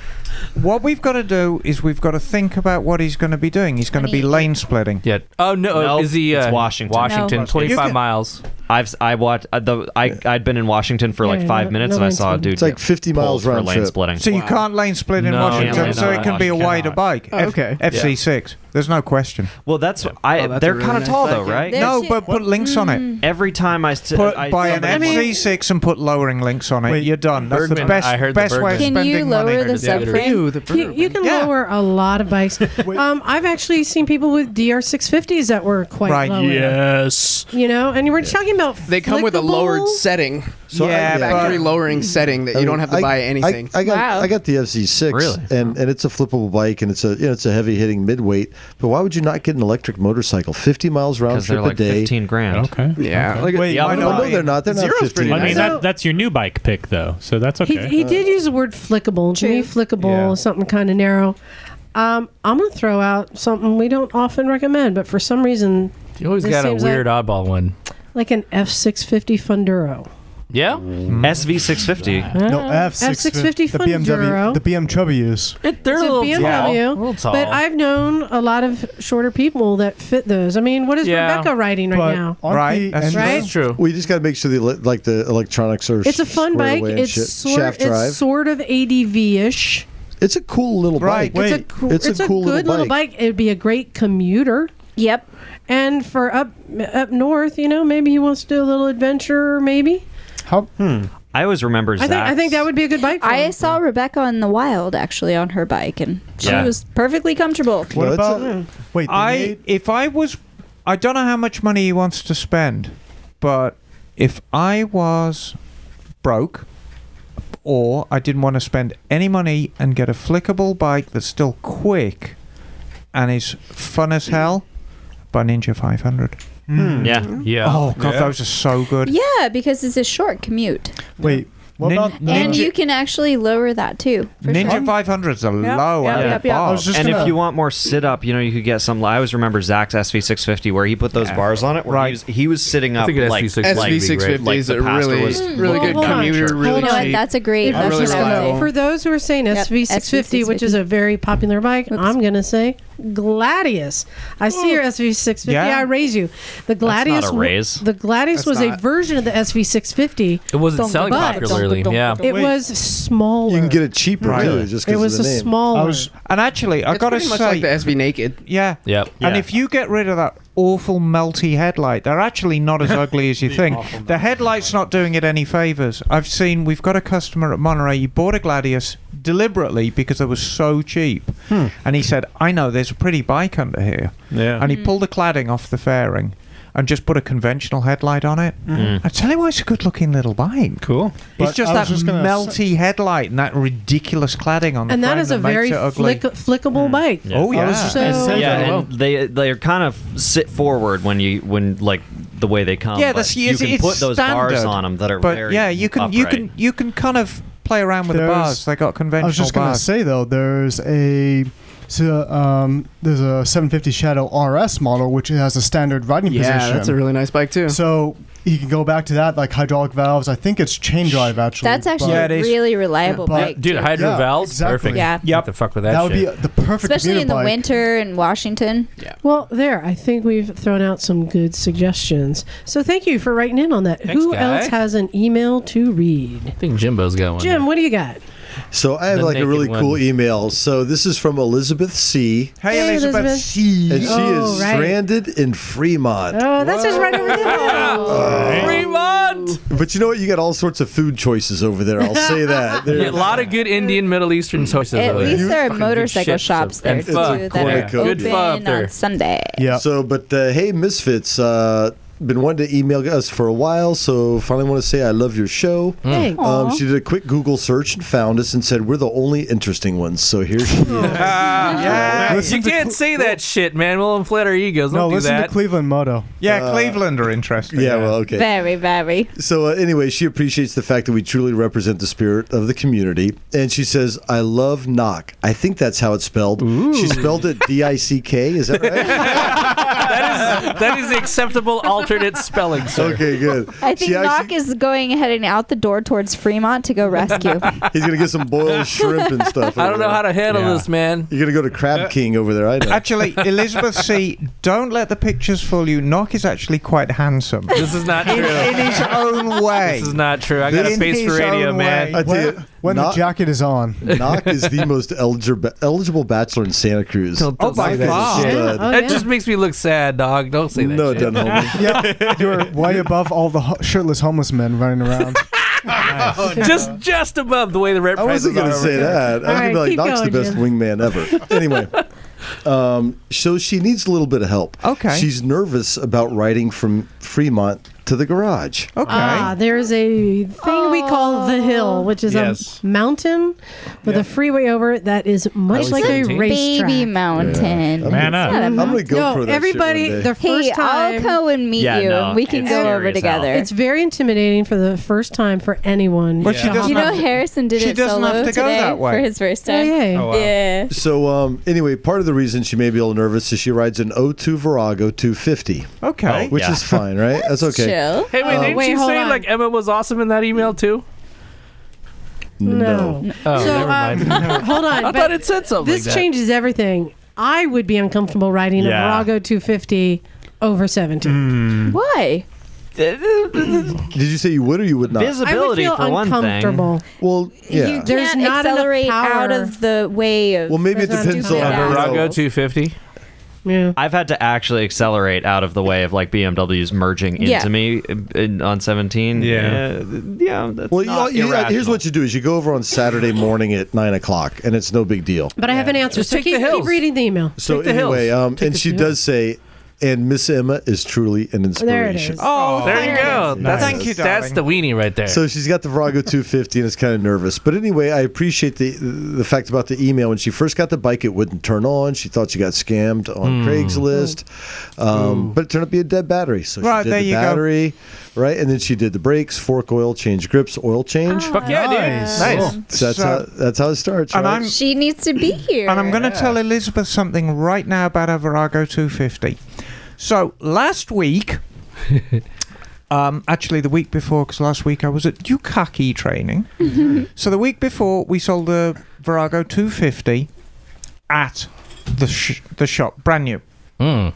What we've got to do is we've got to think about what he's going to be doing. He's going to be lane splitting.
Yeah. Oh no,
No,
is he uh,
it's Washington.
Washington,
No.
25
You can-
miles.
I've I watched uh, the I I'd been in Washington for like
Yeah,
five
no-
minutes
no
and I
lane
saw a
splitting.
dude
It's like
get
50
pulled
miles
for
round
lane
trip.
splitting.
So you can't lane split in
No,
Washington,
no,
so
no,
it can
no,
be a
you
wider
cannot.
bike.
Oh, okay.
F- FC6. There's no question.
Well, that's I.
Oh, that's
they're
a really
kind of
nice
tall
bike,
though,
yeah.
right? Mm.
They're
No, but put links on it.
Every time I st-
Put
I,
by an
somebody-
FC6 and put lowering links on it. You're done. That's
Bergman,
the best,
I heard the
best way of
Bergman.
Can
spending
you
money.
lower the subframe?
You, you can lower a lot of bikes. um, I've actually seen people with DR650s that were quite
Right.
low.
Uh,
Yes.
You know, and we're talking about
They come with a lowered
flickable-
setting.
So I-
yeah,
Yeah,
factory
but-
lowering setting that you don't have to
I-
buy
I-
anything.
I, got I got the FC6,
Really?
and and it's a flippable bike, and it's a you know, it's a heavy hitting midweight. But why would you not get an electric motorcycle? 50 miles round
'Cause they're
trip a
like
day.
15 grand. Okay.
Yeah, like a-
yeah, no, no, they're not. They're not 15.
I mean, that, that's your new bike pick, though, so that's okay.
He, he did use the word flickable. To me, flickable is something kind of narrow. Um, I'm going to throw out something we don't often recommend, but for some reason,
You always
this
got a
seems
weird oddball one.
like, like an F650 Funduro.
Yeah.
Mm-hmm.
Ah.
SV650.
No, F
F650
The BMW,
Funduro.
the BMWs.
it's a BMW, but I've known a lot of shorter people that fit those. I mean, what is
Yeah.
Rebecca riding right
But
now?
aren't Right, the-
that's
that's
right.
true.
We just got to make sure the ele- like the electronics are.
It's a fun
squared
bike.
away and
It's
shit.
sort,
shaft drive.
it's sort of ADV ish.
It's a cool little
Right,
bike.
It's a, cool, it's a
cool
good little bike. It'd be a great commuter.
Yep.
And for up up north, you know, maybe he wants to do a little adventure. Maybe
How?
Hmm. I always remember
I think I
Zach.
think that would be a good bike. For
I
him.
saw Rebecca in the wild actually on her bike, and she
Yeah.
was perfectly comfortable.
What about? wait,
I if I was, I don't know how much money he wants to spend, but if I was broke, or I didn't want to spend any money and get a flickable bike that's still quick, and is fun as hell, by Ninja 500.
Yeah.
Hmm. Yeah.
Oh god,
Yeah.
those are so good.
Yeah, because it's a short commute,
Wait, what
Nin-
about
and you can actually lower that too. for
Ninja
sure.
500s are
Yep,
low
yep,
out of
yep,
the
yep. I
box.
was just
and
gonna-
if you want more sit up, you know, you could get some. I always remember Zach's SV650 where he put those bars on it. Where he, was, he was sitting
I
up
think an
like
SV650
like-
would be great.
like the
SVs are
pastor
really-
was Mm.
really
looking
good
down at
commuter,
church.
really
You know what?
cheap.
That's a great.
If
That's
that's
really
what I
reliable.
would say.
For those who are saying
Yep,
SV650, which is a very popular bike, I'm going to say Gladius. I see your SV 650.
Yeah.
I raise you. The Gladius.
a
w-
raise.
The Gladius
That's
was
not-
a version of the SV 650.
It wasn't selling
but
popularly, yeah.
It was smaller. You can
get it cheaper
Right.
too, just 'cause
It
of
was
the
a
name.
smaller.
I was, and actually, I
It's
gotta
pretty much
say,
like the SV Naked.
Yeah.
Yep.
And if you get rid of that awful melty headlight, they're actually not as ugly as you think. The headlight's not doing it any favors. I've seen we've got a customer at Monterey. He bought a Gladius deliberately because it was so cheap, and he said, "I know there's a pretty bike under here."
Yeah.
And he
Hmm.
Mm.
pulled the cladding off the fairing. And just put a conventional headlight on it.
Hmm.
Mhm.
I tell you what, it's a good-looking little bike.
Cool.
it's just that melty headlight and that ridiculous cladding on the
and that
frame
is a
makes
very
it ugly.
flick- flickable bike.
Oh, yeah. I was just
So,
gonna say
yeah,
that as well.
and they they are kind of sit forward when you when like the way they come.
yeah,
Um, but
that's
you
it's,
can
it's
put those
standard,
bars on them that are
but
very
yeah, you can you
upright.
can you can kind of play around with the
There's-
bars. They got conventional
I was just gonna
bars.
say though, there's a so, um, there's a 750 Shadow RS model which has a standard riding
Yeah,
position.
that's a really nice bike too.
So you can go back to that, like hydraulic valves. I think it's chain drive actually.
That's actually
but-
a really reliable
but-
bike.
Dude,
too.
hydro
Yeah,
valves,
exactly.
perfect.
Yeah.
Yep. The fuck with that.
That would be
shit.
a- the perfect
Especially
commuter
in the
bike.
winter in Washington. Yeah.
Well, there. I think we've thrown out some good suggestions. So thank you for writing in on that.
Thanks,
Who
guy.
else has an email to read?
I think Jimbo's got one.
Jim, what do you got?
So I have
The
like a
naked
really
one.
cool email. So this is from Elizabeth C.
Hey,
Hey, Elizabeth Elizabeth. C.
And she
Oh,
is
right.
stranded in Fremont. Uh,
Oh, that's just right over Oh.
Oh,
there.
Fremont.
But you know what? You got all sorts of food choices over there. I'll say that. There-
Yeah, a lot of good Indian Middle Eastern sources.
At
over
least there are
Fucking good
motorcycle
shit, so-
shops there
and
too
fuck,
that
corn
are
and coke. good
open
fuck up there.
on Sunday.
Yeah.
So, but uh, hey, misfits, uh, been wanting to email us for a while, so finally want to say I love your show.
Thanks.
Um,
Hmm. Aw.
she did a quick Google search and found us and said we're the only interesting ones. So here she is.
You can't say that shit, man. We'll inflate our egos.
No,
Don't do
listen
that.
to Cleveland Moto.
yeah,
Uh,
Cleveland are interesting.
Yeah, well, okay.
Very, very.
So uh, anyway, she appreciates the fact that we truly represent the spirit of the community, and she says, "I love knock." I think that's how it's spelled. She spelled it D I C K. Is that right?
that is the acceptable alternate spelling, sir.
okay, good.
I think
She actually-
Knock is going heading out the door towards Fremont to go rescue.
He's gonna get some boiled shrimp and stuff.
I
over
don't know
there.
how to handle this, man.
You're gonna go to Crab King over there. I know.
Actually, Elizabeth C, don't let the pictures fool you. Knock is actually quite handsome.
This is not
in,
true.
in his own way.
This is not true. I got a
In
face for
his
radio,
own
man.
way.
I tell you,
When, when
Knock-
the jacket is on.
Knock is the most eligible eligible bachelor in Santa Cruz.
Don't- don't
Oh my
say that
God.
shit.
Stud.
Oh,
That
yeah.
just makes me look sad, dog. Don't say that.
No,
shit.
it doesn't hold me.
yeah, you're way above all the ho- shirtless homeless men running around.
just just above the way the rent
Oh, I
prices
wasn't
are.
gonna
over
say
here.
that. I was
All right,
gonna be like,
keep
Knock's the
going,
best
Jim.
wingman ever. Anyway, um, so she needs a little bit of help.
Okay.
She's nervous about riding from Fremont to the garage.
Okay.
Ah, there's a thing we call the hill, which is
Yes.
a mountain with a freeway over it that is much
was
like a
17.
racetrack.
Baby Mountain.
Yeah.
Man up.
It's not a
I'm gonna go
no,
pro that
everybody,
shit one day.
the first
hey, I'll
time.
go and meet
Yeah,
you.
no,
and we can
it's
go
serious
over
hell.
together.
It's very intimidating for the first time for anyone.
But she
to
doesn't
you know,
have to-
Harrison did
she
it
doesn't
solo
have to go
today
that way.
for his first
Oh,
time.
yay.
Yeah.
So um, anyway, part of the reason she may be a little nervous is she rides an 02 Virago 250,
Okay.
which
Yeah.
is fine, right? That's okay.
Chill.
Hey, wait,
Oh.
didn't
Wait,
you
hold
say
on.
like Emma was awesome in that email too?
No.
Oh,
so,
never mind.
um, hold on.
I
but
thought it said something.
this
like that.
changes everything. I would be uncomfortable riding
Yeah.
a Virago 250 over 70.
Mm.
Why?
Did you say you would or you would not?
I would
Visibility
feel
for one thing.
uncomfortable.
well, yeah.
You
There's
can't
not enough
accelerate
power.
out of the way of.
well, maybe it
There's
depends
not
on uh,
too bad.
you know,
Virago 250.
Yeah.
I've had to actually accelerate out of the way of like BMWs merging into
Yeah.
me in, on Uh, 17.
Yeah.
yeah, yeah Um, that's
Well, you,
not
you, uh, here's
irrational.
what you do: is you go over on Saturday morning at nine o'clock, and it's no big deal.
But I have an answer.
Just
so
take the
keep, keep
hills.
reading the email.
So
Take the hills.
uh,
anyway, um,
Take
and
the
she
hills.
does say, and Miss Emma is truly an inspiration.
There it is.
Oh,
There
thank
you go. That's,
Thank you,
That's
darling.
the weenie right there.
So she's got the Virago 250 and is kind of nervous. But anyway, I appreciate the the fact about the email. When she first got the bike, it wouldn't turn on. She thought she got scammed on
Hmm.
Craigslist, um, but it turned out to be a dead battery. So
Right,
she did
there
the
you go.
battery, right, and then she did the brakes, fork oil change, grips oil change.
Fuck yeah,
Nice.
dude. Oh, Nice.
Cool.
So that's
So-
how that's how it starts.
And
right?
I'm
She needs to be here.
And I'm going to tell Elizabeth something right now about a Virago 250. So last week, um, actually the week before, because last week I was at Dukaki training.
Mm-hmm.
so the week before, we sold a Virago 250 at the sh- the shop, brand new.
Hmm.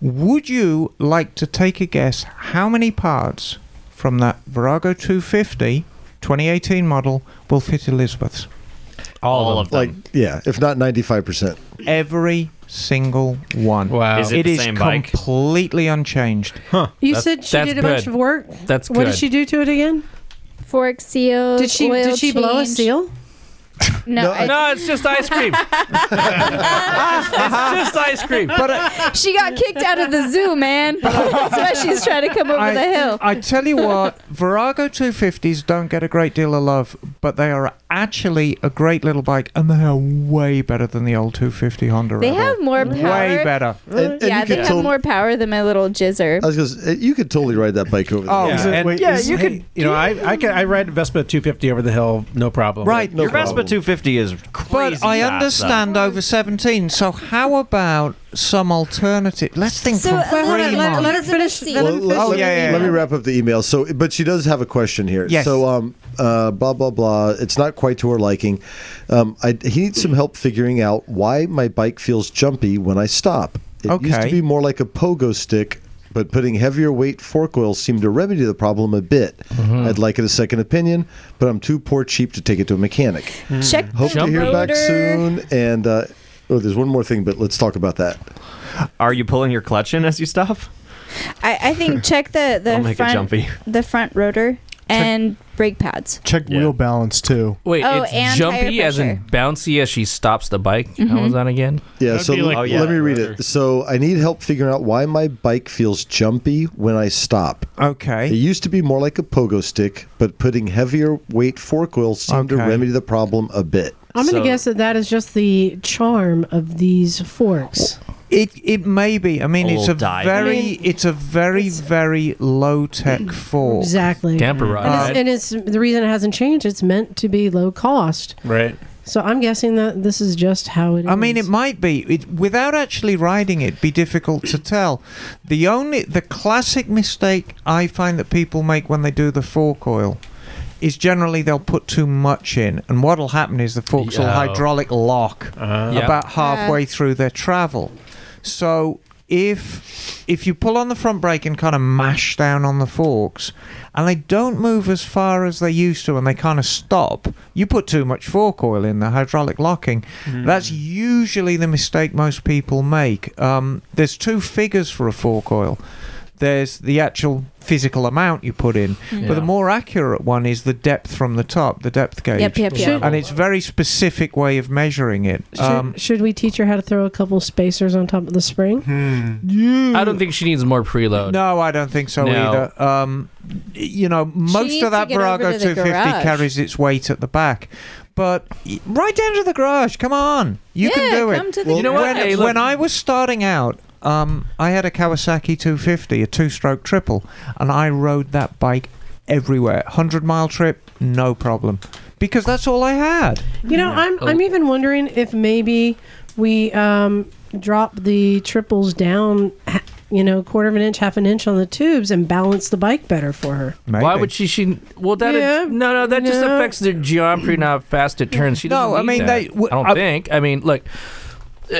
Would you like to take a guess how many parts from that Virago 250 2018 model will fit Elizabeth's?
All, of them.
Like, yeah, if not 95%.
Every single one.
Wow. Is it the
is
same bike?
completely unchanged. Huh.
You said she did a bunch of work.
That's
What
good.
did she do to it again?
Fork seals.
Did she-
oil
did she blow a
change.
seal?
No, I-
no, it's just ice cream. it's just ice cream.
But
uh,
I-
she got kicked out of the zoo, man. That's why she's trying to come over
I,
the hill.
I tell you what, Virago 250s don't get a great deal of love, but they are actually a great little bike, and they are way better than the old 250 Honda.
They
Rebel.
have more power.
Way better.
yeah, they have more power than my little jizzer.
I was gonna say, uh, you could totally ride that bike over there.
Oh,
and-
yeah, you
hey,
could-
You know, I I, can, I ride Vespa 250 over the hill, no problem.
Right.
Your Vespa 250 is crazy.
But I
fast,
understand over 17, so how about some alternative? Let's think
So, uh,
from
let- let-
Fremont.
let her finish- let her
Let-
Oh,
let-
yeah, yeah,
Let me
yeah.
wrap up the email. So, but she does have a question here.
Yes.
So, um, uh, blah blah blah. It's not quite to her liking. Um, I, he needs some help figuring out why my bike feels jumpy when I stop. It used to
Okay.
be more like a pogo stick, but putting heavier weight fork oil seemed to remedy the problem a bit.
Mm-hmm.
I'd like it a second opinion, but I'm too poor cheap to take it to a mechanic.
Check
Hope
the
to hear back
motor.
soon. And uh, oh, there's one more thing, but let's talk about that.
Are you pulling your clutch in as you stop?
I, I think check the the
I'll make it
front
jumpy.
the front rotor and brake pads.
Check wheel balance too.
Wait,
Oh, and
it's jumpy
tire
as in bouncy as she stops the bike. How
Mhm.
was that again?
Yeah,
That'd
so
be
l-
like
let
the
me read it. So I need help figuring out why my bike feels jumpy when I stop.
Okay.
It used to be more like a pogo stick, but putting heavier weight fork oil seemed to
Okay.
remedy the problem a bit.
I'm going to guess that that is just the charm of these forks.
It it may be. I mean,
A
it's
little
a
dive.
very
I mean,
it's a very very low tech fork.
Exactly.
Camper
And it's, and it's the reason it hasn't changed. It's meant to be low cost.
Right.
So I'm guessing that this is just how it is.
I mean, it might be it, without actually riding it, be difficult to tell. The only the classic mistake I find that people make when they do the fork oil is generally they'll put too much in, and what'll happen is the forks will
Yeah.
hydraulic lock
Yeah.
about
Yeah.
halfway through their travel. So if if you pull on the front brake and kind of mash down on the forks, and they don't move as far as they used to, and they kind of stop, you put too much fork oil in the hydraulic locking. That's usually the mistake most people make. Um, there's two figures for a fork oil. There's the actual physical amount you put in,
Mm.
but
Yeah.
the more accurate one is the depth from the top, the depth gauge.
Yep, yep, yep.
And it's very specific way of measuring it. Um,
Should, Um, should we teach her how to throw a couple spacers on top of the spring?
I don't think she needs more preload.
No, I don't think so
No.
either. Um, you know, most
needs
of that
to get over
Virago
to the
250
garage.
carries its weight at the back. But y- right down to the garage, come on. You can
Yeah,
do
come
it.
to the You know what?
When,
Hey, look-
when I was starting out, um, I had a Kawasaki 250, a two stroke triple, and I rode that bike everywhere. 100 mile trip, no problem. Because that's all I had.
You know, I'm I'm even wondering if maybe we um, drop the triples down, ha- you know, quarter of an inch, half an inch on the tubes, and balance the bike better for her.
Why would she? She well that
Yeah,
no no that just
no.
affects the geometry and how fast it turns. She doesn't
No, I
need
mean,
that.
they- w- uh,
I don't
I-
think. I mean, look, uh,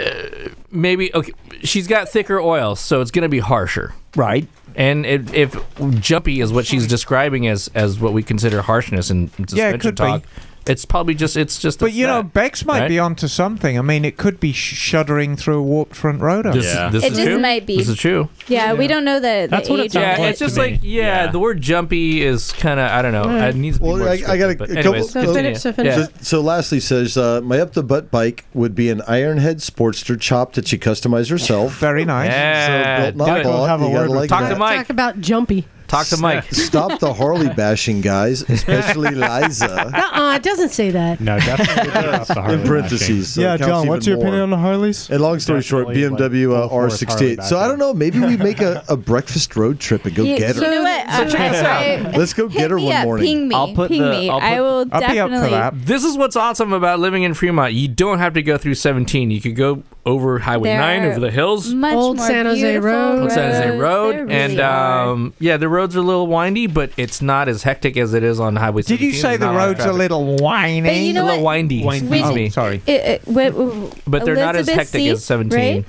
maybe okay. She's got thicker oil, so it's going to be harsher.
Right.
And if, if jumpy is what she's describing as as what we consider harshness in in suspension
Yeah, it could be.
talk, it's probably just it's just.
But you know, Bex might
right?
be onto something. I mean, it could be sh- shuddering through a warped front rotor.
This- Yeah. this
It is just true. might be. This is
true.
Yeah, we don't know the, the
That's what
age.
it's yeah. it's just like yeah, The word jumpy is kind of I don't know. I
Mm.
Right.
need to be
Well,
more
I, I got a,
descriptive, but
a
anyways,
couple.
continue. Yeah.
So, so lastly says uh, my up the butt bike would be an Ironhead Sportster chop that she customized herself.
Very nice.
Yeah,
so built, not
do it.
bought. You gotta like
Talk
that.
to Mike.
Talk about jumpy.
Talk to Mike.
Stop the Harley bashing, guys, especially Liza.
Uh-uh, it doesn't say that.
No,
definitely
In parentheses. so
yeah,
it counts
John, what's your
even more.
opinion on the Harleys?
And long story short, BMW uh,
full-force
R68.
Harley
So I don't know. Maybe we make a, a breakfast road trip and go
Yeah,
get her.
you know what? So check this out.
Let's go
Hit
get her
me
one
up,
morning.
ping me, I'll put ping the- me. I'll put- I will I'll be up for definitely- that.
This is what's awesome about living in Fremont. You don't have to go through 17. You could go
over Highway
They're
Nine, over the hills.
Much
Old
more
San Jose
beautiful
Road.
Old San Jose
roads.
Road,
They're
and
really are.
um, yeah, the roads are a little windy, but it's not as hectic as it is on Highway.
Did you
17.
say
There's
the
not lot of
road's a
traffic.
little whiny?
But you know
a little
what?
windy?
When-
Oh,
Excuse me. Sorry.
It- it- wi- w-
But they're not as hectic as 17.
Right?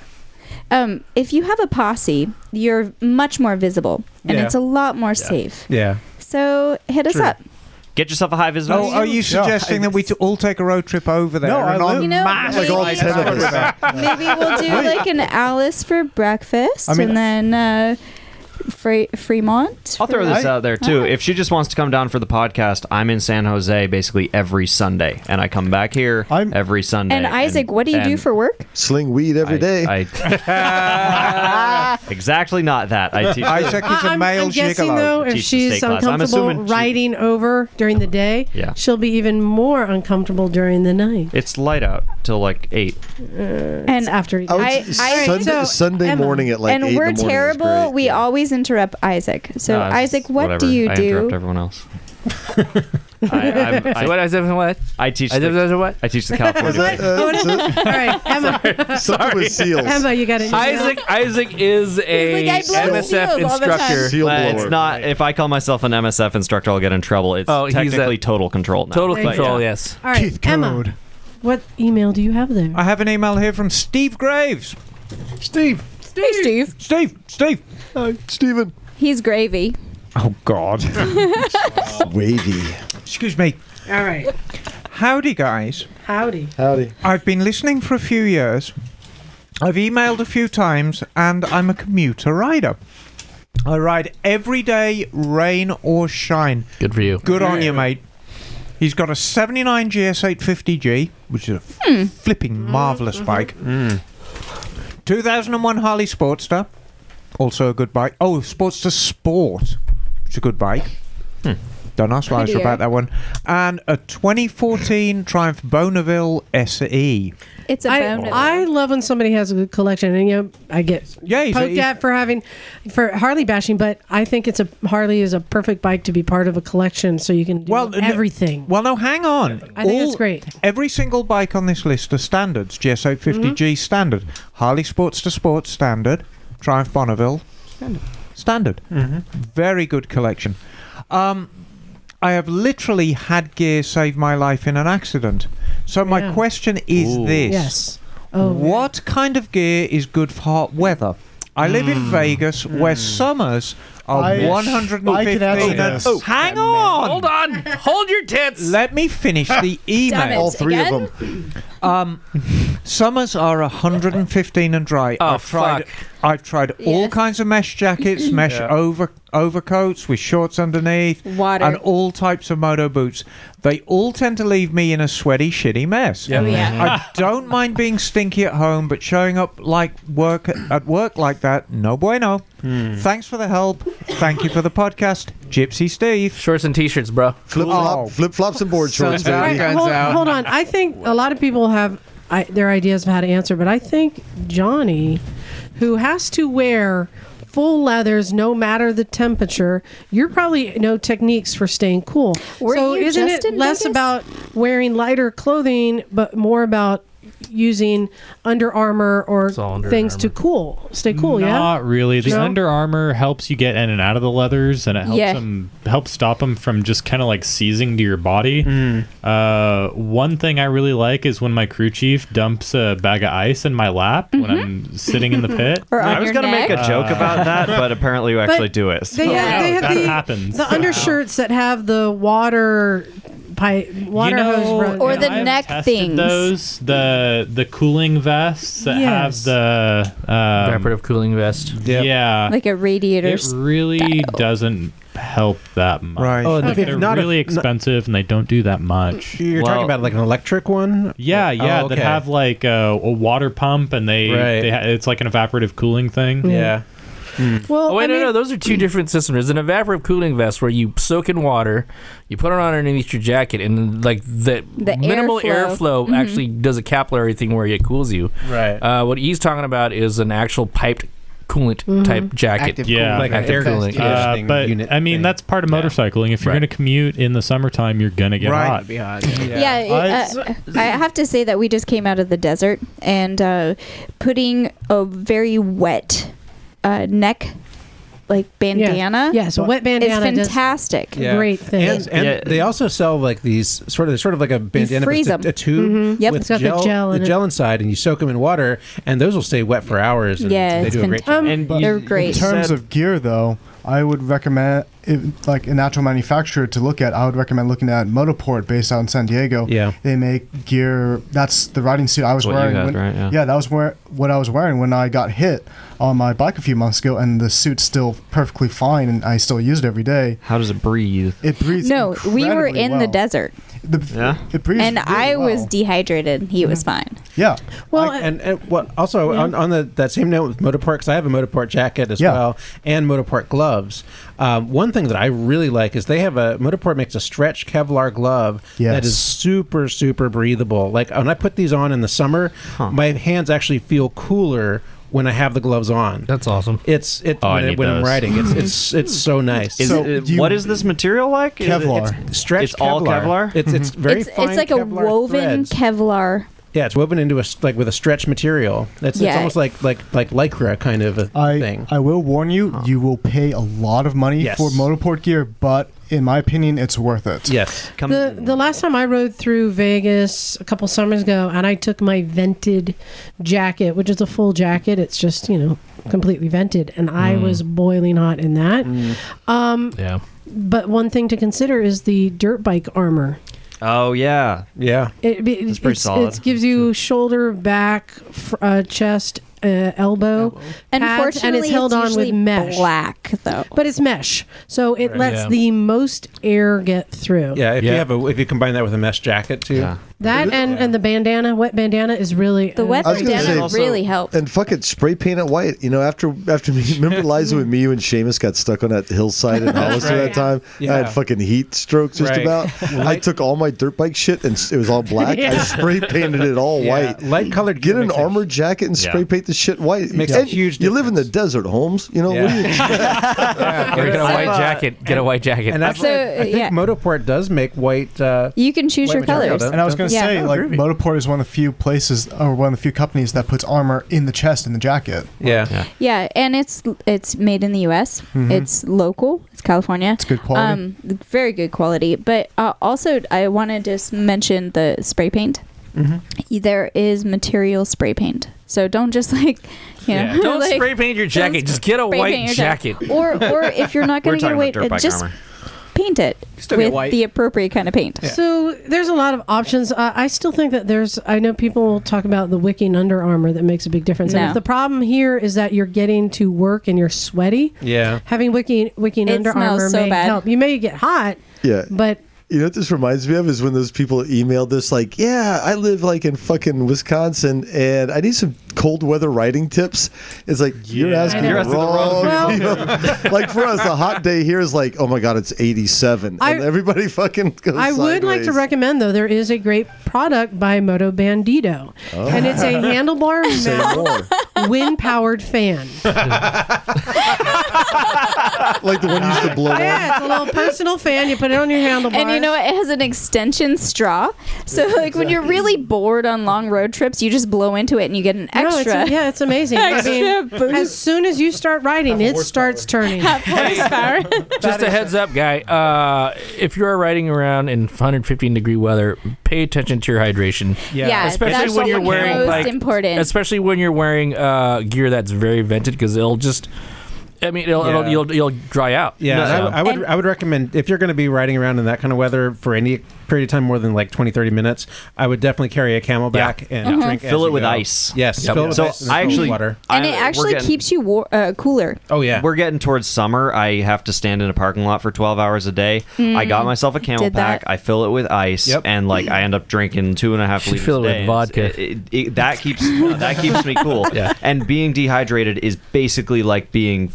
Um, if you have a posse, you're much more visible, and
Yeah.
it's a lot more safe.
Yeah.
So hit us
True.
up.
Get yourself a high vis.
Oh, are you suggesting that we t- all take a road trip over there?
No, I
and on
live- You know,
mass
Like all
ride
10 of
over
us.
there?
Maybe we'll do like an Alice for breakfast,
I mean-
and then uh, Fre- Fremont.
I'll throw
for-
this out there too. If she just wants to come down for the podcast, I'm in San Jose basically every Sunday, and I come back here every Sunday.
And Isaac, what do you do
and
for work?
Sling weed every day.
exactly not that. I teach.
Isaac is a
I'm, I'm guessing though, if
Teach the
she's
state class. I'm
uncomfortable
assuming she-
riding over during the day,
Yeah.
she'll be even more uncomfortable during the night.
It's light out till like eight.
and after
I would I- s- I- Sunday- so,
Oh, Sunday morning at like
and
eight in
we're
the morning is
terrible.
great.
We always interrupt Isaac. So
Uh,
Isaac, what
whatever.
do you
I
do?
interrupt everyone else. I, I'm-
So what, Isaac? What?
I teach.
Isaac,
the,
what?
I teach the California.
What? Oh, no. All right, Emma.
Sorry.
Emma, you got it.
Isaac Isaac is a
like, I blow
MSF
seals all the time.
instructor.
Well, it's not. If I call myself an MSF instructor, I'll get in trouble. It's
Oh, he's a-
technically total control. Now.
Total
But
control, yes.
All right, Emma. What email do you have there?
I have an email here from Steve Graves. Steve.
Steve. Hey, Steve.
Steve. Steve.
Uh, Steven.
He's gravy.
Oh, God.
Wavy.
Excuse me.
All right.
Howdy, guys.
Howdy.
Howdy.
I've been listening for a few years. I've emailed a few times, and I'm a commuter rider. I ride every day, rain or shine.
Good for you.
Good on you, mate. He's got a 79 GS850G, which is a f- flipping marvelous bike. 2001 Harley Sportster, also a good bike. Oh, Sportster Sport, it's a good bike. Don't ask Liza
Prettier.
about that one. And a 2014 Triumph Bonneville E. SE.
It's a
I, I love when somebody has a good collection, and you know, I get
Yeah, he's a-
poked
he's-
at for having for Harley bashing, but I think it's a Harley is a perfect bike to be part of a collection, so you can do
Well, no-
everything.
Well, no, hang on.
I think it's great.
Every single bike on this list are standards. GS850G
Mm-hmm.
standard, Harley Sportster Sport standard, Triumph Bonneville standard.
Mm-hmm.
Very good collection. Um, I have literally had gear save my life in an accident. So my
Yeah.
question is
Ooh.
this:
Yes. Oh,
What kind of gear is good for hot weather? I live in Vegas, where summers are
Mm. I- I can
115.
answer
and-
this.
Oh, hang on.
Hold on. Hold your tits.
Let me finish the email.
Damn it, All three of again?
Um, summers are 115 and dry.
Oh,
I've tried, I've tried all kinds of mesh jackets, mesh
Yeah.
over overcoats with shorts underneath,
Water.
and all types of moto boots. They all tend to leave me in a sweaty, shitty mess.
Yeah. Oh, yeah.
I don't mind being stinky at home, but showing up like work at work like that, no bueno.
Hmm.
Thanks for the help. Thank you for the podcast, Gypsy Steve.
Shorts and t-shirts, bro.
Flip flop, flip flops and board shorts,
All right,
baby.
hold, hold on. I think a lot of people have I, their ideas of how to answer, but I think Johnny, who has to wear full leathers no matter the temperature, you're probably know techniques for staying cool.
Were
so
you
isn't
just
it
in
less
Vegas?
about wearing lighter clothing, but more about using Under Armour or
all Under
things to cool, stay cool? Oh, yeah.
Not really. The
No?
Under Armour helps you get in and out of the leathers, and it helps
Yeah.
them helps stop them from just kind of like seizing to your body.
Hmm.
Uh, one thing I really like is when my crew chief dumps a bag of ice in my lap
Mm-hmm.
when I'm sitting in the pit.
Or on
I was
your
gonna make
neck.
a joke
Uh,
about that, but apparently you
But
actually do it.
They, have, they have
that
the,
happens.
the undershirts that have the water pipe, water hose run
or
down.
the neck
tested
things.
Those the the cooling vests that
Yes.
have the um,
Evaporative cooling vest.
Yeah,
like a radiator.
it really doesn't help that much.
Right. Oh, and
Like,
if
they're
not-
really
if not-
expensive and they don't do that much.
You're talking about like an electric one?
Yeah, yeah,
Oh,
that have like a, a water pump and they,
Right.
they ha- it's like an evaporative cooling thing.
Yeah.
Well,
oh, wait,
I
no,
mean-
no. Those are two different systems. There's an evaporative cooling vest where you soak in water, you put it on underneath your jacket, and like the,
The
minimal airflow,
airflow. Mhm.
actually does a capillary thing where it cools you.
Right.
Uh, what he's talking about is an actual piped
coolant
Mm-hmm.
Mhm.
type jacket.
like
active coolant.
Uh, but I mean, that's part of motorcycling. If you're going to commute in the summertime, you're going to get
Right.
hot.
Be
hot.
Yeah, uh, I have to say that we just came out of the desert and uh, putting a very wet uh, neck like bandana.
Yeah, so wet bandana
is
does-
fantastic.
Yeah. And, and they also sell like these sort of sort of like a bandana, but
freeze
it's a,
'em.
a tube
Mhm. Yep.
with
It's got the
gel,
gel in it.
inside, and you soak them in water, and those will stay wet for hours. And
Yeah,
they
it's
do a
fantastic.
great job.
Um, And they're great.
In terms
Said-
of gear, though, I would recommend, if, like a natural manufacturer to look at, I would recommend looking at Motoport based out in San Diego.
Yeah.
They make gear. That's the riding suit I was
That's what
wearing.
you had,
when,
right? Yeah.
that was where, what I was wearing when I got hit on my bike a few months ago, and the suit's still perfectly fine, and I still use it every day.
How does it breathe?
It breathes.
no, we were
incredibly
in the
well.
desert
The,
yeah.
It breathes.
and I was dehydrated. He was
Mm-hmm.
fine.
Yeah.
Well,
and, and what also
Yeah.
on, on the that same note with Motoport, because I have a Motoport jacket as
Yeah.
well and Motoport gloves. Um, one thing that I really like is they have a Motoport makes a stretch Kevlar glove that is
Yes.
super super breathable. Like when I put these on in the summer, my hands actually feel cooler when I have the gloves on.
That's awesome.
It's it
Oh, I
when, I-
need
when I'm
those.
riding. It's it's it's so nice.
Is
so
it- what is this material like? Is it-
Kevlar.
it's
stretch
It's all Kevlar.
It's it's very
it's,
fine
it's like
Kevlar
a woven
threads.
Kevlar.
Yeah, it's woven into a s- like with a stretch material. It's, it's
Yeah.
almost like like like lycra kind of a
I,
thing.
I will warn you, you will pay a lot of money
Yes.
for Motoport gear, but in my opinion, it's worth it.
Yes.
Come
the the last time I rode through Vegas a couple summers ago, and I took my vented jacket, which is a full jacket. It's just you know completely vented, and I
Mm.
was boiling hot in that. Um,
Yeah.
But one thing to consider is the dirt bike armor.
Oh yeah,
yeah.
It, it,
It's pretty solid.
It gives you shoulder, back, fr- uh, chest, uh, elbow, pads, and
Unfortunately,
it's held on with
usually
mesh.
black though.
But it's mesh, so it
Right.
lets
Yeah.
the most air get through.
yeah, if you have a if you combine that with a mesh jacket too.
That and, and the bandana, wet bandana is really uh, the
wet bandana really helps.
And fuck it, spray paint it white. You know, after after me, remember Liza with me when Seamus got stuck on that hillside in Hollis at that
right.
time? I
Yeah.
had fucking heat strokes just
Right.
about. I took all my dirt bike shit and s- it was all black. I
Yeah.
spray painted it all
Yeah,
white.
Light colored.
Get an armor jacket and
Yeah.
spray paint the shit white.
Makes a
and huge. You live in the desert, Holmes. You know what do you
Or get a white jacket. Get a white jacket.
And actually,
So,
I think
yeah.
Motoport does make white. Uh,
You can choose
White
your
material,
colors.
though.
And I was going
Yeah.
to
Oh,
say, like, Motoport is one of the few places or one of the few companies that puts armor in the chest in the jacket.
yeah.
Yeah, and it's it's made in the U.S.
Mhm.
It's local. It's California. It's
good quality.
very good quality. But uh, also, I want to just mention the spray paint. There is material spray paint, so don't just like you know
Yeah. Don't
like-
spray paint your jacket.
don't
Just get a
spray
white
paint your jacket.
jacket.
or or if you're not going
We're
to get
talking
away, uh,
about dirt bike
just
armor.
paint it
Still get
with
white.
the appropriate kind of paint.
So there's a lot of options. Uh, I still think that there's. I know people will talk about the wicking Under Armour that makes a big difference. And
No.
if the problem here is that you're getting to work and you're sweaty,
Yeah.
having wicking wicking
It
Under
smells
Armour
so
may
bad.
help. You may get hot,
Yeah.
but
You know what this reminds me of is when those people emailed this like, "Yeah, I live like in fucking Wisconsin, and I need some cold weather riding tips." It's like you're
Yeah.
asking,
You're
the
asking the
wrong,
wrong
people. like for us, a hot day here is like, "Oh my god, it's 87,"
I-
and everybody fucking goes.
I would like to
sideways.
recommend though there is a great product by Moto Bandito,
Oh.
and it's a
Say more.
handlebar mount wind powered fan.
like the one you used to blow on.
Yeah, it's a little personal fan. You put it on your handlebar.
And you know what? It has an extension straw. So like when you're really bored on long road trips, you just blow into it and you get an
No, it's-
extra.
yeah, it's amazing. I
Extra
mean, as soon as you start riding, it starts turning.
Just a heads up, guy. Uh, if you are riding around in 115 degree weather, pay attention to your hydration.
Yeah,
especially
that's
when you're
the
wearing
most
like,
important.
especially when you're wearing uh, gear that's very vented because it'll just. I mean, it'll, it'll
Yeah.
you'll you'll dry out.
Yeah,
So-
I, I would I would recommend if you're going to be riding around in that kind of weather for any period of time more than like 20 30 minutes, I would definitely carry a Camelback and
Mhm.
drink as
Fill it
you
with
go.
ice.
Yes,
Yep.
fill it with
So
ice and
I
cold
actually-
water.
and
I-
it
we're
actually
getting-
keeps you war- uh, cooler.
Oh yeah.
We're getting towards summer. I have to stand in a parking lot for 12 hours a day.
Mm.
I got myself a camel
Did that.
pack. I fill it with ice,
Yep.
and like I end up drinking two and a half
Should
liters. a
fill it with
day.
vodka.
It's- it- it- that keeps no, that keeps me cool.
Yeah.
And being dehydrated is basically like being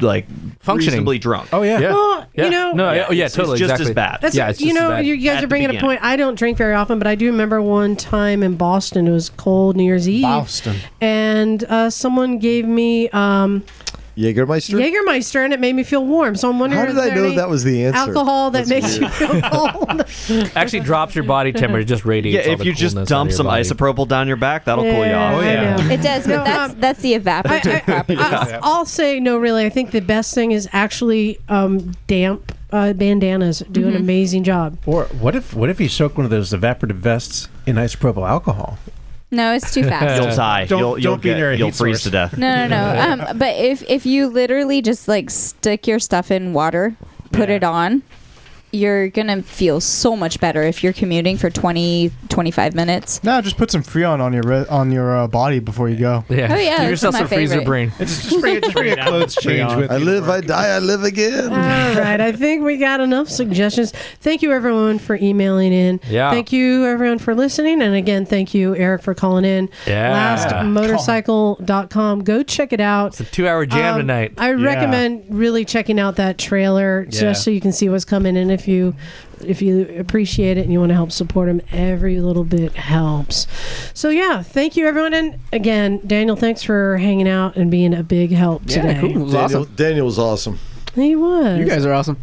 like
Functioning.
reasonably drunk.
Oh, yeah. Yeah.
Well, you know-
No, yeah, oh, yeah,
it's-
totally,
It's just
exactly.
as bad.
That's, you know, you guys are bringing up a point. I don't drink very often, but I do remember one time in Boston. It was cold New Year's Eve.
Boston.
And uh, someone gave me um,
Jägermeister.
Jägermeister, and it made me feel warm. So I'm wondering
How did
is
I
there
know
any
that was the answer?
Alcohol that
That's
makes
weird.
you feel cold.
Actually, drops your body temperature, just radiates.
Yeah,
all
if
the
you just
coolness out
dump
of your
some
body.
isopropyl down your back, that'll cool you
Oh,
off.
It does, but that's
um,
that's the evaporative property.
I'll say no. Really, I think the best thing is actually um, damp uh, bandanas do an
Mhm.
amazing job.
Or what if what if you soak one of those evaporative vests in isopropyl alcohol?
No, it's too fast.
You'll die. Don't- You'll- you'll don't be get- near a you'll heat freeze source. to death.
No, no, no. Um, but if if you literally just like stick your stuff in water, put it on, you're gonna feel so much better if you're commuting for 20, 25 minutes.
No, just put some Freon on your re- on your uh, body before you go.
Yeah. Oh, yeah, Give that's yourself my some freezer favorite. brain.
Just bring, just bring a clothes change with
I live, I die, I live again.
All right, I think we got enough suggestions. Thank you everyone for emailing in.
Yeah.
Thank you everyone for listening, and again, thank you Eric for calling in.
Yeah.
Lastmotorcycle.com. Go check it out. It's
a two-hour jam
Um,
tonight.
I recommend really checking out that trailer
Yeah.
just so you can see what's coming. And if you if you appreciate it and you want to help support him, every little bit helps. So yeah, thank you everyone. And again, Daniel, thanks for hanging out and being a big help today.
Daniel, Daniel was awesome.
He was.
You guys are awesome.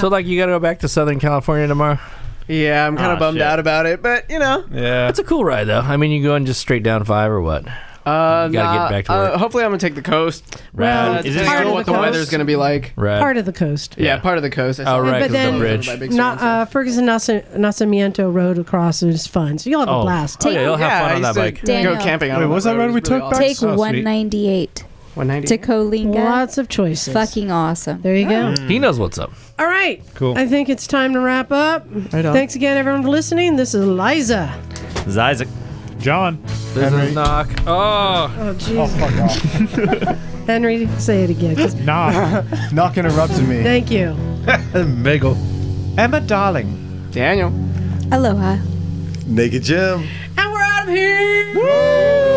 so, like, you got to go back to Southern California tomorrow.
Yeah, I'm kind of
Ah,
bummed
shit.
out about it, but you know.
Yeah, it's a cool ride though. I mean, you going just straight down five or what?
Uh,
You gotta get
nah,
back to
uh,
work.
hopefully, I'm gonna take the coast.
Well,
Uh,
Is it
depending
part
on
of
what
the
the,
coast?
weather's gonna be like?
Right.
Part of the coast.
Yeah, part of the coast. I
Oh,
saw
right,
it.
'cause of the bridge.
by Big
Not, uh, Ferguson Nasa- Nascimento Road across is fun, so you'll have a
Oh.
blast.
Oh, yeah, you'll have Yeah, fun on I that used to bike.
Daniel,
Go camping on
Wait,
that
what was that
road
road we
is really
took
awesome.
back? Oh,
Take 198 to
198.
Coalinga.
Lots of choices.
Fucking awesome.
There you go.
Mm.
He knows what's up.
All right.
Cool.
I think it's time to wrap up.
Right on.
Thanks again, everyone, for listening. This is Liza.
This is Isaac. John. This
Henry.
is knock. Oh.
Oh, jeez. Henry, say it again. Just-
Knock. Knock interrupted me.
Thank you.
Bagel. Emma Darling.
Daniel.
Aloha.
Naked Jim.
And we're out of here.